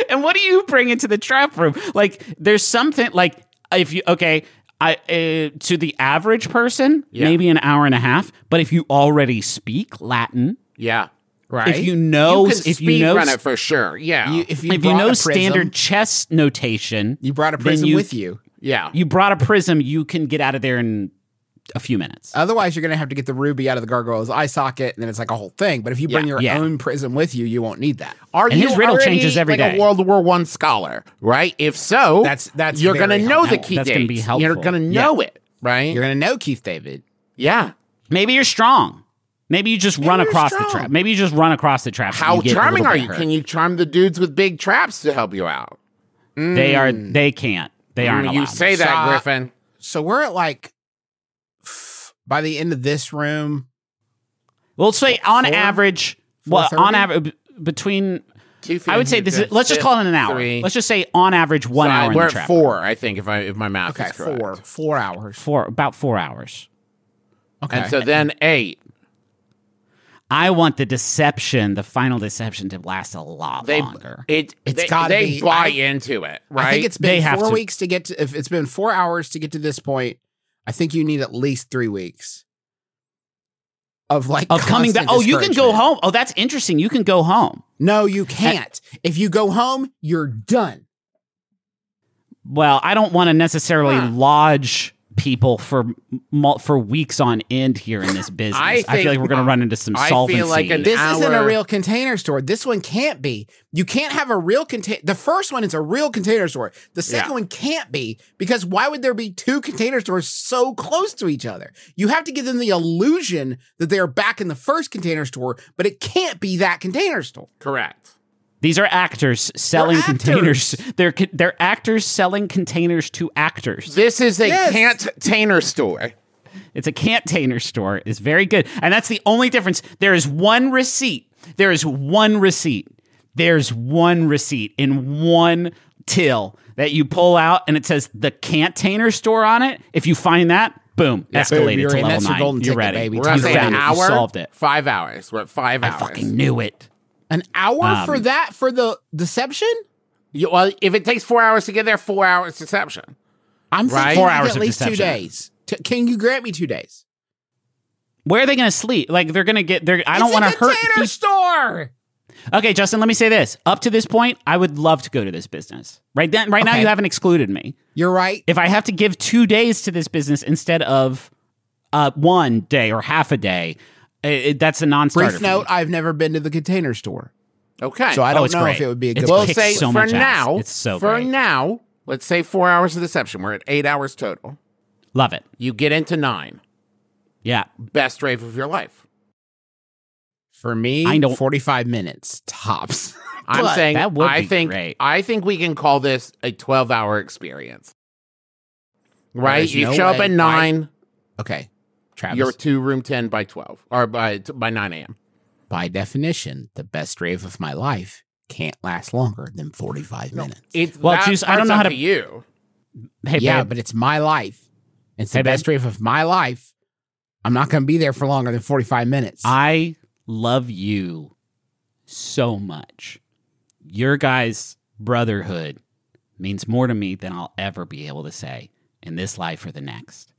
Speaker 2: and what do you bring into the trap room? Like, there's something like if you okay. I, uh, to the average person,
Speaker 1: Yeah.
Speaker 2: maybe an hour and a half. But if you already speak Latin,
Speaker 1: Yeah.
Speaker 3: Right.
Speaker 2: if you know,
Speaker 1: you can
Speaker 2: if you know,
Speaker 1: run it for sure. Yeah.
Speaker 3: You- if you,
Speaker 2: if you
Speaker 3: brought
Speaker 2: know
Speaker 3: a prism,
Speaker 2: standard chess notation,
Speaker 3: you brought a
Speaker 2: then
Speaker 3: prism with you.
Speaker 1: yeah.
Speaker 2: you brought a prism, you can get out of there in a few minutes.
Speaker 3: Otherwise, you're going to have to get the ruby out of the gargoyle's eye socket, and then it's like a whole thing. But if you bring your
Speaker 2: yeah.
Speaker 3: own prism with you, you won't need that.
Speaker 1: Are
Speaker 2: And his riddle changes every
Speaker 1: every day. like
Speaker 2: day.
Speaker 1: a World War One scholar, right? If so,
Speaker 3: That's- that's
Speaker 1: you're
Speaker 3: very
Speaker 1: gonna know the
Speaker 3: helpful.
Speaker 1: key
Speaker 2: That's
Speaker 1: dates.
Speaker 2: gonna be helpful.
Speaker 1: You're gonna know it, right?
Speaker 3: You're going to know Keith David.
Speaker 1: yeah,
Speaker 2: Maybe you're strong. Maybe you just run
Speaker 1: you're
Speaker 2: across the
Speaker 1: strong.
Speaker 2: trap. Maybe you just run across the trap. and
Speaker 1: How
Speaker 2: you get a
Speaker 1: charming
Speaker 2: little
Speaker 1: are
Speaker 2: bit
Speaker 1: you?
Speaker 2: hurt.
Speaker 1: Can you charm the dudes with big traps to help you out?
Speaker 2: They are. They can't. They aren't allowed.
Speaker 1: Mm. You say that,
Speaker 3: So-
Speaker 1: Griffin.
Speaker 3: So we're at like f- by the end of this room.
Speaker 2: We'll say on
Speaker 3: Four?
Speaker 2: average. Well,
Speaker 3: 4:30?
Speaker 2: on average, between. I would say this is. Let's just call it an hour.
Speaker 1: Three.
Speaker 2: Let's just say on average one
Speaker 1: So
Speaker 2: hour. in
Speaker 1: We're
Speaker 2: the
Speaker 1: at
Speaker 2: trap.
Speaker 1: four, I think, if I if my math
Speaker 3: Okay,
Speaker 1: is correct.
Speaker 3: four four hours.
Speaker 2: Four. About four hours.
Speaker 3: Okay,
Speaker 1: And so then eight.
Speaker 2: I want the deception, the final deception, to last a lot
Speaker 1: They
Speaker 2: longer.
Speaker 1: it
Speaker 3: It's
Speaker 1: they,
Speaker 3: gotta
Speaker 1: they
Speaker 3: be- I-
Speaker 1: buy into it, right?
Speaker 3: I think it's
Speaker 2: They
Speaker 3: been
Speaker 2: have
Speaker 3: four
Speaker 2: to.
Speaker 3: weeks to get to. If it's been four hours to get to this point, I think you need at least three weeks of like
Speaker 2: of coming back.
Speaker 3: constant
Speaker 2: Oh, you can go
Speaker 3: discouragement.
Speaker 2: home. Oh, that's interesting. You can go home.
Speaker 3: No, you can't. if you go home, you're done.
Speaker 2: Well, I don't want to necessarily lodge people for mul- for weeks on end here in this business. I,
Speaker 1: I
Speaker 2: feel like
Speaker 1: think-
Speaker 2: we're going to run into some
Speaker 1: I
Speaker 2: solvency.
Speaker 1: feel like an-
Speaker 3: This isn't a
Speaker 1: Our-
Speaker 3: real container store. This one can't be. You can't have a real container. The first one is a real container store. The second
Speaker 1: Yeah.
Speaker 3: one can't be because why would there be two container stores so close to each other? You have to give them the illusion that they are back in the first container store, but it can't be that container store.
Speaker 1: correct.
Speaker 2: These are actors selling
Speaker 3: They're
Speaker 2: containers. They're co- they're actors selling containers to actors.
Speaker 1: This is a
Speaker 3: Yes.
Speaker 1: cantainer store.
Speaker 2: It's a container store. It's very good. And that's the only difference. There is one receipt. There is one receipt. There's one receipt in one till that you pull out and it says the container store on it. If you find that, boom, escalated
Speaker 3: you're
Speaker 2: to
Speaker 3: in.
Speaker 2: level
Speaker 3: That's your
Speaker 2: nine.
Speaker 3: golden
Speaker 2: you're
Speaker 3: ticket,
Speaker 2: ready.
Speaker 3: baby.
Speaker 2: You
Speaker 1: We're at
Speaker 3: You
Speaker 1: say
Speaker 2: found
Speaker 1: an
Speaker 2: it. You
Speaker 1: hour.
Speaker 2: solved it.
Speaker 1: Five hours. We're at five
Speaker 2: I
Speaker 1: hours.
Speaker 2: fucking knew it.
Speaker 3: An hour
Speaker 2: Um,
Speaker 3: for that for the deception?
Speaker 1: You- well, if it takes four hours to get there, four hours deception.
Speaker 3: I'm
Speaker 1: Right.
Speaker 3: thinking
Speaker 1: Four
Speaker 3: like
Speaker 2: hours
Speaker 3: at
Speaker 2: of
Speaker 3: least two
Speaker 2: deception.
Speaker 3: days. T- can you grant me two days?
Speaker 2: Where are they going to sleep? Like they're going to get. They're. I don't
Speaker 3: It's a
Speaker 2: want to hurt.
Speaker 3: container
Speaker 2: peop-
Speaker 3: store.
Speaker 2: Okay, Justin. Let me say this. Up to this point, I would love to go to this business. Right then, right now,
Speaker 3: Okay.
Speaker 2: you haven't excluded me.
Speaker 3: You're right.
Speaker 2: if I have to give two days to this business instead of uh, one day or half a day, it, it- that's a non-starter.
Speaker 3: Brief
Speaker 2: for me.
Speaker 3: note: I've never been to the container store,
Speaker 1: Okay.
Speaker 3: so I
Speaker 2: Oh,
Speaker 3: don't
Speaker 2: it's
Speaker 3: know if
Speaker 2: great.
Speaker 3: it would be a
Speaker 2: It's
Speaker 3: good.
Speaker 1: we'll
Speaker 2: kicks
Speaker 1: say
Speaker 2: so
Speaker 1: for
Speaker 2: much ass.
Speaker 1: now.
Speaker 2: It's so
Speaker 1: for
Speaker 2: great.
Speaker 1: now. Let's say four hours of deception. We're at eight hours total.
Speaker 2: love it.
Speaker 1: You get into nine.
Speaker 2: Yeah,
Speaker 1: Best rave of your life.
Speaker 3: For me,
Speaker 2: I don't-
Speaker 3: 45 minutes tops.
Speaker 1: I'm
Speaker 2: But
Speaker 1: saying
Speaker 2: that would
Speaker 1: I
Speaker 2: be
Speaker 1: think
Speaker 2: great.
Speaker 1: I think we can call this a 12 hour experience. Right?
Speaker 3: There's
Speaker 1: you
Speaker 3: no
Speaker 1: show up
Speaker 3: way.
Speaker 1: at 9,
Speaker 3: Okay. Travis,
Speaker 1: you're to room 10 by 12 or by by 9 a.m.
Speaker 3: by definition, the best rave of my life can't last longer than 45 minutes.
Speaker 1: It's
Speaker 2: Well,
Speaker 1: that
Speaker 2: Juice, I
Speaker 1: part's
Speaker 2: don't know
Speaker 1: up
Speaker 2: how to-
Speaker 1: you.
Speaker 2: hey,
Speaker 3: yeah,
Speaker 2: babe,
Speaker 3: but it's my life. It's the
Speaker 2: Hey, babe.
Speaker 3: best rave of my life. I'm not going to be there for longer than 45 minutes.
Speaker 2: I love you so much. Your guys' brotherhood means more to me than I'll ever be able to say in this life or the next.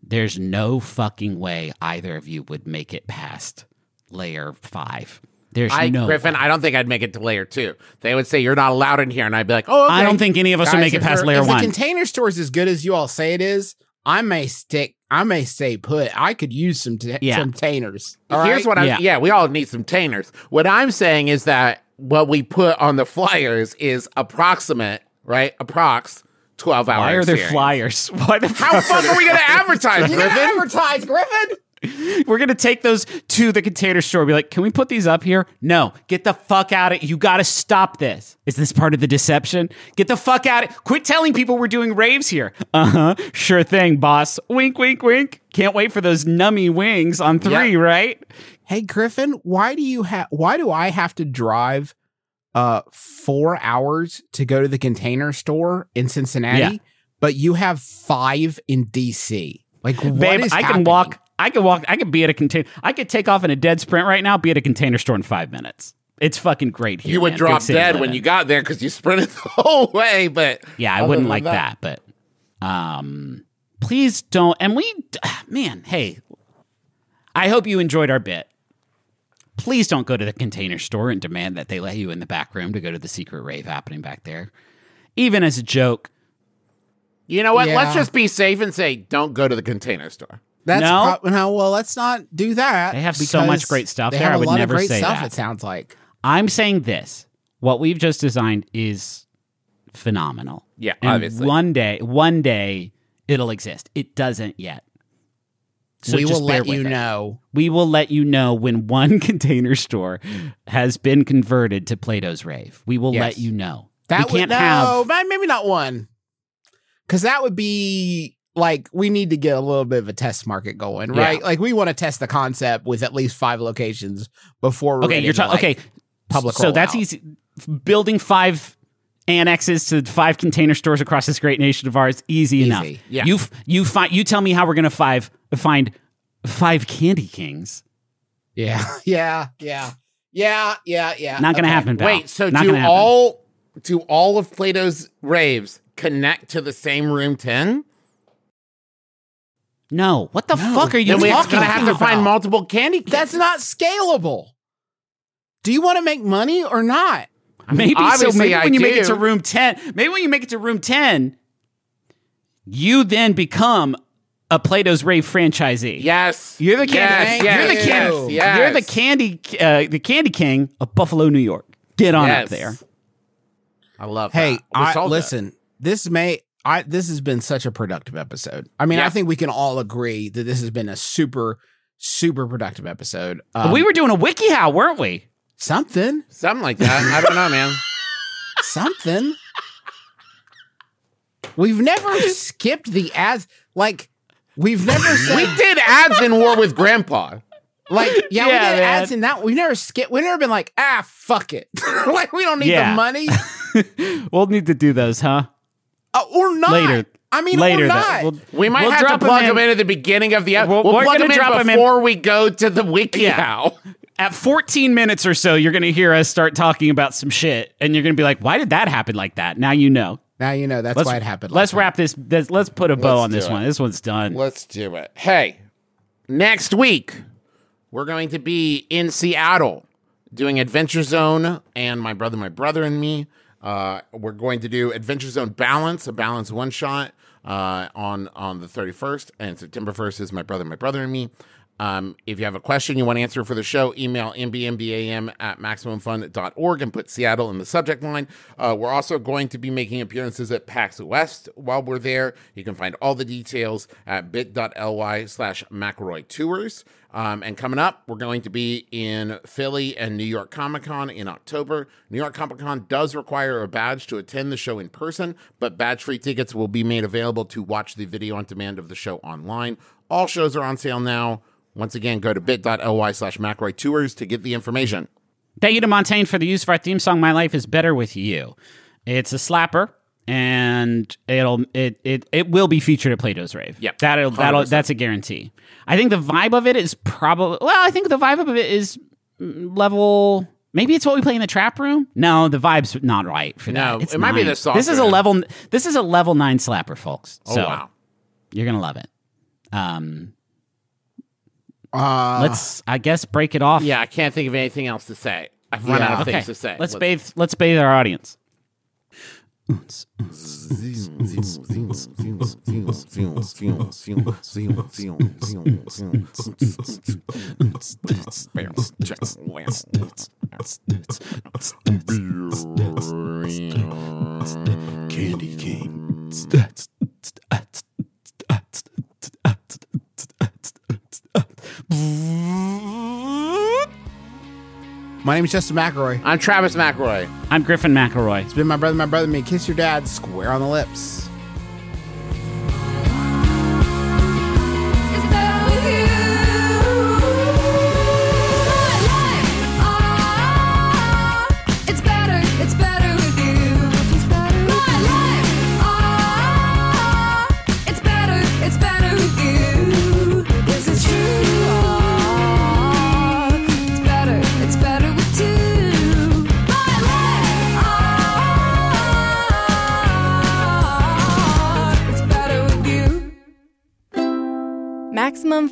Speaker 2: There's no fucking way either of you would make it past layer five. There's
Speaker 1: I
Speaker 2: no
Speaker 1: Griffin, I don't think I'd make it to layer 2. They would say you're not allowed in here and I'd be like, "Oh,
Speaker 2: I
Speaker 1: okay."
Speaker 2: don't think any of us
Speaker 3: Guys,
Speaker 2: will make it
Speaker 3: if
Speaker 2: past
Speaker 3: you're-
Speaker 2: layer
Speaker 3: if
Speaker 2: one.
Speaker 3: the container store is as good as you all say it is, I may stick, I may stay put. I could use some, t-
Speaker 2: Yeah.
Speaker 3: some containers.
Speaker 1: Here's what I
Speaker 2: Yeah.
Speaker 1: yeah. we all need some tainers. What I'm saying is that what we put on the flyers is approximate, right? Approx 12 hour
Speaker 2: Why are there
Speaker 1: experience.
Speaker 2: flyers? Why the
Speaker 1: How the fuck are we going to advertise,
Speaker 3: You're going to
Speaker 1: Griffin?
Speaker 3: advertise, Griffin.
Speaker 2: We're gonna take those to the container store. and Be like, can we put these up here? No, get the fuck out of. You gotta stop this. Is this part of the deception? Get the fuck out of. Quit telling people we're doing raves here. Uh huh. Sure thing, boss. Wink, wink, wink. Can't wait for those nummy wings on three,
Speaker 1: Yeah.
Speaker 2: right?
Speaker 3: Hey Griffin, why do you have why do I have to drive uh 4 hours to go to the container store in Cincinnati
Speaker 2: Yeah.
Speaker 3: but you have 5 in DC? Like what
Speaker 2: Babe,
Speaker 3: is
Speaker 2: I can
Speaker 3: happening?
Speaker 2: walk. I can walk. I can be at a container. I could take off in a dead sprint right now. Be at a container store in five minutes. It's fucking great here.
Speaker 1: You would
Speaker 2: man.
Speaker 1: drop
Speaker 2: Big city
Speaker 1: dead when
Speaker 2: living.
Speaker 1: you got there because you sprinted the whole way. But
Speaker 2: Yeah, I
Speaker 1: other
Speaker 2: wouldn't
Speaker 1: than
Speaker 2: like that. but um, please don't. And we, man, hey, I hope you enjoyed our bit. Please don't go to the container store and demand that they let you in the back room to go to the secret rave happening back there, even as a joke.
Speaker 1: you know what? Let's
Speaker 3: Yeah.
Speaker 1: just be safe and say, don't go to the container store.
Speaker 2: Oh,
Speaker 3: That's
Speaker 2: No?
Speaker 3: prob- no, well, let's not do that.
Speaker 2: They have so much
Speaker 3: because
Speaker 2: great stuff
Speaker 3: they
Speaker 2: there,
Speaker 3: Have
Speaker 2: I
Speaker 3: a
Speaker 2: would
Speaker 3: lot
Speaker 2: never
Speaker 3: of great
Speaker 2: say
Speaker 3: stuff
Speaker 2: that.
Speaker 3: it sounds like.
Speaker 2: I'm saying this: what we've just designed is phenomenal.
Speaker 1: Yeah,
Speaker 2: and
Speaker 1: obviously.
Speaker 2: one day, one day, it'll exist. It doesn't yet. So
Speaker 3: we
Speaker 2: just
Speaker 3: will
Speaker 2: bear
Speaker 3: let you
Speaker 2: with us.
Speaker 3: know.
Speaker 2: We will let you know when one container store has been converted to Plato's Rave. We will let
Speaker 3: Yes.
Speaker 2: you know.
Speaker 3: That
Speaker 2: we
Speaker 3: would,
Speaker 2: can't
Speaker 3: no,
Speaker 2: have
Speaker 3: ma- maybe not one, because that would be like we need to get a little bit of a test market going,
Speaker 2: Yeah.
Speaker 3: right? Like we want to test the concept with at least five locations before. We're
Speaker 2: Okay,
Speaker 3: ready
Speaker 2: you're
Speaker 3: to,
Speaker 2: talking.
Speaker 3: like,
Speaker 2: Okay,
Speaker 3: public
Speaker 2: So that's
Speaker 3: rollout.
Speaker 2: easy. F- Building five annexes to five container stores across this great nation of ours, easy, enough.
Speaker 1: yeah.
Speaker 2: You f- you find you tell me how we're gonna five find five Candy Kings.
Speaker 3: Yeah, yeah, yeah, yeah, yeah, yeah.
Speaker 2: Not gonna
Speaker 3: Okay.
Speaker 2: happen. Pal.
Speaker 1: Wait, so
Speaker 2: Not
Speaker 1: do
Speaker 2: gonna happen.
Speaker 1: all do all of Plato's raves connect to the same room ten?
Speaker 2: No. What the
Speaker 3: No.
Speaker 2: fuck are you
Speaker 1: Then we're
Speaker 2: talking
Speaker 1: gonna have to
Speaker 2: about?
Speaker 1: find multiple candy. Canes.
Speaker 3: That's not scalable. Do you want to make money or not?
Speaker 2: Maybe so.
Speaker 1: obviously
Speaker 2: Maybe
Speaker 1: I
Speaker 2: when you make it
Speaker 1: do.
Speaker 2: to room ten, maybe when you make it to room ten, you then become a Plato's Rave franchisee.
Speaker 1: yes.
Speaker 2: You're the candy.
Speaker 1: Yes,
Speaker 3: Thank
Speaker 1: yes,
Speaker 2: you're the candy.
Speaker 1: yes,
Speaker 2: You're the
Speaker 1: yes.
Speaker 2: candy. Uh, the candy king of Buffalo, New York. Get on up
Speaker 1: Yes.
Speaker 2: there.
Speaker 1: I love.
Speaker 3: Hey,
Speaker 1: that. We
Speaker 3: I,
Speaker 1: sold that.
Speaker 3: listen. This may I. This has been such a productive episode. I mean,
Speaker 1: Yeah.
Speaker 3: I think we can all agree that this has been a super, super productive episode. Um,
Speaker 2: we were doing a wiki how, weren't we?
Speaker 3: something,
Speaker 1: something like that. I don't know, man.
Speaker 3: something. We've never skipped the ads. Like we've never
Speaker 1: we
Speaker 3: said.
Speaker 1: did ads in War with Grandpa.
Speaker 3: Like yeah, we
Speaker 2: Yeah,
Speaker 3: did
Speaker 2: man.
Speaker 3: ads in that. We've never skipped. We've never been like ah fuck it. like we don't need
Speaker 2: Yeah.
Speaker 3: the money.
Speaker 2: We'll need to do those, huh?
Speaker 3: Uh, or not.
Speaker 2: Later.
Speaker 3: I mean,
Speaker 2: Later,
Speaker 3: or
Speaker 2: though.
Speaker 3: not.
Speaker 2: We'll-
Speaker 1: We might
Speaker 2: We'll
Speaker 1: have
Speaker 2: drop
Speaker 1: to
Speaker 2: 'em
Speaker 1: plug
Speaker 2: in.
Speaker 1: them in. at the beginning of the
Speaker 2: We'll-
Speaker 1: episode. We'll,
Speaker 2: we're
Speaker 1: plug
Speaker 2: gonna
Speaker 1: them in
Speaker 2: drop 'em in-
Speaker 1: before we go to the wiki now.
Speaker 2: At 14 minutes or so, you're going to hear us start talking about some shit, and you're going to be like, "Why did that happen like that?" Now you know.
Speaker 3: now you know that's why it happened.
Speaker 2: Let's
Speaker 3: like
Speaker 2: wrap this. Let's, let's put a bow
Speaker 1: Let's
Speaker 2: on this
Speaker 1: do it.
Speaker 2: one. This one's done.
Speaker 1: Let's do it. Hey, next week we're going to be in Seattle doing Adventure Zone and my brother, my brother and me. Uh, we're going to do Adventure Zone Balance, a balance one shot uh, on on the 31st, and September 1st is my brother, my brother and me. Um, if you have a question you want to answer for the show, email mbmbam at maximumfun.org and put Seattle in the subject line. Uh, we're also going to be making appearances at PAX West while we're there. You can find all the details at bit.ly slash McElroy Tours. Um, and coming up, we're going to be in Philly and New York Comic Con in October. New York Comic Con does require a badge to attend the show in person, but badge free tickets will be made available to watch the video on demand of the show online. All shows are on sale now. Once again, go to bit.ly slash McRoy Tours to get the information.
Speaker 2: Thank you to Montaigne for the use of our theme song "My Life Is Better with You." It's a slapper, and it'll it it, it will be featured at Plato's Rave.
Speaker 1: Yep.
Speaker 2: that'll that'll
Speaker 1: 100%.
Speaker 2: that's a guarantee. I think the vibe of it is probably well. I think the vibe of it is mm, level. Maybe it's what we play in the trap room. No, the vibe's not right for that.
Speaker 1: No,
Speaker 2: It's
Speaker 1: it might be
Speaker 2: nine.
Speaker 1: the softer
Speaker 2: This is a
Speaker 1: end.
Speaker 2: level. This is a level nine slapper, folks.
Speaker 1: Oh,
Speaker 2: so
Speaker 1: wow.
Speaker 2: you're gonna love it. Um,
Speaker 3: that. Uh,
Speaker 2: let's I guess break it off.
Speaker 1: Yeah, I can't think of anything else to say. I've run
Speaker 3: Yeah.
Speaker 1: out of
Speaker 2: Okay.
Speaker 1: things to say.
Speaker 2: Let's bathe. Let's bathe our audience.
Speaker 7: Candy King.
Speaker 3: my name is Justin McElroy.
Speaker 1: I'm Travis McRoy.
Speaker 2: I'm Griffin McElroy.
Speaker 3: It's been my brother, my brother, me. Kiss your dad square on the lips.
Speaker 4: It's better with you. My life, ah, it's better, it's better with you. My life, ah, it's better, ah, it's better with you. This is true. Ah, it's better, it's better with two. My life, ah, it's better with you.
Speaker 9: Maximum